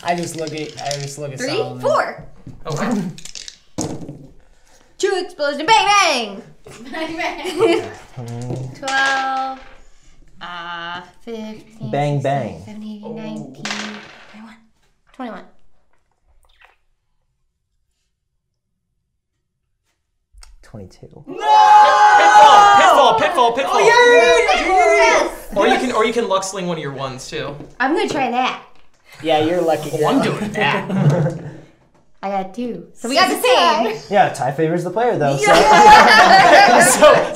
[SPEAKER 1] I just look at I just look at
[SPEAKER 4] Three,
[SPEAKER 1] Solomon.
[SPEAKER 4] four.
[SPEAKER 5] Oh, wow.
[SPEAKER 4] Two explosion. Bang, bang. Twelve. Uh, 15,
[SPEAKER 2] Bang,
[SPEAKER 4] 16,
[SPEAKER 2] bang.
[SPEAKER 4] 17, 18, 19, 21. 21.
[SPEAKER 2] Twenty-two.
[SPEAKER 5] Pitfall, pitfall,
[SPEAKER 3] Oh,
[SPEAKER 5] pitfall, pitfall.
[SPEAKER 4] Yes!
[SPEAKER 5] Or you can or you can luck sling one of your ones too.
[SPEAKER 4] I'm gonna try that.
[SPEAKER 1] Yeah, you're lucky.
[SPEAKER 5] Oh, I'm doing that.
[SPEAKER 4] I got two. So we got the same.
[SPEAKER 2] Yeah, tie favors the player though. So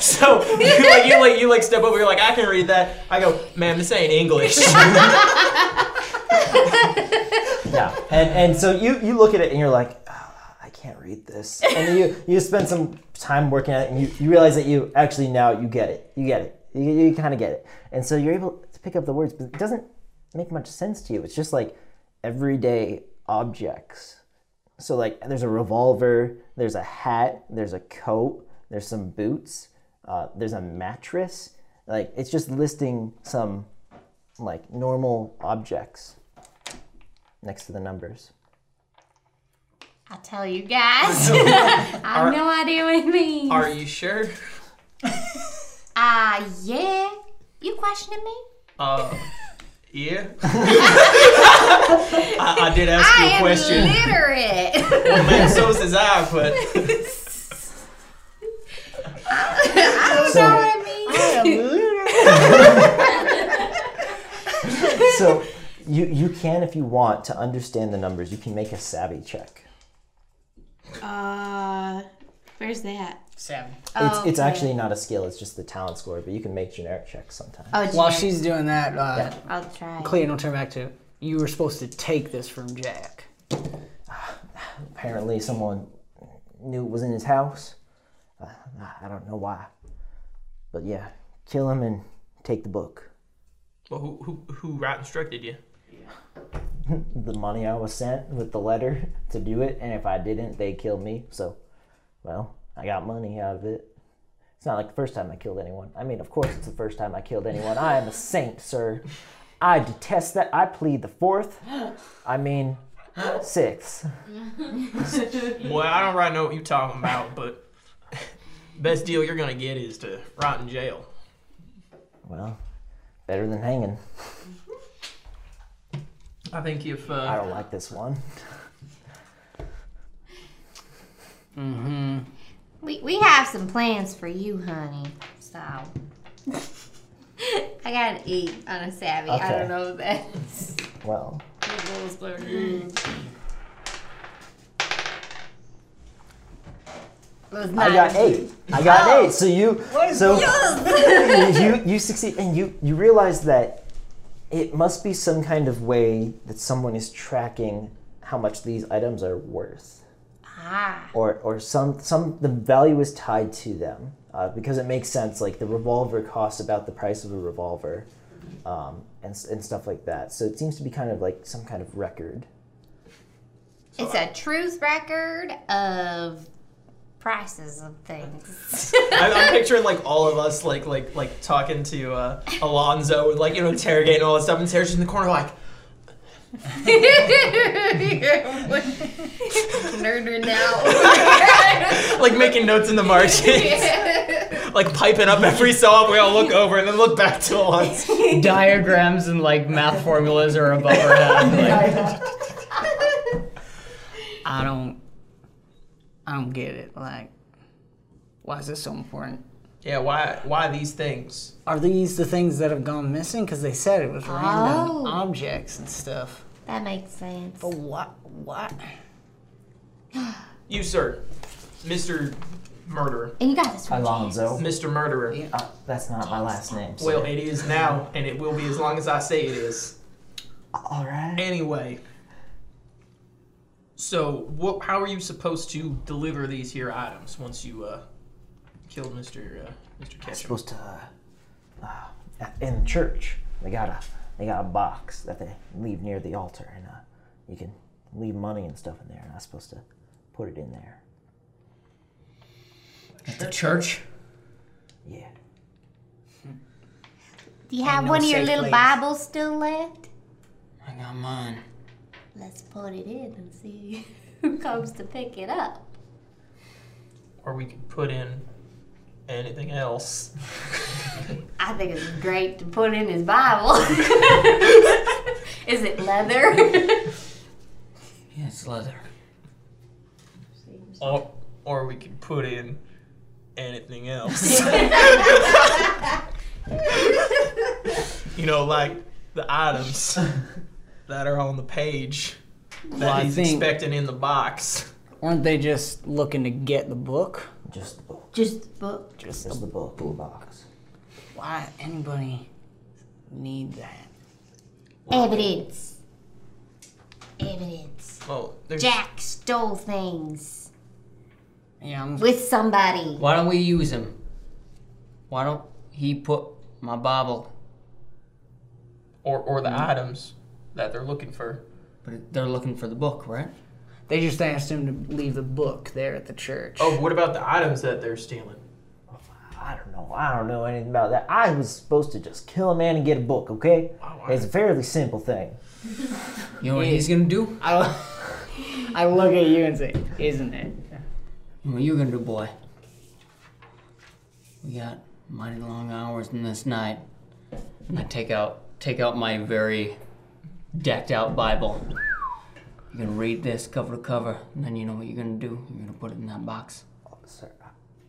[SPEAKER 5] so so you like you like you like step over. You're like I can read that. I go, man, this ain't English.
[SPEAKER 2] yeah, and and so you you look at it and you're like. "Ah, I can't read this and you you spend some time working at it and you, you realize that you actually now you get it you get it you, you kind of get it and so you're able to pick up the words but it doesn't make much sense to you it's just like everyday objects so like there's a revolver there's a hat there's a coat there's some boots uh, there's a mattress like it's just listing some like normal objects next to the numbers.
[SPEAKER 4] I tell you guys, I have no idea what it means.
[SPEAKER 5] Are you sure?
[SPEAKER 4] Ah, yeah. You questioning me?
[SPEAKER 5] Uh, yeah. I, I did ask you
[SPEAKER 4] I
[SPEAKER 5] a
[SPEAKER 4] am
[SPEAKER 5] question.
[SPEAKER 4] literate.
[SPEAKER 5] Man, so is I, but
[SPEAKER 2] So,
[SPEAKER 4] I mean,
[SPEAKER 2] so you you can, if you want, to understand the numbers, you can make a savvy check.
[SPEAKER 8] Uh, where's that?
[SPEAKER 1] Seven.
[SPEAKER 2] It's,
[SPEAKER 4] Oh,
[SPEAKER 2] it's
[SPEAKER 8] okay.
[SPEAKER 2] actually not a skill; it's just the talent score. But you can make generic checks sometimes.
[SPEAKER 4] oh,
[SPEAKER 1] While
[SPEAKER 4] Jack,
[SPEAKER 1] she's doing that, uh,
[SPEAKER 4] I'll try.
[SPEAKER 1] Clayton will turn back to you were supposed to take this from Jack.
[SPEAKER 2] Apparently, someone knew it was in his house. Uh, I don't know why, but yeah, kill him and take the book.
[SPEAKER 5] well, who, who who right instructed you?
[SPEAKER 2] the money I was sent with the letter to do it, and if I didn't, they kill me. So, well, I got money out of it. It's not like the first time I killed anyone. I mean, of course, it's the first time I killed anyone. I am a saint, sir. I detest that. I plead the fourth. I mean, sixth.
[SPEAKER 5] Boy, I don't right know what you're talking about, but best deal you're gonna get is to rot in jail.
[SPEAKER 2] Well, better than hanging.
[SPEAKER 5] I think if
[SPEAKER 2] I
[SPEAKER 5] uh,
[SPEAKER 2] don't like this one.
[SPEAKER 4] We, we have some plans for you, honey. So. I gotta eat on a savvy. I
[SPEAKER 2] Okay.
[SPEAKER 4] don't know if that's.
[SPEAKER 2] Well,
[SPEAKER 4] It was
[SPEAKER 2] I
[SPEAKER 4] not
[SPEAKER 2] got eight. I got eight. So you, so you, you succeed, and you you realize that it must be some kind of way that someone is tracking how much these items are worth,
[SPEAKER 4] Ah,
[SPEAKER 2] or or some some the value is tied to them uh, because it makes sense. Like the revolver costs about the price of a revolver, um, and s- and stuff like that. So it seems to be kind of like some kind of record.
[SPEAKER 4] it's a truth record of prices of things.
[SPEAKER 5] I'm, I'm picturing like all of us like like like talking to uh, Alonzo and like you know interrogating all that stuff, and Sarah's just in the corner like,
[SPEAKER 4] Nerding out.
[SPEAKER 5] like making notes in the margins, like piping up every so often. We all look over and then look back to Alonzo.
[SPEAKER 3] Diagrams and like math formulas are above our head. Like,
[SPEAKER 1] I don't. I don't get it. Like, why is this so important?
[SPEAKER 5] Yeah, why why these things?
[SPEAKER 1] Are these the things that have gone missing? Because they said it was random
[SPEAKER 4] Oh.
[SPEAKER 1] objects and stuff.
[SPEAKER 4] that makes sense.
[SPEAKER 2] Oh.
[SPEAKER 1] What? What?
[SPEAKER 5] You sir, Mister Murderer,
[SPEAKER 4] And you got this one.
[SPEAKER 2] Alonzo.
[SPEAKER 5] Mister Murderer.
[SPEAKER 2] Uh, that's not my last name. sir.
[SPEAKER 5] Well, it is now, and it will be as long as I say it is.
[SPEAKER 2] all right.
[SPEAKER 5] Anyway. So, what? How are you supposed to deliver these here items once you uh, killed Mister uh, Mister Ketchum?
[SPEAKER 2] supposed to uh, uh, in church they got a they got a box that they leave near the altar and uh, you can leave money and stuff in there and i'm supposed to put it in there
[SPEAKER 3] the church.
[SPEAKER 2] yeah
[SPEAKER 4] Do you have
[SPEAKER 1] no
[SPEAKER 4] one of your
[SPEAKER 1] safe
[SPEAKER 4] little
[SPEAKER 1] place.
[SPEAKER 4] Bibles still left?
[SPEAKER 3] I got mine.
[SPEAKER 4] Let's put it in and see who comes to pick it up.
[SPEAKER 5] or we could put in anything else.
[SPEAKER 4] I think it's great to put in his Bible. Is it leather?
[SPEAKER 6] Yeah, it's leather.
[SPEAKER 5] or, or we could put in anything else. you know, like the items that are on the page that
[SPEAKER 1] I
[SPEAKER 5] he's
[SPEAKER 1] think-
[SPEAKER 5] expecting in the box.
[SPEAKER 1] Weren't they just looking to get the book?
[SPEAKER 2] just the book
[SPEAKER 4] Just the book.
[SPEAKER 1] Just
[SPEAKER 2] just the book the box
[SPEAKER 1] why anybody need that?
[SPEAKER 4] Evidence. Evidence.
[SPEAKER 5] Well, there's,
[SPEAKER 4] Jack stole things
[SPEAKER 1] Yeah, I'm
[SPEAKER 4] with somebody.
[SPEAKER 3] Why don't we use him? Why don't he put my Bible?
[SPEAKER 5] or or the items that they're looking for.
[SPEAKER 3] But they're looking for the book, right?
[SPEAKER 1] They just asked him to leave the book there at the church.
[SPEAKER 5] Oh, what about the items that they're stealing?
[SPEAKER 2] i don't know i don't know anything about that i was supposed to just kill a man and get a book okay it's a fairly simple thing
[SPEAKER 3] You know what he's gonna do?
[SPEAKER 1] I, I look at you and say, "Isn't it?"
[SPEAKER 3] What are you gonna do, boy? We got mighty long hours in this night. And I take out take out my very decked out Bible. You can read this cover to cover, and then you know what you're gonna do. You're gonna put it in that box.
[SPEAKER 2] sir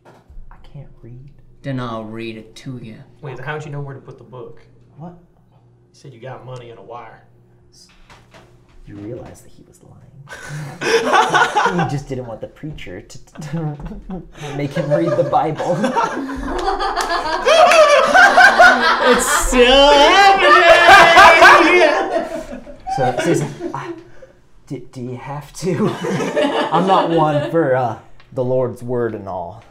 [SPEAKER 2] i, I can't read
[SPEAKER 3] Then I'll read it to you.
[SPEAKER 5] Wait, how'd you know where to put the book?
[SPEAKER 2] what
[SPEAKER 5] You said you got money and a wire.
[SPEAKER 2] you realize that he was lying. he just didn't want the preacher to, to make him read the Bible.
[SPEAKER 1] Still
[SPEAKER 2] So Susan, I, do, do you have to? I'm not one for uh, the Lord's word and all.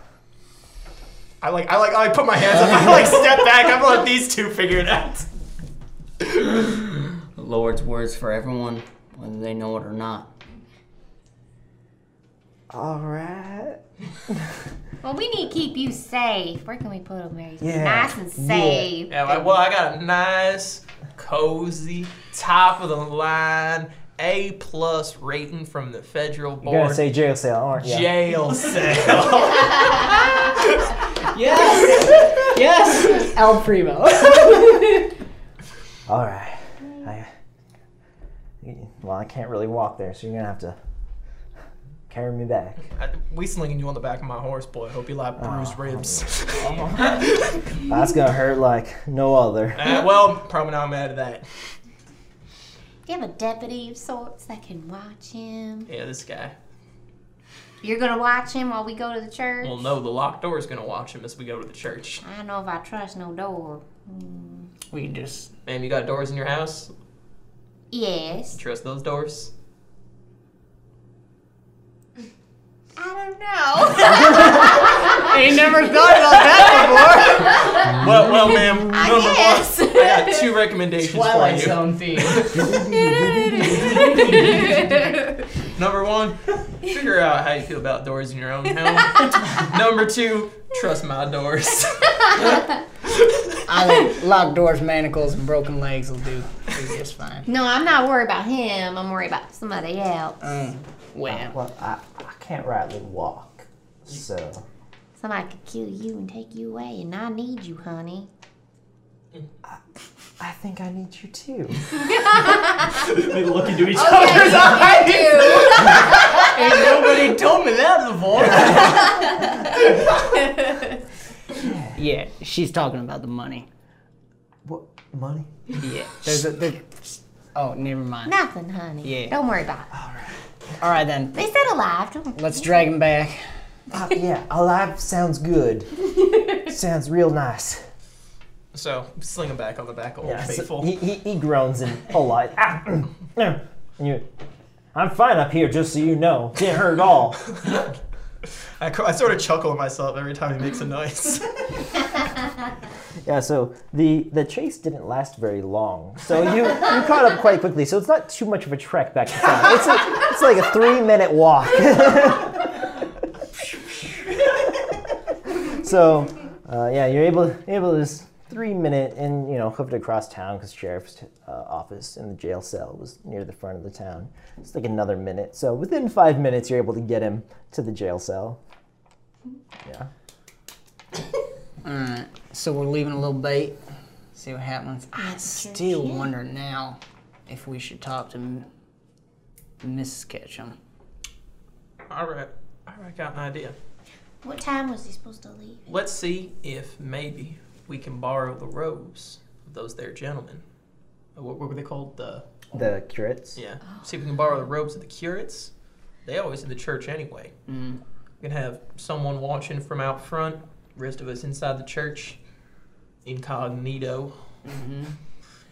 [SPEAKER 5] I like, I like, I like put my hands up. I like step back. I'm gonna let these two figure it out.
[SPEAKER 3] The Lord's words for everyone, whether they know it or not.
[SPEAKER 2] All right.
[SPEAKER 4] Well, we need to keep you safe. Where can we put him where he's
[SPEAKER 2] Yeah.
[SPEAKER 4] nice and safe?
[SPEAKER 5] Yeah, like, well, I got a nice, cozy, top of the line, A plus rating from the federal
[SPEAKER 2] You're gonna
[SPEAKER 5] board.
[SPEAKER 2] say jail cell, aren't you?
[SPEAKER 5] Jail cell.
[SPEAKER 9] Yes! yes! El Primo.
[SPEAKER 2] All right. I, well, I can't really walk there, so you're gonna have to carry me back.
[SPEAKER 5] I- we slinging you on the back of my horse, boy. Hope you like bruised ribs.
[SPEAKER 2] That's gonna hurt like no other.
[SPEAKER 5] Uh, well, probably not mad at that.
[SPEAKER 4] Do you have a deputy of sorts that can watch him?
[SPEAKER 5] Yeah, this guy.
[SPEAKER 4] You're gonna watch him while we go to the church?
[SPEAKER 5] Well, no, the locked door is gonna watch him as we go to the church.
[SPEAKER 4] I don't know if I trust no door.
[SPEAKER 9] we just.
[SPEAKER 5] Ma'am, you got doors in your house?
[SPEAKER 4] Yes.
[SPEAKER 5] Trust those doors?
[SPEAKER 4] I don't know.
[SPEAKER 9] I never thought about that before!
[SPEAKER 5] Well, well, ma'am. Number one,
[SPEAKER 4] yes.
[SPEAKER 5] I got two recommendations for
[SPEAKER 9] Twilight
[SPEAKER 5] you.
[SPEAKER 9] Zone theme.
[SPEAKER 5] Number one, figure out how you feel about doors in your own home. Number two, trust my doors.
[SPEAKER 9] I think locked doors, manacles, and broken legs will do do just fine.
[SPEAKER 4] no, I'm not worried about him. I'm worried about somebody else.
[SPEAKER 9] Well,
[SPEAKER 2] Well, I, I can't rightly walk, so
[SPEAKER 4] Somebody could kill you and take you away, and I need you, honey.
[SPEAKER 2] I think I need you too.
[SPEAKER 5] they look into each other.
[SPEAKER 9] I do. and nobody told me that before. yeah, she's talking about the money.
[SPEAKER 2] What money?
[SPEAKER 9] Yeah, there's a. There, oh, never mind.
[SPEAKER 4] Nothing, honey.
[SPEAKER 9] Yeah.
[SPEAKER 4] Don't worry about it.
[SPEAKER 9] All right then,
[SPEAKER 4] They said alive. Don't
[SPEAKER 9] let's drag him back.
[SPEAKER 2] Uh, yeah, alive sounds good. sounds real nice.
[SPEAKER 5] So sling him back on the back of Old
[SPEAKER 2] Yeah, so
[SPEAKER 5] Faithful.
[SPEAKER 2] he, he, he groans in polite. Ah, mm, mm, you- I'm fine up here, just so you know. Didn't hurt at all.
[SPEAKER 5] I, cr- I sort of chuckle at myself every time he makes a noise.
[SPEAKER 2] Yeah, so the, the chase didn't last very long. So you, you caught up quite quickly, so it's not too much of a trek back to town. It's, a, it's like a three minute walk. so, uh, yeah, you're able, able to just three minute and, you know, hoofed across town because sheriff's uh, office and the jail cell was near the front of the town. It's like another minute. So within five minutes, you're able to get him to the jail cell. Yeah.
[SPEAKER 9] All right, so we're leaving a little bait. See what happens. I still wonder now if we should talk to M- Mrs. Ketchum.
[SPEAKER 5] all right, all right, got an idea.
[SPEAKER 4] What time was he supposed to leave?
[SPEAKER 5] Let's see if maybe we can borrow the robes of those there gentlemen. Uh, What, what were they called? The
[SPEAKER 2] The curates.
[SPEAKER 5] yeah. See if we can borrow the robes of the curates. They always in the church anyway. We can have someone watching from out front. Rest of us inside the church, incognito.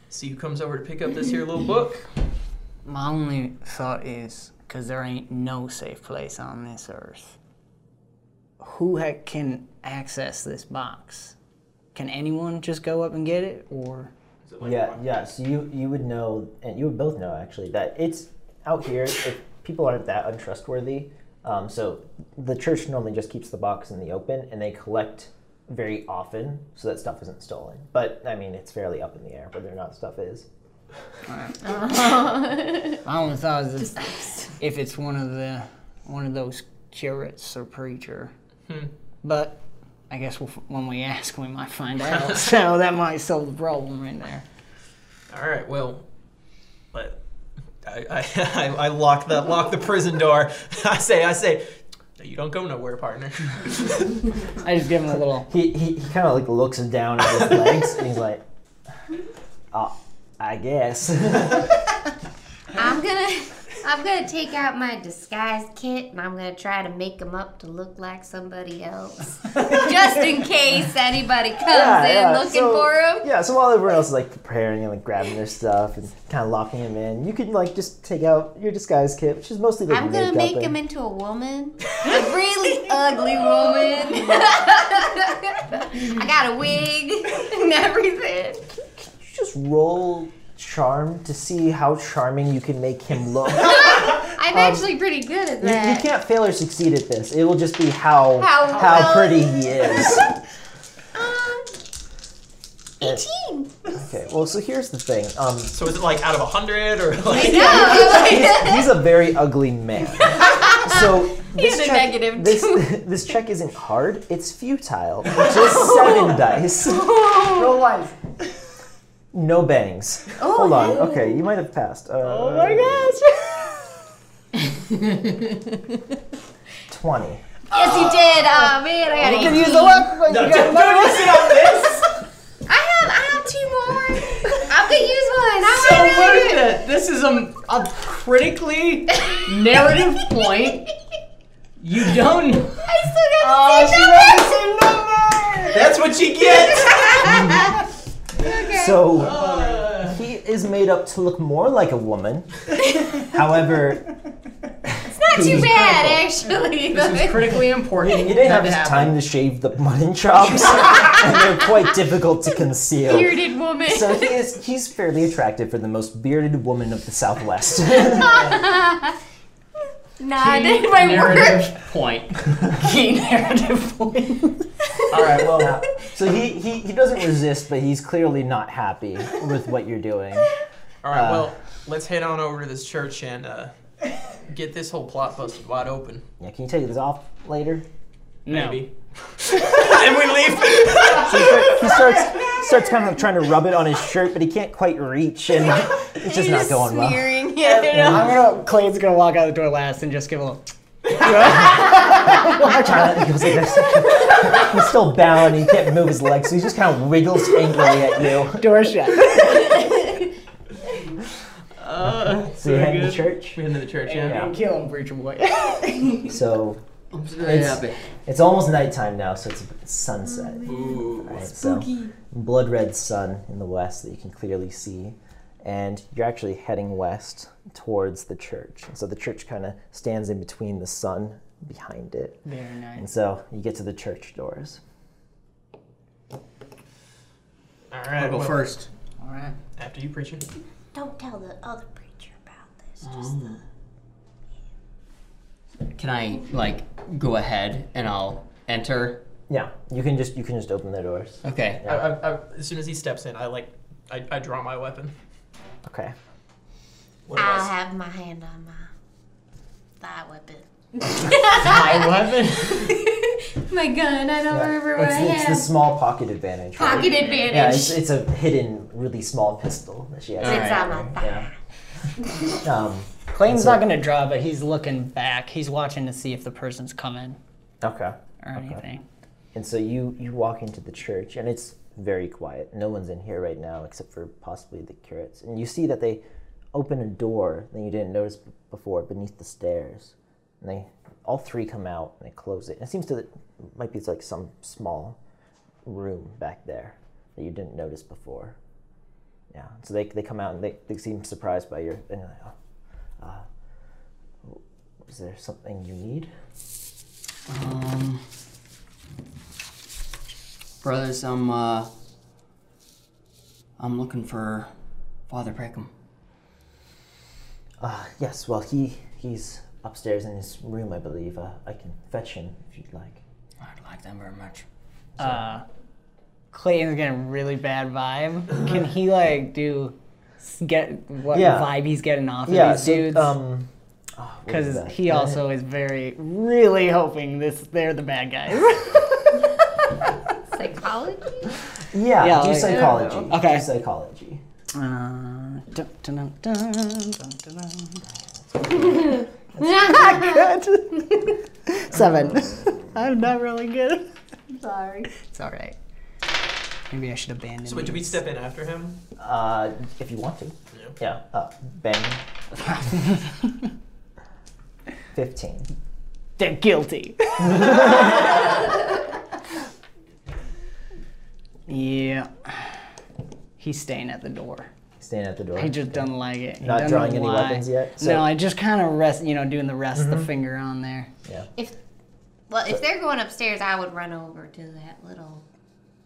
[SPEAKER 5] See who comes over to pick up this here little book.
[SPEAKER 9] My only thought is because there ain't no safe place on this earth. Who ha- can access this box? Can anyone just go up and get it, or
[SPEAKER 2] Yeah, yeah. So you you would know, and you would both know actually that it's out here. If people aren't that untrustworthy, um, so the church normally just keeps the box in the open, and they collect very often so that stuff isn't stolen. But I mean, it's fairly up in the air whether or not stuff is.
[SPEAKER 9] my only thought is if, if it's one of the one of those curates or preacher. But I guess we'll, f- when we ask, we might find out. so that might solve the problem right there.
[SPEAKER 5] All right. Well, but I I, I, I lock the lock the prison door. I say I say, you don't go nowhere, partner.
[SPEAKER 9] I just give him a little.
[SPEAKER 2] He he, he kind of like looks down at his legs, and he's like, oh, I guess.
[SPEAKER 4] I'm gonna I'm gonna take out my disguise kit and I'm gonna try to make him up to look like somebody else. Just in case anybody comes in looking
[SPEAKER 2] so-
[SPEAKER 4] for him.
[SPEAKER 2] Yeah, so while everyone else is like preparing and like grabbing their stuff and kind of locking him in, you can like just take out your disguise kit, which is mostly like
[SPEAKER 4] I'm gonna
[SPEAKER 2] makeup
[SPEAKER 4] make him
[SPEAKER 2] and-
[SPEAKER 4] into a woman. A really ugly woman. I got a wig and everything.
[SPEAKER 2] You just roll charm to see how charming you can make him look. you,
[SPEAKER 4] I'm actually pretty good at
[SPEAKER 2] you
[SPEAKER 4] that.
[SPEAKER 2] can't fail or succeed at this. It will just be how
[SPEAKER 4] How well-
[SPEAKER 2] pretty he is.
[SPEAKER 4] um, 18.
[SPEAKER 2] okay. Well, so here's the thing. Um,
[SPEAKER 5] So is it like out of a hundred or like?
[SPEAKER 2] he's a very ugly man. So this
[SPEAKER 4] He's a
[SPEAKER 2] check,
[SPEAKER 4] negative
[SPEAKER 2] this,
[SPEAKER 4] two.
[SPEAKER 2] this check isn't hard. It's futile. Just seven dice.
[SPEAKER 1] Roll life.
[SPEAKER 2] No bangs.
[SPEAKER 4] Oh,
[SPEAKER 2] Hold on.
[SPEAKER 4] hey.
[SPEAKER 2] Okay, you might have passed. Uh, oh
[SPEAKER 1] my
[SPEAKER 2] Twenty.
[SPEAKER 4] Yes, you did. Oh man, I gotta
[SPEAKER 1] Can
[SPEAKER 4] use
[SPEAKER 1] use the luck, but you got bonus.
[SPEAKER 4] I have, I have two more. I'm gonna use one. I
[SPEAKER 3] So
[SPEAKER 4] wanna
[SPEAKER 3] what
[SPEAKER 4] do
[SPEAKER 3] is
[SPEAKER 4] it.
[SPEAKER 3] it? This is Oh, a, a critically narrative point. You don't.
[SPEAKER 4] I still got the same number.
[SPEAKER 5] That's what you get.
[SPEAKER 2] So he is made up to look more like a woman. However,
[SPEAKER 4] Not too bad, actually.
[SPEAKER 3] This is critically important.
[SPEAKER 2] he didn't have
[SPEAKER 3] that to
[SPEAKER 2] his
[SPEAKER 3] happen.
[SPEAKER 2] time to shave the mutton chops, and they're quite difficult to conceal.
[SPEAKER 4] bearded woman.
[SPEAKER 2] So he is he's fairly attractive for the most bearded woman of the Southwest.
[SPEAKER 4] nah, I did my work.
[SPEAKER 3] narrative point. Key narrative point.
[SPEAKER 2] Alright, well so he, he, he doesn't resist, but he's clearly not happy with what you're doing.
[SPEAKER 5] All right, well, let's head on over to this church and uh, get this whole plot busted wide open.
[SPEAKER 2] Yeah, can you take this off later?
[SPEAKER 5] Maybe. and we leave.
[SPEAKER 2] He starts starts kind of trying to rub it on his shirt, but he can't quite reach and it's just not going well.
[SPEAKER 4] Smearing. Yeah, you know.
[SPEAKER 1] I'm gonna. Clayton's gonna walk out the door last and just give a little.
[SPEAKER 2] Trying to- he goes like this. he's still bound and he can't move his legs, so he just kind of wiggles angrily at you.
[SPEAKER 1] Door shut.
[SPEAKER 2] So you head to church.
[SPEAKER 5] We head to the church, yeah.
[SPEAKER 1] And kill him, preacher boy.
[SPEAKER 2] So
[SPEAKER 3] I'm just very
[SPEAKER 2] It's-
[SPEAKER 3] happy.
[SPEAKER 2] It's almost nighttime now, so it's it's sunset. Right, so blood red sun in the west that you can clearly see, and you're actually heading west towards the church. And so the church kind of stands in between the sun behind it,
[SPEAKER 1] Very nice.
[SPEAKER 2] and so you get to the church doors.
[SPEAKER 5] All right,
[SPEAKER 3] I'll go
[SPEAKER 5] well,
[SPEAKER 3] first. All right.
[SPEAKER 5] After you, preacher.
[SPEAKER 4] Don't tell the other preacher about this.
[SPEAKER 3] Can I like go ahead and I'll enter?
[SPEAKER 2] Yeah, you can just you can just open the doors.
[SPEAKER 3] Okay.
[SPEAKER 5] I, I, I, as soon as he steps in, I like, I, I draw my weapon.
[SPEAKER 2] Okay.
[SPEAKER 5] What do I
[SPEAKER 4] I'll
[SPEAKER 5] say?
[SPEAKER 4] have my hand on my thigh weapon.
[SPEAKER 3] My weapon.
[SPEAKER 4] Oh
[SPEAKER 8] My gun, I don't remember what I
[SPEAKER 2] It's, it's the
[SPEAKER 8] had.
[SPEAKER 2] small pocket advantage. right?
[SPEAKER 4] Pocket advantage.
[SPEAKER 2] Yeah, it's, it's a hidden, really small pistol that she has.
[SPEAKER 4] It's on my thigh.
[SPEAKER 2] Um,
[SPEAKER 1] Clayton's not gonna draw, but he's looking back. He's watching to see if the person's coming
[SPEAKER 2] okay.
[SPEAKER 1] or anything.
[SPEAKER 2] And so you you walk into the church, and it's very quiet. No one's in here right now except for possibly the curates. And you see that they open a door that you didn't notice b- before beneath the stairs, and they all three come out and they close it. And it seems to might be like some small room back there that you didn't notice before. Yeah. So they they come out and they, they seem surprised by your. And you're like, oh, uh, is there something you need?
[SPEAKER 3] Um, brothers, I'm uh, I'm looking for Father Peckham.
[SPEAKER 2] Uh, yes, well, he he's upstairs in his room, I believe. Uh, I can fetch him if you'd like.
[SPEAKER 3] I'd like them very much.
[SPEAKER 1] Uh, Clayton's getting a really bad vibe. Can he like do s- get what
[SPEAKER 2] Yeah.
[SPEAKER 1] vibe he's getting off
[SPEAKER 2] yeah,
[SPEAKER 1] of these dudes?
[SPEAKER 2] um, oh, what is
[SPEAKER 1] because
[SPEAKER 2] that?
[SPEAKER 1] he also is very really hoping this they're the bad guys.
[SPEAKER 4] Psychology?
[SPEAKER 2] yeah,
[SPEAKER 1] yeah,
[SPEAKER 2] do
[SPEAKER 1] like- oh,
[SPEAKER 2] psychology.
[SPEAKER 1] Okay.
[SPEAKER 2] do psychology.
[SPEAKER 1] uh, dun, dun, dun, dun, dun, dun, dun. good. Seven. I'm not really good.
[SPEAKER 4] Sorry.
[SPEAKER 1] It's all right. Maybe I should abandon.
[SPEAKER 5] So wait, do we
[SPEAKER 1] these.
[SPEAKER 5] step in after him?
[SPEAKER 2] Uh, if you want to. Yeah. Uh, bang. Fifteen.
[SPEAKER 1] They're guilty. yeah. He's staying at the door.
[SPEAKER 2] Stand at the door.
[SPEAKER 1] He just doesn't like it. He
[SPEAKER 2] Not
[SPEAKER 1] doesn't
[SPEAKER 2] drawing
[SPEAKER 1] know
[SPEAKER 2] any
[SPEAKER 1] why.
[SPEAKER 2] weapons yet, so-
[SPEAKER 1] No, I just kind of rest, you know, doing the rest of the finger on there.
[SPEAKER 4] If well, if they're going upstairs, I would run over to that little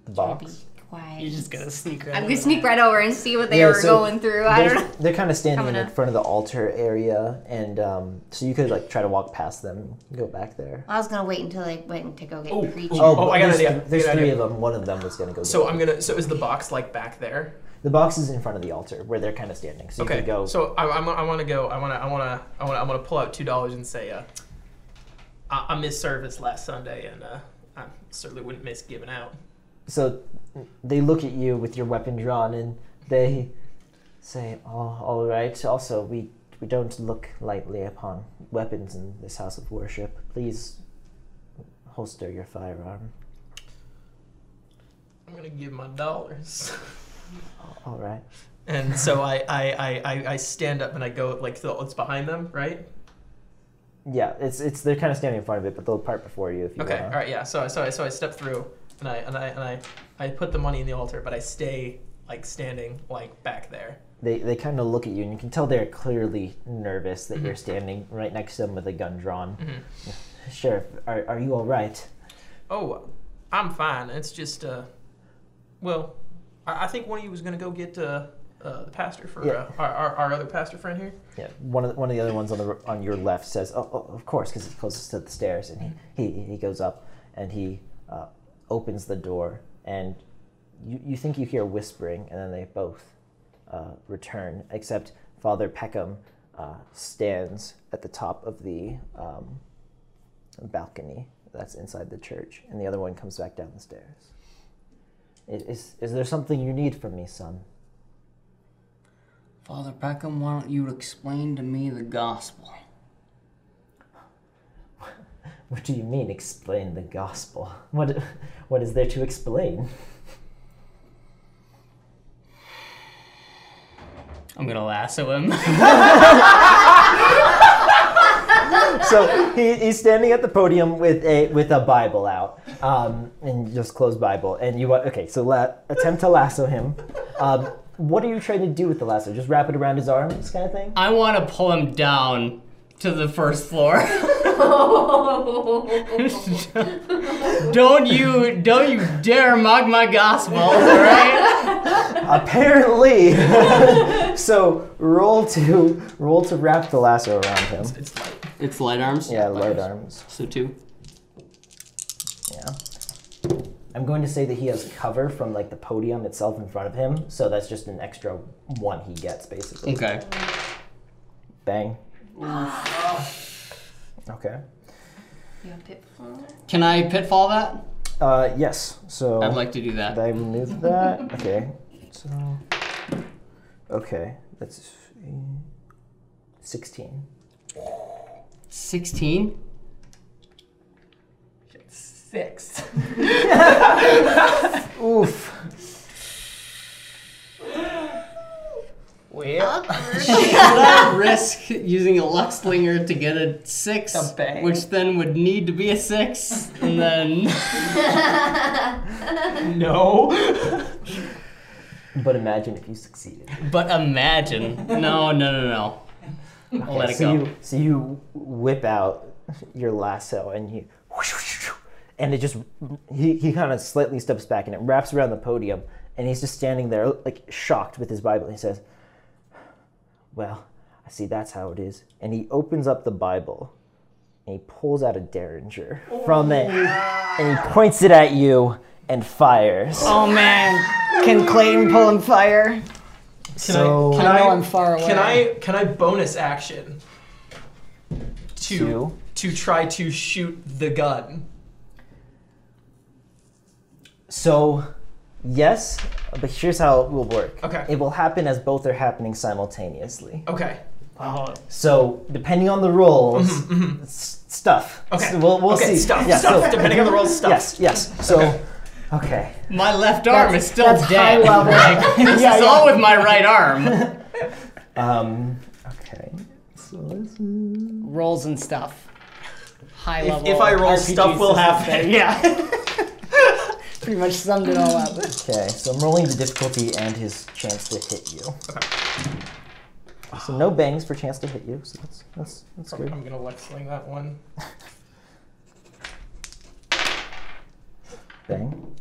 [SPEAKER 2] the box.
[SPEAKER 4] quiet.
[SPEAKER 1] You're just gonna sneak right. over
[SPEAKER 4] I'm gonna
[SPEAKER 1] there.
[SPEAKER 4] sneak right over and see what they
[SPEAKER 2] Yeah,
[SPEAKER 4] were
[SPEAKER 2] so
[SPEAKER 4] going through. I don't
[SPEAKER 2] They're-
[SPEAKER 4] know.
[SPEAKER 2] They're kind of standing
[SPEAKER 4] Coming
[SPEAKER 2] in
[SPEAKER 4] up.
[SPEAKER 2] front of the altar area, and um, so you could like try to walk past them, and go back there.
[SPEAKER 4] I was gonna wait until they went to go get
[SPEAKER 5] Oh,
[SPEAKER 4] preached.
[SPEAKER 5] oh,
[SPEAKER 2] but
[SPEAKER 5] I got an
[SPEAKER 2] there's-
[SPEAKER 5] idea.
[SPEAKER 2] There's
[SPEAKER 5] Good
[SPEAKER 2] three
[SPEAKER 5] idea.
[SPEAKER 2] of them. One of them was gonna go.
[SPEAKER 5] So
[SPEAKER 2] get
[SPEAKER 5] I'm gonna. So is the box like back there?
[SPEAKER 2] it. the box is in front of the altar where they're kind of standing. So you
[SPEAKER 5] Okay.
[SPEAKER 2] could go.
[SPEAKER 5] So I, I'm, I want to go. I want to. I want to. I want. to I want to pull out two dollars and say, uh, I, I missed service last Sunday, and uh, I certainly wouldn't miss giving out.
[SPEAKER 2] so they look at you with your weapon drawn and they say oh, all right also we we don't look lightly upon weapons in this house of worship please holster your firearm
[SPEAKER 5] I'm gonna give my dollars.
[SPEAKER 2] all right
[SPEAKER 5] And so I, I, I, I, I stand up and I go like so it's behind them, right?
[SPEAKER 2] yeah it's it's they're kind of standing in front of it but they'll part before you if you
[SPEAKER 5] Okay.
[SPEAKER 2] want
[SPEAKER 5] All right. Yeah. So I so I so I step through and I and I and I I put the money in the altar, but I stay like standing like back there.
[SPEAKER 2] they they kind of look at you and you can tell they're clearly nervous that you're standing right next to them with a gun drawn sheriff are, are you all right
[SPEAKER 5] Oh, I'm fine. It's just uh, well, I, I think one of you was gonna go get uh, uh the pastor for
[SPEAKER 2] Yeah.
[SPEAKER 5] uh, our, our our other pastor friend here.
[SPEAKER 2] Yeah, one of the, one of the other ones on the on your left says, "Oh, oh of course," because it's closest to the stairs, and he he, he goes up and he uh, opens the door, and you you think you hear whispering, and then they both uh, return, except Father Peckham uh, stands at the top of the um, balcony that's inside the church, and the other one comes back down the stairs. "I- Is is there something you need from me, son?
[SPEAKER 1] Father Peckham, why don't you explain to me the gospel?
[SPEAKER 2] What do you mean, explain the gospel? What, what is there to explain?
[SPEAKER 3] I'm gonna lasso him.
[SPEAKER 2] So he, he's standing at the podium with a with a Bible out, um, and just closed Bible. And you wa- okay? So la- attempt to lasso him. Um, what are you trying to do with the lasso? Just wrap it around his arm, this kind of thing.
[SPEAKER 3] I want to pull him down to the first floor. don't you don't you dare mock my gospel, all right?
[SPEAKER 2] Apparently. so roll to roll to wrap the lasso around him.
[SPEAKER 5] It's light.
[SPEAKER 3] It's light arms.
[SPEAKER 2] Yeah, light arms.
[SPEAKER 3] So two.
[SPEAKER 2] Yeah. I'm going to say that he has cover from like the podium itself in front of him, so that's just an extra one he gets basically.
[SPEAKER 3] Okay.
[SPEAKER 2] Bang. okay.
[SPEAKER 4] You have pitfall?
[SPEAKER 3] Can I pitfall that?
[SPEAKER 2] Uh, yes. So
[SPEAKER 3] I'd like to do that.
[SPEAKER 2] I remove that. Okay. So okay, that's sixteen.
[SPEAKER 3] Sixteen.
[SPEAKER 5] Six.
[SPEAKER 2] Oof.
[SPEAKER 1] Well,
[SPEAKER 3] Would I risk using a luck slinger to get a six,
[SPEAKER 5] A bang.
[SPEAKER 3] which then would need to be a six, and then
[SPEAKER 5] No.
[SPEAKER 2] But imagine if you succeeded.
[SPEAKER 3] but imagine. No, no, no, no. I'll let it
[SPEAKER 2] so
[SPEAKER 3] go.
[SPEAKER 2] you so you whip out your lasso and you and it just he, he kind of slightly steps back and it wraps around the podium and he's just standing there like shocked with his bible he says well i see that's how it is and he opens up the bible and he pulls out a derringer from it and he points it at you and fires
[SPEAKER 1] oh man, can Clayton pull and fire?
[SPEAKER 5] Can
[SPEAKER 2] So-
[SPEAKER 5] I, can
[SPEAKER 1] I
[SPEAKER 5] I,
[SPEAKER 1] know I'm far away.
[SPEAKER 5] Can I can I bonus action to
[SPEAKER 2] Two.
[SPEAKER 5] to try to shoot the gun?
[SPEAKER 2] So, yes, but here's how it will work.
[SPEAKER 5] Okay.
[SPEAKER 2] It will happen as both are happening simultaneously.
[SPEAKER 5] Okay.
[SPEAKER 2] So, depending on the roles, s- stuff.
[SPEAKER 5] Mm-hmm, Okay.
[SPEAKER 2] So we'll we'll
[SPEAKER 5] okay,
[SPEAKER 2] see.
[SPEAKER 5] Stuff.
[SPEAKER 2] Yeah,
[SPEAKER 5] stuff.
[SPEAKER 2] so-
[SPEAKER 5] depending on the rolls, stuff.
[SPEAKER 2] Yes. Yes. So, okay.
[SPEAKER 3] My left arm is still
[SPEAKER 1] that's high
[SPEAKER 3] dead.
[SPEAKER 1] level.
[SPEAKER 3] Like, this
[SPEAKER 2] Yeah,
[SPEAKER 3] is
[SPEAKER 2] yeah.
[SPEAKER 3] all with my right arm.
[SPEAKER 2] Um. Okay. So let's.
[SPEAKER 1] Rolls and stuff. High
[SPEAKER 5] If,
[SPEAKER 1] level.
[SPEAKER 5] if I roll,
[SPEAKER 1] RPG
[SPEAKER 5] stuff will
[SPEAKER 1] system
[SPEAKER 5] happen.
[SPEAKER 1] thing. Yeah. Pretty much summed it all up.
[SPEAKER 2] Okay. So I'm rolling the difficulty and his chance to hit you.
[SPEAKER 5] Okay.
[SPEAKER 2] So no bangs for chance to hit you. So that's that's that's good.
[SPEAKER 5] I'm gonna left sling that one.
[SPEAKER 2] Bang.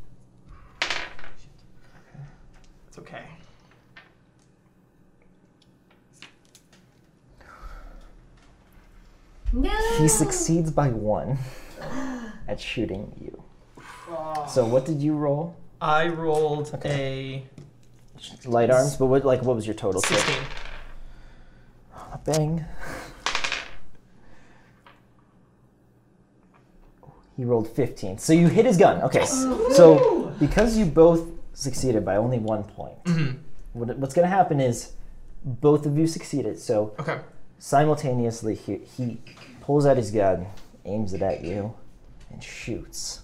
[SPEAKER 10] No.
[SPEAKER 2] He succeeds by one at shooting you. So what did you roll?
[SPEAKER 5] I rolled
[SPEAKER 2] Light arms, but what like what was your total?
[SPEAKER 5] a 16.
[SPEAKER 2] Bang. He rolled 15. So you hit his gun. Okay. So because you both succeeded by only one point, what, what's going to happen is both of you succeeded. So
[SPEAKER 5] Okay.
[SPEAKER 2] simultaneously, he, he pulls out his gun, aims it at you, and shoots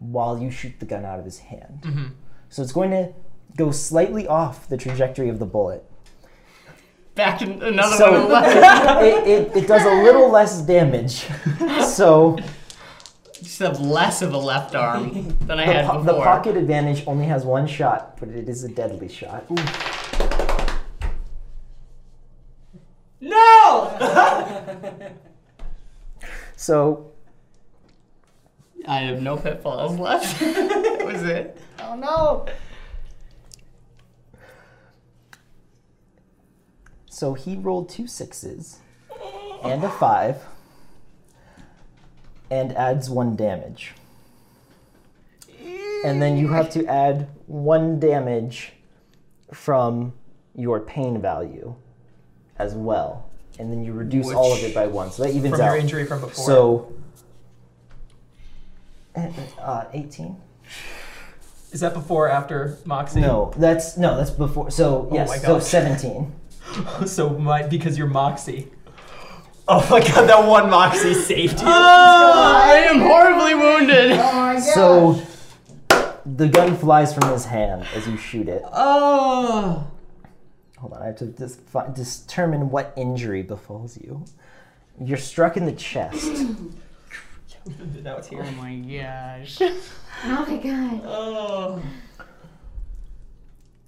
[SPEAKER 2] while you shoot the gun out of his hand. So it's going to go slightly off the trajectory of the bullet
[SPEAKER 3] Back in another
[SPEAKER 2] So-
[SPEAKER 3] one. left.
[SPEAKER 2] it, it, it does a little less damage. So
[SPEAKER 3] just have less of a left arm than I
[SPEAKER 2] the,
[SPEAKER 3] had
[SPEAKER 2] po-
[SPEAKER 3] before.
[SPEAKER 2] the pocket advantage only has one shot, but it is a deadly shot.
[SPEAKER 5] No!
[SPEAKER 2] So
[SPEAKER 3] I have no pitfalls left. that was it. Oh no.
[SPEAKER 2] so he rolled two sixes and a five, and adds one damage. And then you have to add one damage from your pain value as well. And then you reduce all of it by one. So that evens
[SPEAKER 5] From
[SPEAKER 2] out.
[SPEAKER 5] your injury from before.
[SPEAKER 2] So, uh, 18?
[SPEAKER 5] Is that before or after Moxie?
[SPEAKER 2] No, that's no, that's before. So
[SPEAKER 5] Oh my
[SPEAKER 2] yes, so
[SPEAKER 5] gosh.
[SPEAKER 2] 17.
[SPEAKER 5] So my, because you're Moxie.
[SPEAKER 2] Oh my god, that one moxie saved you.
[SPEAKER 3] I am horribly wounded.
[SPEAKER 2] So the gun flies from his hand as you shoot it.
[SPEAKER 5] Oh.
[SPEAKER 2] Hold on, I have to dis- fi- determine what injury befalls you. You're struck in the chest.
[SPEAKER 5] Now it's here.
[SPEAKER 3] Oh my gosh.
[SPEAKER 10] Oh my god.
[SPEAKER 5] Oh.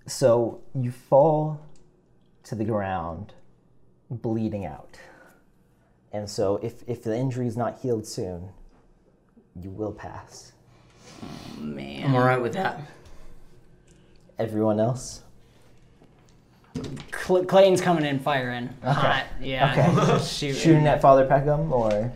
[SPEAKER 2] So you fall to the ground, bleeding out. And so, if, if the injury is not healed soon, you will pass.
[SPEAKER 3] I'm alright with that.
[SPEAKER 2] Everyone else?
[SPEAKER 9] Cl- Clayton's coming in firing. Hot. Yeah. Shoot.
[SPEAKER 2] Shooting at Father Peckham, or?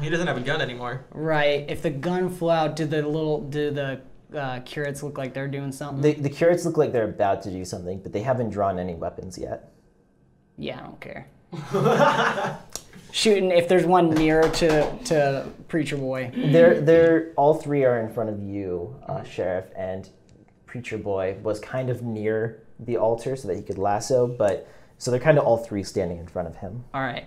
[SPEAKER 5] He doesn't have a gun anymore.
[SPEAKER 9] Right. If the gun flew out, do the little do the uh, curates look like they're doing something?
[SPEAKER 2] The, the curates look like they're about to do something, but they haven't drawn any weapons yet.
[SPEAKER 9] yeah, I don't care. Shooting. If there's one nearer to to preacher boy,
[SPEAKER 2] They're they're all three are in front of you, uh, sheriff, and preacher boy was kind of near the altar so that he could lasso, but so they're kind of all three standing in front of him.
[SPEAKER 9] all right.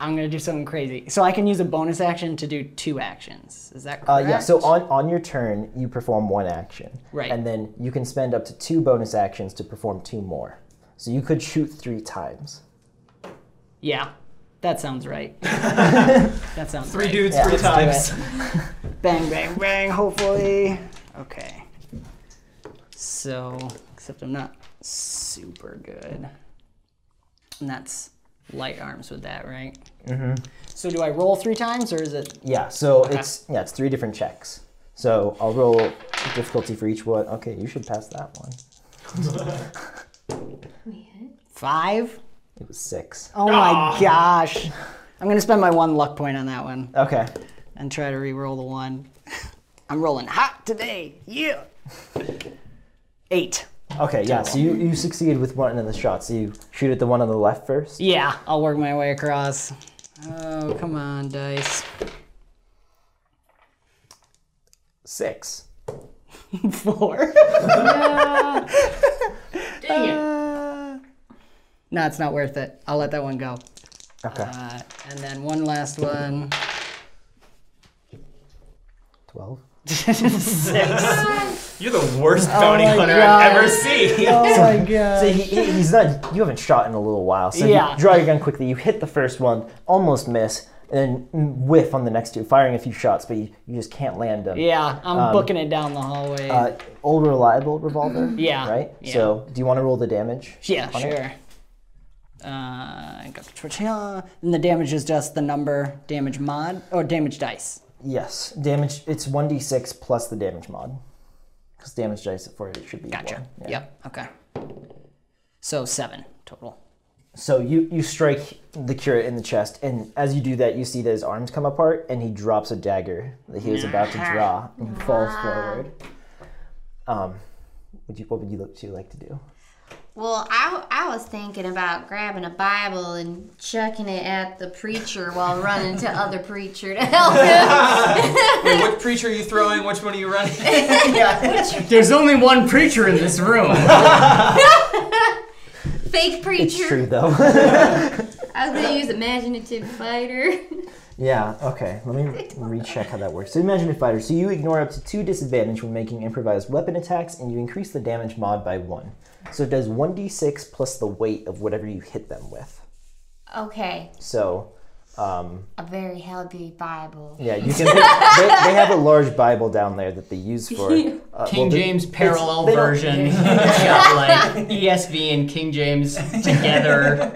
[SPEAKER 9] I'm gonna do something crazy. So I can use a bonus action to do two actions. Is that
[SPEAKER 2] Uh,
[SPEAKER 9] correct?
[SPEAKER 2] yeah. So on on your turn, you perform one action,
[SPEAKER 9] Right.
[SPEAKER 2] And then you can spend up to two bonus actions to perform two more. So you could shoot three times.
[SPEAKER 9] Yeah, that sounds right. that sounds
[SPEAKER 5] Three
[SPEAKER 9] right.
[SPEAKER 5] dudes,
[SPEAKER 2] Yeah,
[SPEAKER 5] three
[SPEAKER 2] let's do
[SPEAKER 5] times.
[SPEAKER 9] Bang, bang, bang, hopefully. Okay. So, except I'm not super good. And that's light arms with that, right? Mm-hmm. So do I roll three times or is it
[SPEAKER 2] Yeah. So it's yeah, it's three different checks. So I'll roll difficulty for each one. Okay, you should pass that one.
[SPEAKER 9] five?
[SPEAKER 2] It was six. Ah!
[SPEAKER 9] Oh my
[SPEAKER 1] Ah.
[SPEAKER 9] gosh. I'm gonna spend my one luck point on that one
[SPEAKER 2] Okay.
[SPEAKER 9] and try to re-roll the one. I'm rolling hot today. Yeah. Eight.
[SPEAKER 2] Okay, yeah, so you, you succeed with one of the shots. So you shoot at the one on the left first.
[SPEAKER 9] Yeah, I'll work my way across. Oh, come on, dice.
[SPEAKER 2] Six.
[SPEAKER 9] Four.
[SPEAKER 3] Dang it.
[SPEAKER 9] No, Uh, it's not worth it. I'll let that one go.
[SPEAKER 2] Okay.
[SPEAKER 9] Uh, and then one last one.
[SPEAKER 2] Twelve.
[SPEAKER 5] You're the worst bounty
[SPEAKER 9] my
[SPEAKER 5] hunter
[SPEAKER 9] God.
[SPEAKER 5] I've ever seen.
[SPEAKER 9] Oh my god.
[SPEAKER 2] So he, he- he's not, you haven't shot in a little while. So
[SPEAKER 9] Yeah.
[SPEAKER 2] you draw your gun quickly, you hit the first one, almost miss, and then whiff on the next two, firing a few shots, but you, you just can't land them.
[SPEAKER 9] Yeah, I'm booking it down the hallway.
[SPEAKER 2] Um, Uh, old reliable revolver.
[SPEAKER 9] Yeah,
[SPEAKER 2] Right?
[SPEAKER 9] yeah.
[SPEAKER 2] So do you want to roll the damage?
[SPEAKER 9] yeah,
[SPEAKER 2] on it?
[SPEAKER 9] sure. Uh, I got the tortilla. And the damage is just the number damage mod or damage dice.
[SPEAKER 2] Yes. Damage, it's 1d6 plus the damage mod. Because damage dice for it should be.
[SPEAKER 9] Gotcha.
[SPEAKER 2] One. Yeah.
[SPEAKER 9] Yep. Okay. So seven total.
[SPEAKER 2] So you, you strike the curate in the chest, and as you do that, you see that his arms come apart, and he drops a dagger that he was about to draw and he falls forward. Um, would you, what would you look to like to do?
[SPEAKER 4] Well, I, I was thinking about grabbing a Bible and chucking it at the preacher while running to other preacher to help him.
[SPEAKER 5] Wait, what preacher are you throwing? Which one are you running?
[SPEAKER 1] There's only one preacher in this room.
[SPEAKER 4] Fake
[SPEAKER 2] It's
[SPEAKER 4] preacher.
[SPEAKER 2] true though.
[SPEAKER 4] I was gonna use imaginative fighter.
[SPEAKER 2] yeah. Okay. Let me recheck how that works. So imagine if fighter. So you ignore up to two disadvantage when making improvised weapon attacks, and you increase the damage mod by one. So it does one d six plus the weight of whatever you hit them with.
[SPEAKER 4] Okay,
[SPEAKER 2] So. Um,
[SPEAKER 4] a very heavy Bible.
[SPEAKER 2] Yeah, you can. they, they have a large Bible down there that they use for uh,
[SPEAKER 3] King
[SPEAKER 2] well, the-
[SPEAKER 3] James parallel
[SPEAKER 2] they don't-
[SPEAKER 3] version. It's got like ESV and King James together.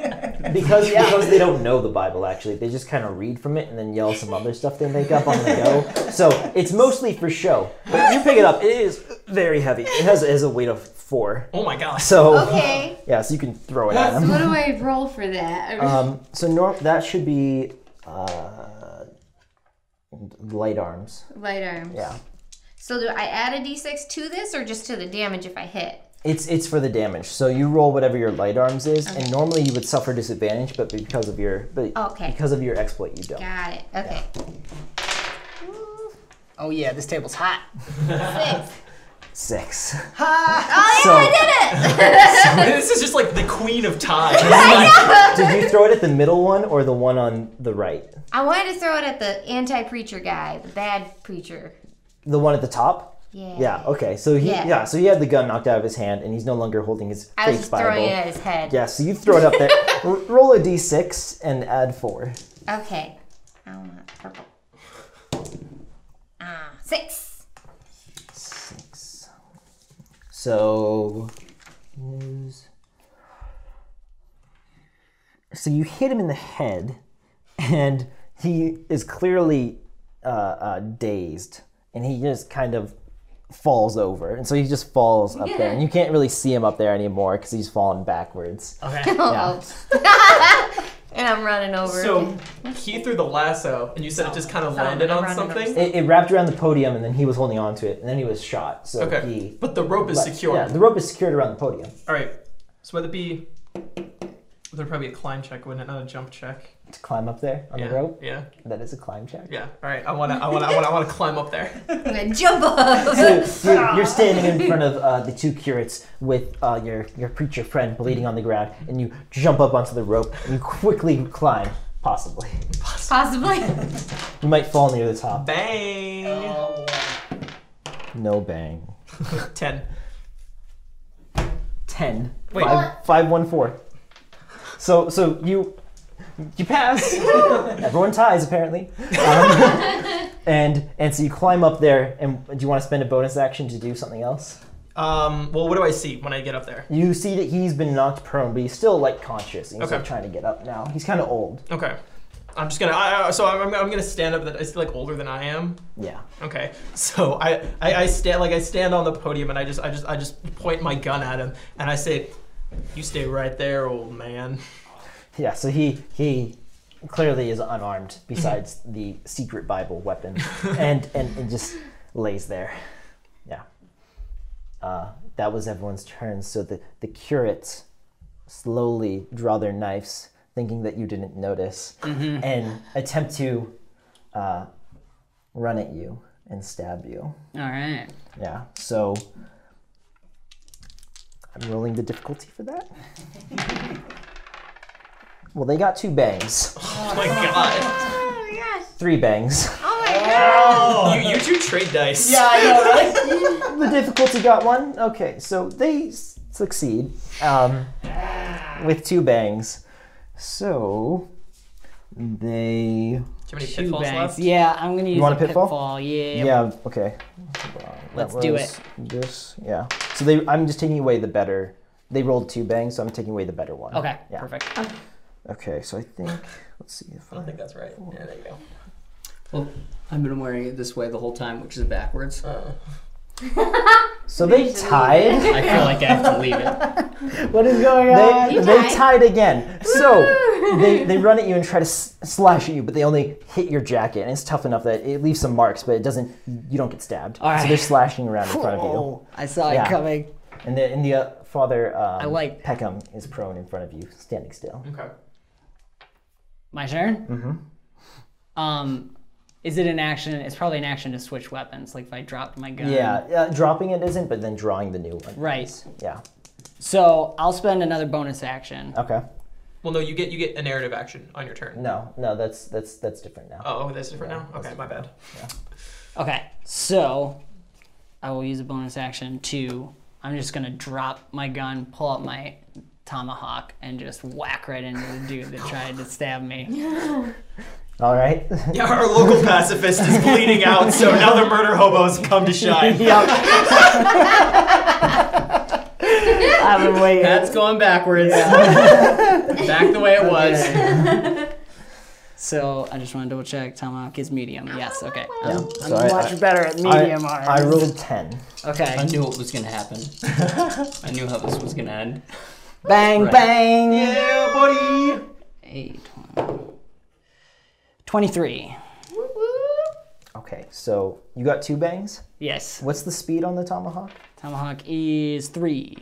[SPEAKER 2] because because they don't know the Bible actually. They just kind of read from it and then yell some other stuff they make up on the go. So it's mostly for show. But you pick it up. It is very heavy. It has, it has a weight of four.
[SPEAKER 5] Oh my gosh.
[SPEAKER 2] So
[SPEAKER 4] Okay,
[SPEAKER 2] yeah, so you can throw it at
[SPEAKER 8] So
[SPEAKER 2] them.
[SPEAKER 8] what do I roll for that?
[SPEAKER 2] Um, so nor- that should be uh, light arms.
[SPEAKER 4] light arms.
[SPEAKER 2] Yeah.
[SPEAKER 4] So do I add a d6 to this or just to the damage if I hit?
[SPEAKER 2] It's it's for the damage. So you roll whatever your light arms is, and normally you would suffer disadvantage, but because of your but
[SPEAKER 4] Oh, Okay.
[SPEAKER 2] because of your exploit, you don't.
[SPEAKER 4] Got it. Okay. Ooh,
[SPEAKER 1] oh yeah, this table's hot.
[SPEAKER 4] Six.
[SPEAKER 2] Six.
[SPEAKER 4] Oh,
[SPEAKER 5] this is just like the queen of time. It's like-
[SPEAKER 2] So did you throw it at the middle one or the one on the right?
[SPEAKER 4] yeah, I did it! I wanted to throw it at the anti preacher guy, the bad preacher.
[SPEAKER 2] The one at the top.
[SPEAKER 4] Yeah.
[SPEAKER 2] Yeah. Okay. So he yeah.
[SPEAKER 4] Yeah.
[SPEAKER 2] so he had the gun knocked out of his hand, and he's no longer holding his
[SPEAKER 4] I was
[SPEAKER 2] fake
[SPEAKER 4] just
[SPEAKER 2] Bible.
[SPEAKER 4] throwing it at his head.
[SPEAKER 2] Yeah. So you throw it up there. R- roll a d6 and add four.
[SPEAKER 4] Okay. I want purple. Ah, six.
[SPEAKER 2] Six. So. is- So you hit him in the head, and he is clearly uh, uh, dazed, and he just kind of falls over, and so he just falls up there, and you can't really see him up there anymore because he's fallen backwards.
[SPEAKER 4] And I'm running over.
[SPEAKER 5] so he threw the lasso, and you said it just kind of landed on
[SPEAKER 4] around and
[SPEAKER 5] something.
[SPEAKER 2] It, it wrapped around the podium, and then he was holding on to it, and then he was shot. So
[SPEAKER 5] Okay,
[SPEAKER 2] he,
[SPEAKER 5] but the rope is secure.
[SPEAKER 2] yeah, the rope is secured around the podium.
[SPEAKER 5] All right, so whether it be, there'd probably be a climb check, wouldn't it? Not a jump check.
[SPEAKER 2] To climb up there on
[SPEAKER 5] Yeah.
[SPEAKER 2] the rope,
[SPEAKER 5] Yeah.
[SPEAKER 2] that is a climb check.
[SPEAKER 5] Yeah. All right. I wanna. I wanna. I wanna. I wanna climb up there.
[SPEAKER 4] I'm gonna jump up.
[SPEAKER 2] So you're, you're standing in front of uh, the two curates with uh, your, your preacher friend bleeding on the ground, and you jump up onto the rope and you quickly climb, possibly.
[SPEAKER 4] Possibly.
[SPEAKER 2] You might fall near the top.
[SPEAKER 5] Bang.
[SPEAKER 2] No bang.
[SPEAKER 5] Ten.
[SPEAKER 2] 10.
[SPEAKER 5] Wait.
[SPEAKER 2] Five, five, one, four. So, so you you pass. Everyone ties, apparently. Um, and, and so you climb up there, and do you want to spend a bonus action to do something else?
[SPEAKER 5] Um. Well, what do I see when I get up there?
[SPEAKER 2] You see that he's been knocked prone, but he's still, like, conscious, and he's, like,
[SPEAKER 5] Okay.
[SPEAKER 2] trying to get up now. He's kind of old.
[SPEAKER 5] Okay. I'm just gonna. I, I, so I'm, I'm. I'm gonna stand up. That it's like older than I am.
[SPEAKER 2] Yeah.
[SPEAKER 5] Okay. So I, I. I stand. Like I stand on the podium and I just. I just. I just point my gun at him and I say, "You stay right there, old man."
[SPEAKER 2] Yeah, so he he clearly is unarmed besides the secret Bible weapon, and and, and just lays there. Yeah. Uh, that was everyone's turn. So the the curates slowly draw their knives, thinking that you didn't notice, and attempt to uh, run at you and stab you.
[SPEAKER 1] All right.
[SPEAKER 2] Yeah. So I'm rolling the difficulty for that. Well, they got two bangs.
[SPEAKER 5] Oh my god.
[SPEAKER 4] Oh my gosh.
[SPEAKER 2] Three bangs.
[SPEAKER 4] Oh my gosh.
[SPEAKER 5] You. You two trade dice.
[SPEAKER 2] the difficulty got one. Okay, so they s- succeed um, with two bangs. So they.
[SPEAKER 5] Do you have any
[SPEAKER 1] Two
[SPEAKER 5] pitfalls
[SPEAKER 1] bangs.
[SPEAKER 5] left?
[SPEAKER 1] Yeah, I'm gonna use
[SPEAKER 2] want
[SPEAKER 1] a
[SPEAKER 2] a pitfall?
[SPEAKER 1] Yeah.
[SPEAKER 2] Yeah. Okay.
[SPEAKER 1] Let's
[SPEAKER 2] That
[SPEAKER 1] do
[SPEAKER 2] was
[SPEAKER 1] it.
[SPEAKER 2] This. Yeah. So they. I'm just taking away the better. They rolled two bangs, so I'm taking away the better one.
[SPEAKER 1] Okay.
[SPEAKER 2] Yeah.
[SPEAKER 1] Perfect.
[SPEAKER 2] Okay. So I think. Let's see if
[SPEAKER 5] I don't think that's right. Yeah, there you go.
[SPEAKER 3] Well, I've been wearing it this way the whole time, which is backwards.
[SPEAKER 5] Uh,
[SPEAKER 2] So they tied.
[SPEAKER 3] I feel like I have to leave it.
[SPEAKER 2] what is going on? They,
[SPEAKER 8] You
[SPEAKER 2] they
[SPEAKER 8] tied.
[SPEAKER 2] tied again. So they, they run at you and try to s- slash at you, but they only hit your jacket, and it's tough enough that it leaves some marks, but it doesn't. You don't get stabbed. So they're
[SPEAKER 1] right.
[SPEAKER 2] slashing around in front of you,
[SPEAKER 1] Oh, I saw
[SPEAKER 2] Yeah.
[SPEAKER 1] it coming.
[SPEAKER 2] and the and the uh, father um,
[SPEAKER 1] like-
[SPEAKER 2] Peckham is prone in front of you, standing still.
[SPEAKER 5] Okay.
[SPEAKER 1] My turn. Mm-hmm. Um, is it an action? It's probably an action to switch weapons. Like if I dropped my gun.
[SPEAKER 2] Yeah, uh, dropping it isn't, but then drawing the new one.
[SPEAKER 1] Right.
[SPEAKER 2] Yeah.
[SPEAKER 1] So I'll spend another bonus action.
[SPEAKER 2] Okay.
[SPEAKER 5] Well, no, you get you get a narrative action on your turn.
[SPEAKER 2] No, no, that's that's that's different now.
[SPEAKER 5] Oh, that's different now. Okay, my bad.
[SPEAKER 1] Okay, so I will use a bonus action to. I'm just gonna drop my gun, pull out my tomahawk, and just whack right into the dude that tried to stab me.
[SPEAKER 2] All right.
[SPEAKER 5] Yeah, our local pacifist is bleeding out, so now the murder hobos come to shine.
[SPEAKER 2] yep.
[SPEAKER 1] I've been waiting.
[SPEAKER 3] That's going backwards. Back the way it was.
[SPEAKER 1] So I just want to double check. Tomahawk is medium. Yes. Okay. I'm, I'm
[SPEAKER 2] So I-
[SPEAKER 1] much better at
[SPEAKER 2] I,
[SPEAKER 1] medium arms.
[SPEAKER 2] I rolled ten.
[SPEAKER 3] I
[SPEAKER 1] okay.
[SPEAKER 3] knew it was gonna happen. I knew how this was gonna end.
[SPEAKER 1] Bang bang.
[SPEAKER 5] Yeah, buddy.
[SPEAKER 1] Eight. Twenty-three.
[SPEAKER 2] Okay, so you got two bangs.
[SPEAKER 1] Yes.
[SPEAKER 2] What's the speed on the tomahawk?
[SPEAKER 1] Tomahawk is three.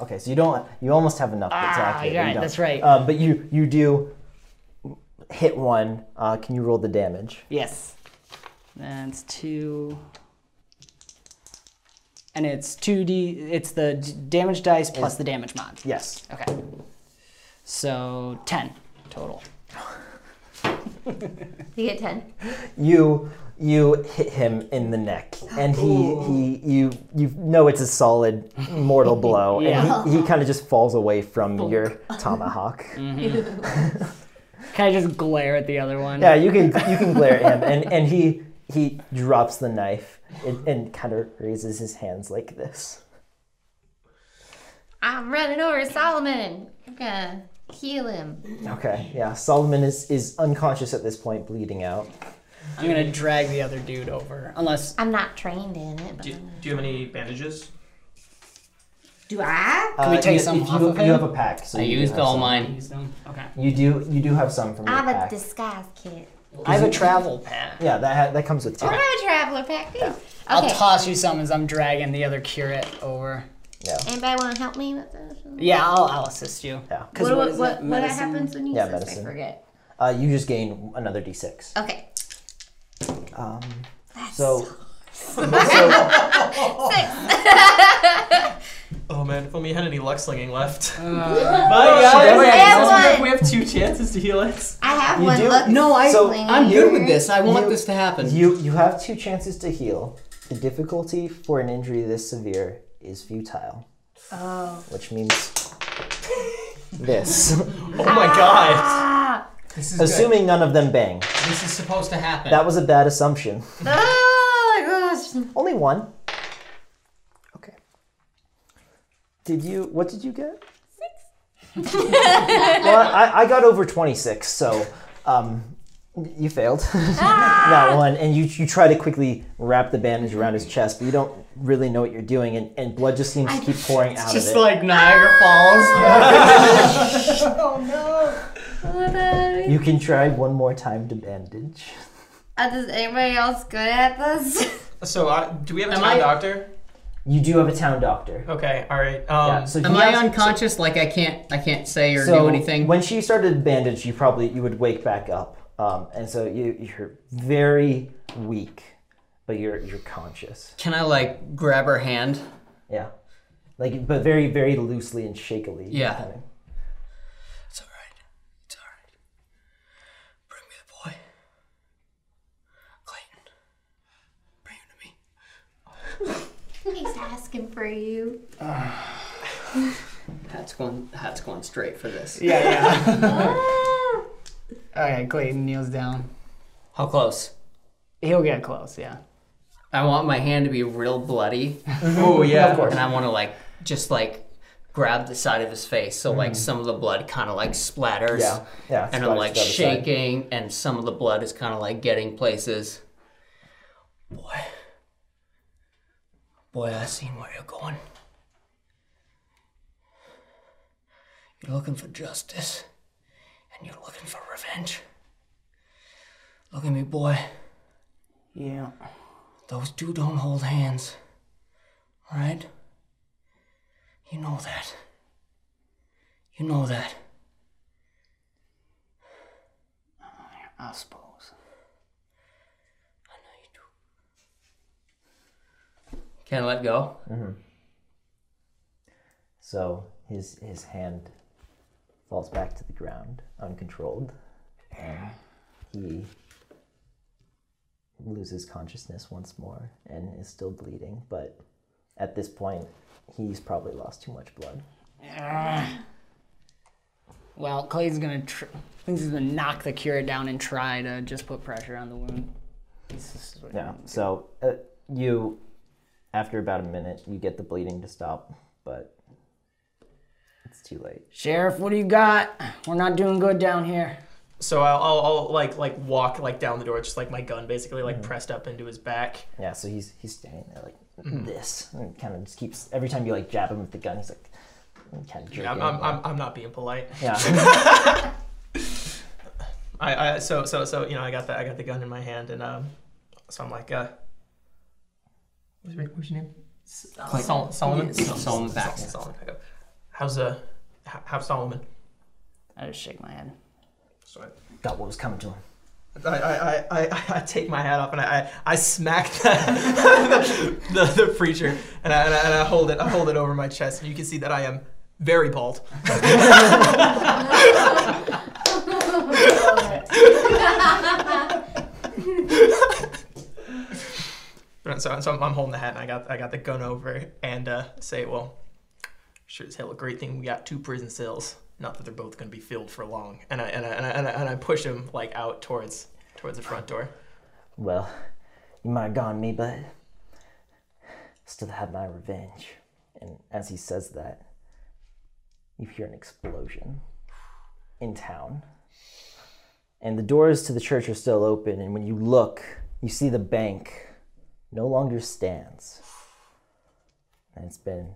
[SPEAKER 2] Okay, so you don't. You almost have enough. Ah,
[SPEAKER 1] you're right, that's right.
[SPEAKER 2] Uh, but you you do hit one. Uh, can you roll the damage?
[SPEAKER 1] Yes. That's two. And it's 2d, it's the d- damage dice plus the damage mod.
[SPEAKER 2] Yes.
[SPEAKER 1] Okay. So 10 total.
[SPEAKER 4] You get 10.
[SPEAKER 2] You you hit him in the neck, and he he you you know it's a solid mortal blow, and he, he kind of just falls away from your tomahawk.
[SPEAKER 1] Can I just glare at the other one?
[SPEAKER 2] Yeah, you can you can glare at him, and and he he drops the knife and, and kind of raises his hands like this.
[SPEAKER 4] I'm running over to Solomon. I'm gonna heal him.
[SPEAKER 2] Okay, yeah. Solomon is is unconscious at this point, bleeding out.
[SPEAKER 1] I'm going to drag the other dude over. Unless,
[SPEAKER 4] I'm not trained in it, but
[SPEAKER 5] Do, do you have any bandages?
[SPEAKER 4] do I?
[SPEAKER 2] Can
[SPEAKER 1] we take some
[SPEAKER 2] Uh, you,
[SPEAKER 1] off of
[SPEAKER 2] you
[SPEAKER 1] him?
[SPEAKER 2] have a pack, so
[SPEAKER 3] I
[SPEAKER 2] you do
[SPEAKER 3] used
[SPEAKER 2] have
[SPEAKER 3] all
[SPEAKER 2] some.
[SPEAKER 3] mine.
[SPEAKER 1] okay.
[SPEAKER 2] You do you do have some from
[SPEAKER 4] I
[SPEAKER 2] your
[SPEAKER 4] have a
[SPEAKER 2] pack.
[SPEAKER 4] disguise kit.
[SPEAKER 1] I have a travel pack.
[SPEAKER 2] yeah, that ha- that comes with two.
[SPEAKER 4] I have a traveler pack too.
[SPEAKER 1] I'll
[SPEAKER 4] Okay.
[SPEAKER 1] toss you some as I'm dragging the other curate over.
[SPEAKER 4] Anybody want to help me with this?
[SPEAKER 1] Yeah, I'll, I'll assist you.
[SPEAKER 2] Yeah.
[SPEAKER 1] 'Cause
[SPEAKER 4] What, what,
[SPEAKER 1] is it,
[SPEAKER 4] what, what
[SPEAKER 1] medicine?
[SPEAKER 4] happens when you
[SPEAKER 2] Yeah,
[SPEAKER 4] yeah,
[SPEAKER 2] medicine.
[SPEAKER 4] I forget.
[SPEAKER 2] Uh, you just gain another d6.
[SPEAKER 4] Okay.
[SPEAKER 2] So
[SPEAKER 5] Oh man, if only we had any luck slinging left.
[SPEAKER 2] doesn't
[SPEAKER 5] Bye
[SPEAKER 2] have
[SPEAKER 5] guys.
[SPEAKER 4] one.
[SPEAKER 5] Doesn't We have two chances to heal us.
[SPEAKER 4] I have
[SPEAKER 2] You
[SPEAKER 4] one.
[SPEAKER 2] do?
[SPEAKER 4] Look,
[SPEAKER 3] No, I,
[SPEAKER 2] So,
[SPEAKER 3] I'm good with
[SPEAKER 4] you-
[SPEAKER 3] this. I want
[SPEAKER 2] you-
[SPEAKER 3] this to happen.
[SPEAKER 2] you you have two chances to heal. The difficulty for an injury this severe is futile,
[SPEAKER 4] Oh.
[SPEAKER 2] which means this.
[SPEAKER 5] Oh my god.
[SPEAKER 4] Ah.
[SPEAKER 3] this is
[SPEAKER 2] Assuming none of them bang.
[SPEAKER 3] This is supposed to happen.
[SPEAKER 2] That was a bad assumption.
[SPEAKER 4] Oh, gosh.
[SPEAKER 2] Only one. Okay. Did you? What did you get? Six. well, I, I got over twenty six, so um, you failed that one. And you you try to quickly wrap the bandage around his chest, but you don't really know what you're doing, and, and blood just seems to keep pouring out of
[SPEAKER 1] Just
[SPEAKER 2] it.
[SPEAKER 1] like Niagara Falls.
[SPEAKER 4] What a-
[SPEAKER 2] you can try one more time to bandage.
[SPEAKER 4] Uh, Is anybody else good at this?
[SPEAKER 5] So uh, do we have a
[SPEAKER 3] Am
[SPEAKER 5] town
[SPEAKER 3] I-
[SPEAKER 5] doctor?
[SPEAKER 2] You do have a town doctor.
[SPEAKER 5] Okay. All right. Um,
[SPEAKER 2] Yeah, so
[SPEAKER 3] Oh, Am
[SPEAKER 2] he
[SPEAKER 3] I
[SPEAKER 2] has-
[SPEAKER 3] unconscious? like I can't I can't say or do anything.
[SPEAKER 2] When she started to bandage, you probably you would wake back up, um, and so you you're very weak, but you're you're conscious.
[SPEAKER 3] Can I like grab her hand?
[SPEAKER 2] Yeah, like but very very loosely and shakily.
[SPEAKER 3] Yeah.
[SPEAKER 2] kind of.
[SPEAKER 3] It's all right. It's all right. Bring me the boy. Clayton. Bring him to me.
[SPEAKER 4] He's asking for you.
[SPEAKER 3] Hat's going hat's going straight for this.
[SPEAKER 1] yeah, yeah. okay, Clayton kneels down.
[SPEAKER 3] How close?
[SPEAKER 1] He'll get close, yeah.
[SPEAKER 3] I want my hand to be real bloody.
[SPEAKER 5] Oh yeah.
[SPEAKER 3] And I want to like just like grab the side of his face so
[SPEAKER 5] Mm.
[SPEAKER 3] like some of the blood kind of like splatters.
[SPEAKER 2] Yeah, yeah,
[SPEAKER 3] And
[SPEAKER 2] splatters
[SPEAKER 3] I'm like
[SPEAKER 2] to the other side.
[SPEAKER 3] shaking, and some of the blood is kind of like getting places. Boy, Boy, I seen where you're going. You're looking for justice, and you're looking for revenge. Look at me, boy.
[SPEAKER 1] Yeah.
[SPEAKER 3] Those two don't hold hands. Alright? You know that. You know that.
[SPEAKER 1] I suppose.
[SPEAKER 3] I know you do. Can't let go.
[SPEAKER 2] So his his hand falls back to the ground, uncontrolled, and he loses consciousness once more and is still bleeding. But at this point, he's probably lost too much blood.
[SPEAKER 1] Well, Clay's gonna tr- thinks he's gonna knock the curate down and try to just put pressure on the wound. This is what-
[SPEAKER 2] Yeah. So uh, you, after about a minute, you get the bleeding to stop, but it's too late.
[SPEAKER 1] Sheriff, what do you got? We're not doing good down here.
[SPEAKER 5] So I'll, I'll, I'll like like walk like down the door, just like my gun basically
[SPEAKER 2] Mm-hmm.
[SPEAKER 5] like pressed up into his back.
[SPEAKER 2] Yeah, so he's he's standing there like
[SPEAKER 5] Mm-hmm.
[SPEAKER 2] this, and kind of just keeps every time you like jab him with the gun, he's like kind of jerking.
[SPEAKER 5] I'm, I'm, I'm, I'm not being polite.
[SPEAKER 2] yeah,
[SPEAKER 5] I, I so so so you know I got the I got the gun in my hand and um so I'm like uh what's your, what's your name uh, Sol- Solomon
[SPEAKER 3] Yeah, Sol- Solomon Baxter.
[SPEAKER 5] Solomon I go, how's uh h- how's Solomon
[SPEAKER 1] I just shake my head.
[SPEAKER 5] so I,
[SPEAKER 2] got what was coming to him.
[SPEAKER 5] I, I, I, I, I take my hat off and I I, I smack the, the, the preacher and I, and I and I hold it I hold it over my chest and you can see that I am very bald Right, So, so I'm, I'm holding the hat and I got I got the gun over and uh, say, well, sure as hell a great thing we got two prison cells. Not that they're both going to be filled for long. And I and I, and I, and I, and I push him like out towards towards the front door.
[SPEAKER 2] Well, you might have gone me, but still had my revenge. And as he says that, you hear an explosion in town. And the doors to the church are still open, and when you look, you see the bank no longer stands. And it's been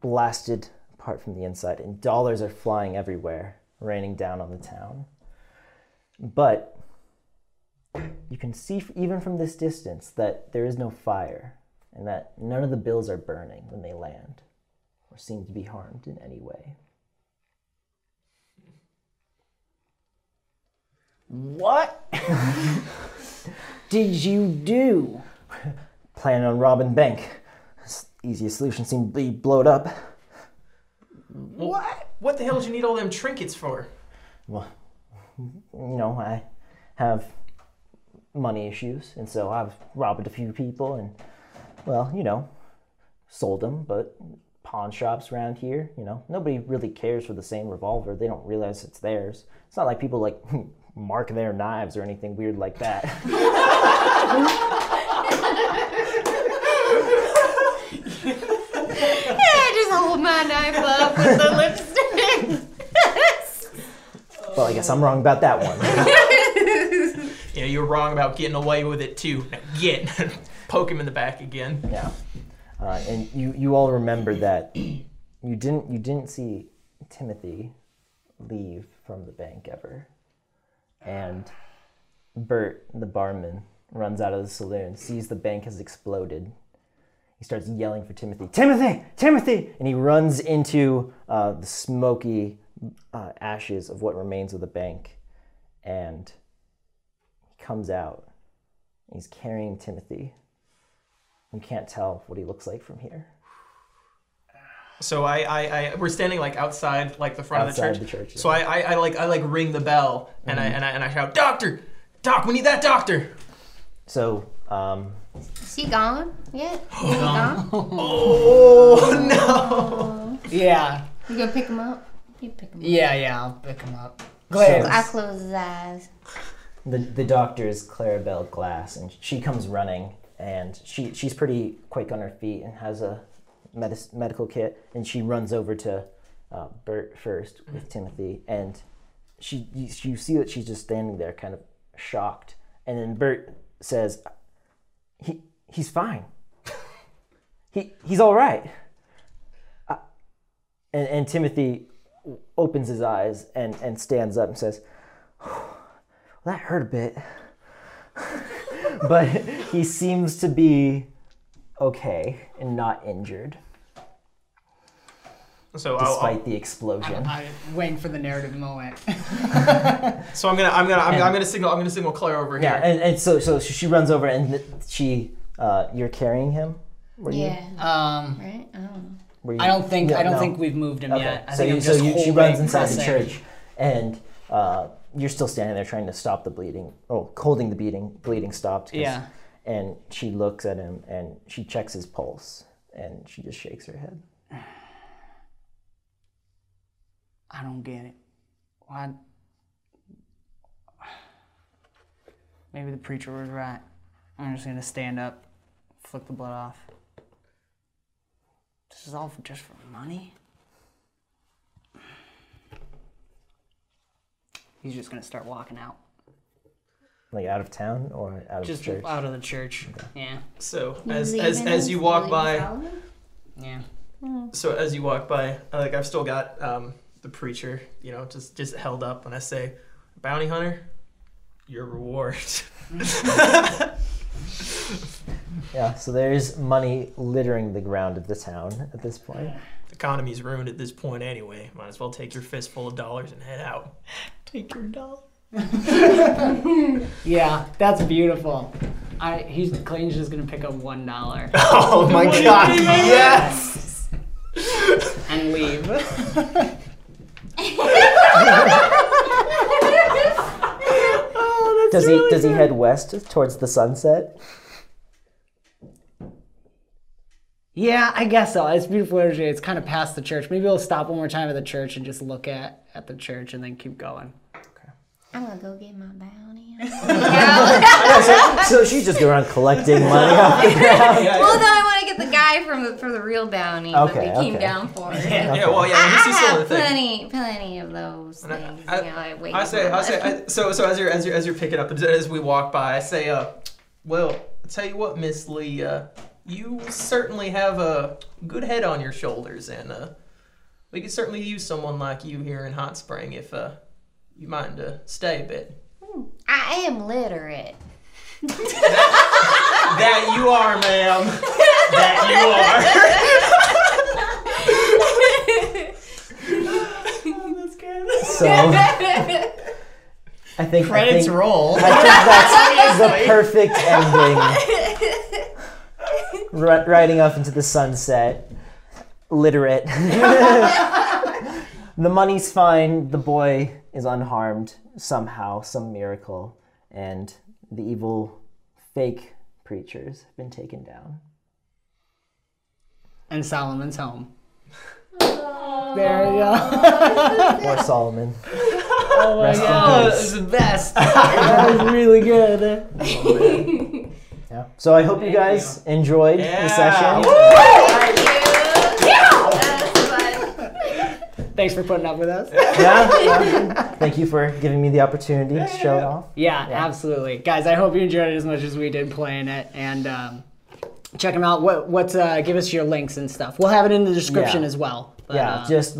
[SPEAKER 2] blasted apart from the inside, and dollars are flying everywhere, raining down on the town. But you can see f- even from this distance that there is no fire and that none of the bills are burning when they land or seem to be harmed in any way.
[SPEAKER 1] What did you do?
[SPEAKER 2] Planning on robbing bank. S- Easiest solution seemed to be blow it up.
[SPEAKER 5] What? What the hell did you need all them trinkets for?
[SPEAKER 2] You know, I have money issues, and so I've robbed a few people and, well, you know, sold them, but pawn shops around here, you know, nobody really cares for the same revolver. They don't realize it's theirs. It's not like people like mark their knives or anything weird like that.
[SPEAKER 4] I just hold my knife up with the lipstick.
[SPEAKER 2] Well, I guess I'm wrong about that one.
[SPEAKER 5] You know, you're wrong about getting away with it too. Now get poke him in the back again.
[SPEAKER 2] yeah, uh, and you you all remember that you didn't you didn't see Timothy leave from the bank ever, and Bert the barman runs out of the saloon, sees the bank has exploded. He starts yelling for Timothy, Timothy, Timothy, and he runs into uh, the smoky uh, ashes of what remains of the bank, and he comes out. He's carrying Timothy. You can't tell what he looks like from here.
[SPEAKER 5] So I, I, I we're standing like outside like the front
[SPEAKER 2] Outside
[SPEAKER 5] of the
[SPEAKER 2] the
[SPEAKER 5] church.
[SPEAKER 2] church, Mm-hmm.
[SPEAKER 5] So I, I, I like I like ring the bell and I and I and I shout, Doctor! Doc, we need that doctor!
[SPEAKER 2] So, um,
[SPEAKER 4] Is he gone? Yeah. Is he gone? Oh.
[SPEAKER 5] Oh no!
[SPEAKER 1] Yeah,
[SPEAKER 4] You gonna pick him up? You pick him up.
[SPEAKER 1] yeah, yeah. I'll pick him up. Glad.
[SPEAKER 4] I close his eyes.
[SPEAKER 2] the, the doctor is Clarabelle Glass, and she comes running, and she, she's pretty quick on her feet and has a medis- medical kit, and she runs over to uh, Bert first with Timothy, and she you, you see that she's just standing there, kind of shocked, and then Bert says, "He he's fine." he he's all right. I- and and Timothy opens his eyes and and stands up and says, well, "That hurt a bit," but he seems to be okay and not injured
[SPEAKER 5] So I'll, I'll-
[SPEAKER 2] despite the explosion.
[SPEAKER 1] I, waiting for the narrative moment.
[SPEAKER 5] so I'm gonna I'm gonna I'm, I'm gonna signal I'm gonna signal Claire over here.
[SPEAKER 2] Yeah, and, and so so she runs over and th- she uh, you're carrying him. Were you?
[SPEAKER 4] Yeah.
[SPEAKER 1] Um,
[SPEAKER 4] Right? I don't know.
[SPEAKER 2] Were you-
[SPEAKER 1] I don't think
[SPEAKER 2] Yeah,
[SPEAKER 1] I don't
[SPEAKER 2] no.
[SPEAKER 1] think we've moved him
[SPEAKER 2] Okay.
[SPEAKER 1] yet. I
[SPEAKER 2] so
[SPEAKER 1] think
[SPEAKER 2] you,
[SPEAKER 1] I'm
[SPEAKER 2] so
[SPEAKER 1] just
[SPEAKER 2] you, she
[SPEAKER 1] holding,
[SPEAKER 2] runs inside the
[SPEAKER 1] pressing.
[SPEAKER 2] church, and uh, you're still standing there trying to stop the bleeding. Oh, holding the bleeding. Bleeding stopped. 'cause-
[SPEAKER 1] Yeah.
[SPEAKER 2] And she looks at him and she checks his pulse and she just shakes her head.
[SPEAKER 1] I don't get it. Why? Maybe the preacher was right. I'm just gonna stand up, flick the blood off. This is all for, just for money. He's just gonna start walking out,
[SPEAKER 2] Like out of town or out of
[SPEAKER 1] just
[SPEAKER 2] church.
[SPEAKER 1] out of the church. Yeah,
[SPEAKER 5] So as as, as you walk by,
[SPEAKER 1] yeah.
[SPEAKER 5] so as you walk by, uh, like I've still got um, the preacher, you know, just just held up, and I say, "Bounty hunter, your reward."
[SPEAKER 2] yeah. So there's money littering the ground of the town at this point.
[SPEAKER 5] Economy's ruined at this point anyway. Might as well take your fistful of dollars and head out. Take your dollar.
[SPEAKER 1] Yeah, that's beautiful. I he's Clayton's just gonna pick up one dollar
[SPEAKER 5] Oh my god! Yes.
[SPEAKER 1] and leave.
[SPEAKER 2] Does he does he head west towards the sunset?
[SPEAKER 1] yeah, I guess so. It's beautiful energy. It's kind of past the church. Maybe we'll stop one more time at the church and just look at at the church and then keep going.
[SPEAKER 4] I'm gonna go get my bounty.
[SPEAKER 2] so she's just going around collecting money. off the ground.
[SPEAKER 4] well, no, I want to get the guy from the, for the real bounty
[SPEAKER 2] Okay,
[SPEAKER 4] that we came
[SPEAKER 2] okay.
[SPEAKER 4] down for.
[SPEAKER 5] Yeah. Well, yeah. When
[SPEAKER 4] I
[SPEAKER 5] he sees some
[SPEAKER 4] have
[SPEAKER 5] of the thing.
[SPEAKER 4] plenty, plenty of those
[SPEAKER 5] I-
[SPEAKER 4] things.
[SPEAKER 5] I-
[SPEAKER 4] you know, I wait.
[SPEAKER 5] I say, I say, I, so, so as you're, as you're, as you're picking up, as we walk by, I say, uh, well, I tell you what, Miss Lee, uh, you certainly have a good head on your shoulders, and uh, we could certainly use someone like you here in Hot Spring if uh, you mind to stay a bit.
[SPEAKER 4] I am literate.
[SPEAKER 5] That you are, ma'am. That
[SPEAKER 2] So I think I
[SPEAKER 1] Credits
[SPEAKER 2] think,
[SPEAKER 1] roll.
[SPEAKER 2] I think that's the perfect ending. R- riding off into the sunset, literate. the money's fine. The boy is unharmed somehow, some miracle, and the evil fake preachers have been taken down.
[SPEAKER 1] And Solomon's home. There you go.
[SPEAKER 2] Or Solomon.
[SPEAKER 1] Oh my
[SPEAKER 2] Rest in
[SPEAKER 1] god,
[SPEAKER 2] peace.
[SPEAKER 1] it's the best. that was really good.
[SPEAKER 2] Yeah. So I hope you guys enjoyed the
[SPEAKER 5] Yeah.
[SPEAKER 2] session.
[SPEAKER 4] Thank you. That was fun.
[SPEAKER 1] Thanks for putting up with us.
[SPEAKER 2] yeah. Thank you for giving me the opportunity to show it off.
[SPEAKER 1] Yeah, absolutely, guys. I hope you enjoyed it as much as we did playing it, and um, check them out. What what's uh, give us your links and stuff. We'll have it in the description
[SPEAKER 2] Yeah.
[SPEAKER 1] as well. But,
[SPEAKER 2] Yeah,
[SPEAKER 1] uh,
[SPEAKER 2] just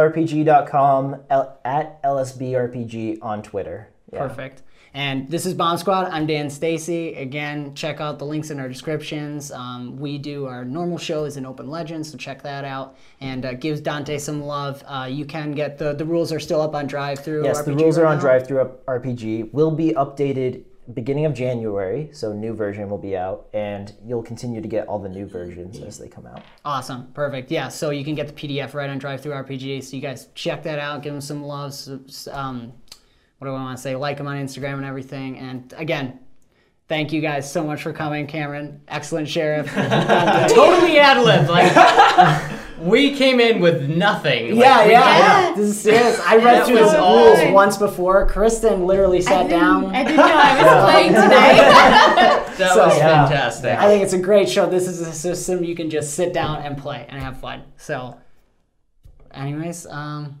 [SPEAKER 2] lockstockandbarrelrpg.com, L- at lsbrpg on Twitter. Yeah.
[SPEAKER 1] perfect. And this is Bomb Squad. I'm Dan Stacy. Again, check out the links in our descriptions. Um, we do our normal show is an open legend, so check that out. And uh, gives Dante some love. Uh, you can get the the rules are still up on Drive Through.
[SPEAKER 2] Yes, the rules are on Drive Through RPG. Will be updated beginning of January, so new version will be out, and you'll continue to get all the new versions as they come out.
[SPEAKER 1] Awesome, perfect. Yeah, so you can get the PDF right on Drive Through RPG. So you guys check that out, give them some love. s- s- Um, what do I want to say? Like them on Instagram and everything. And again, thank you guys so much for coming, Cameron. Excellent sheriff.
[SPEAKER 3] totally ad lib. Like we came in with nothing. Like,
[SPEAKER 1] yeah, yeah,
[SPEAKER 3] we-
[SPEAKER 1] yeah. This is serious. I read
[SPEAKER 3] That
[SPEAKER 1] through
[SPEAKER 3] was
[SPEAKER 1] the
[SPEAKER 3] all-
[SPEAKER 1] rules once before. Kristen literally sat down.
[SPEAKER 8] I didn't know I was playing tonight.
[SPEAKER 3] That
[SPEAKER 1] So-
[SPEAKER 3] was
[SPEAKER 2] Yeah.
[SPEAKER 3] fantastic.
[SPEAKER 1] I think it's a great show. This is a system you can just sit down and play and have fun. So, anyways, um,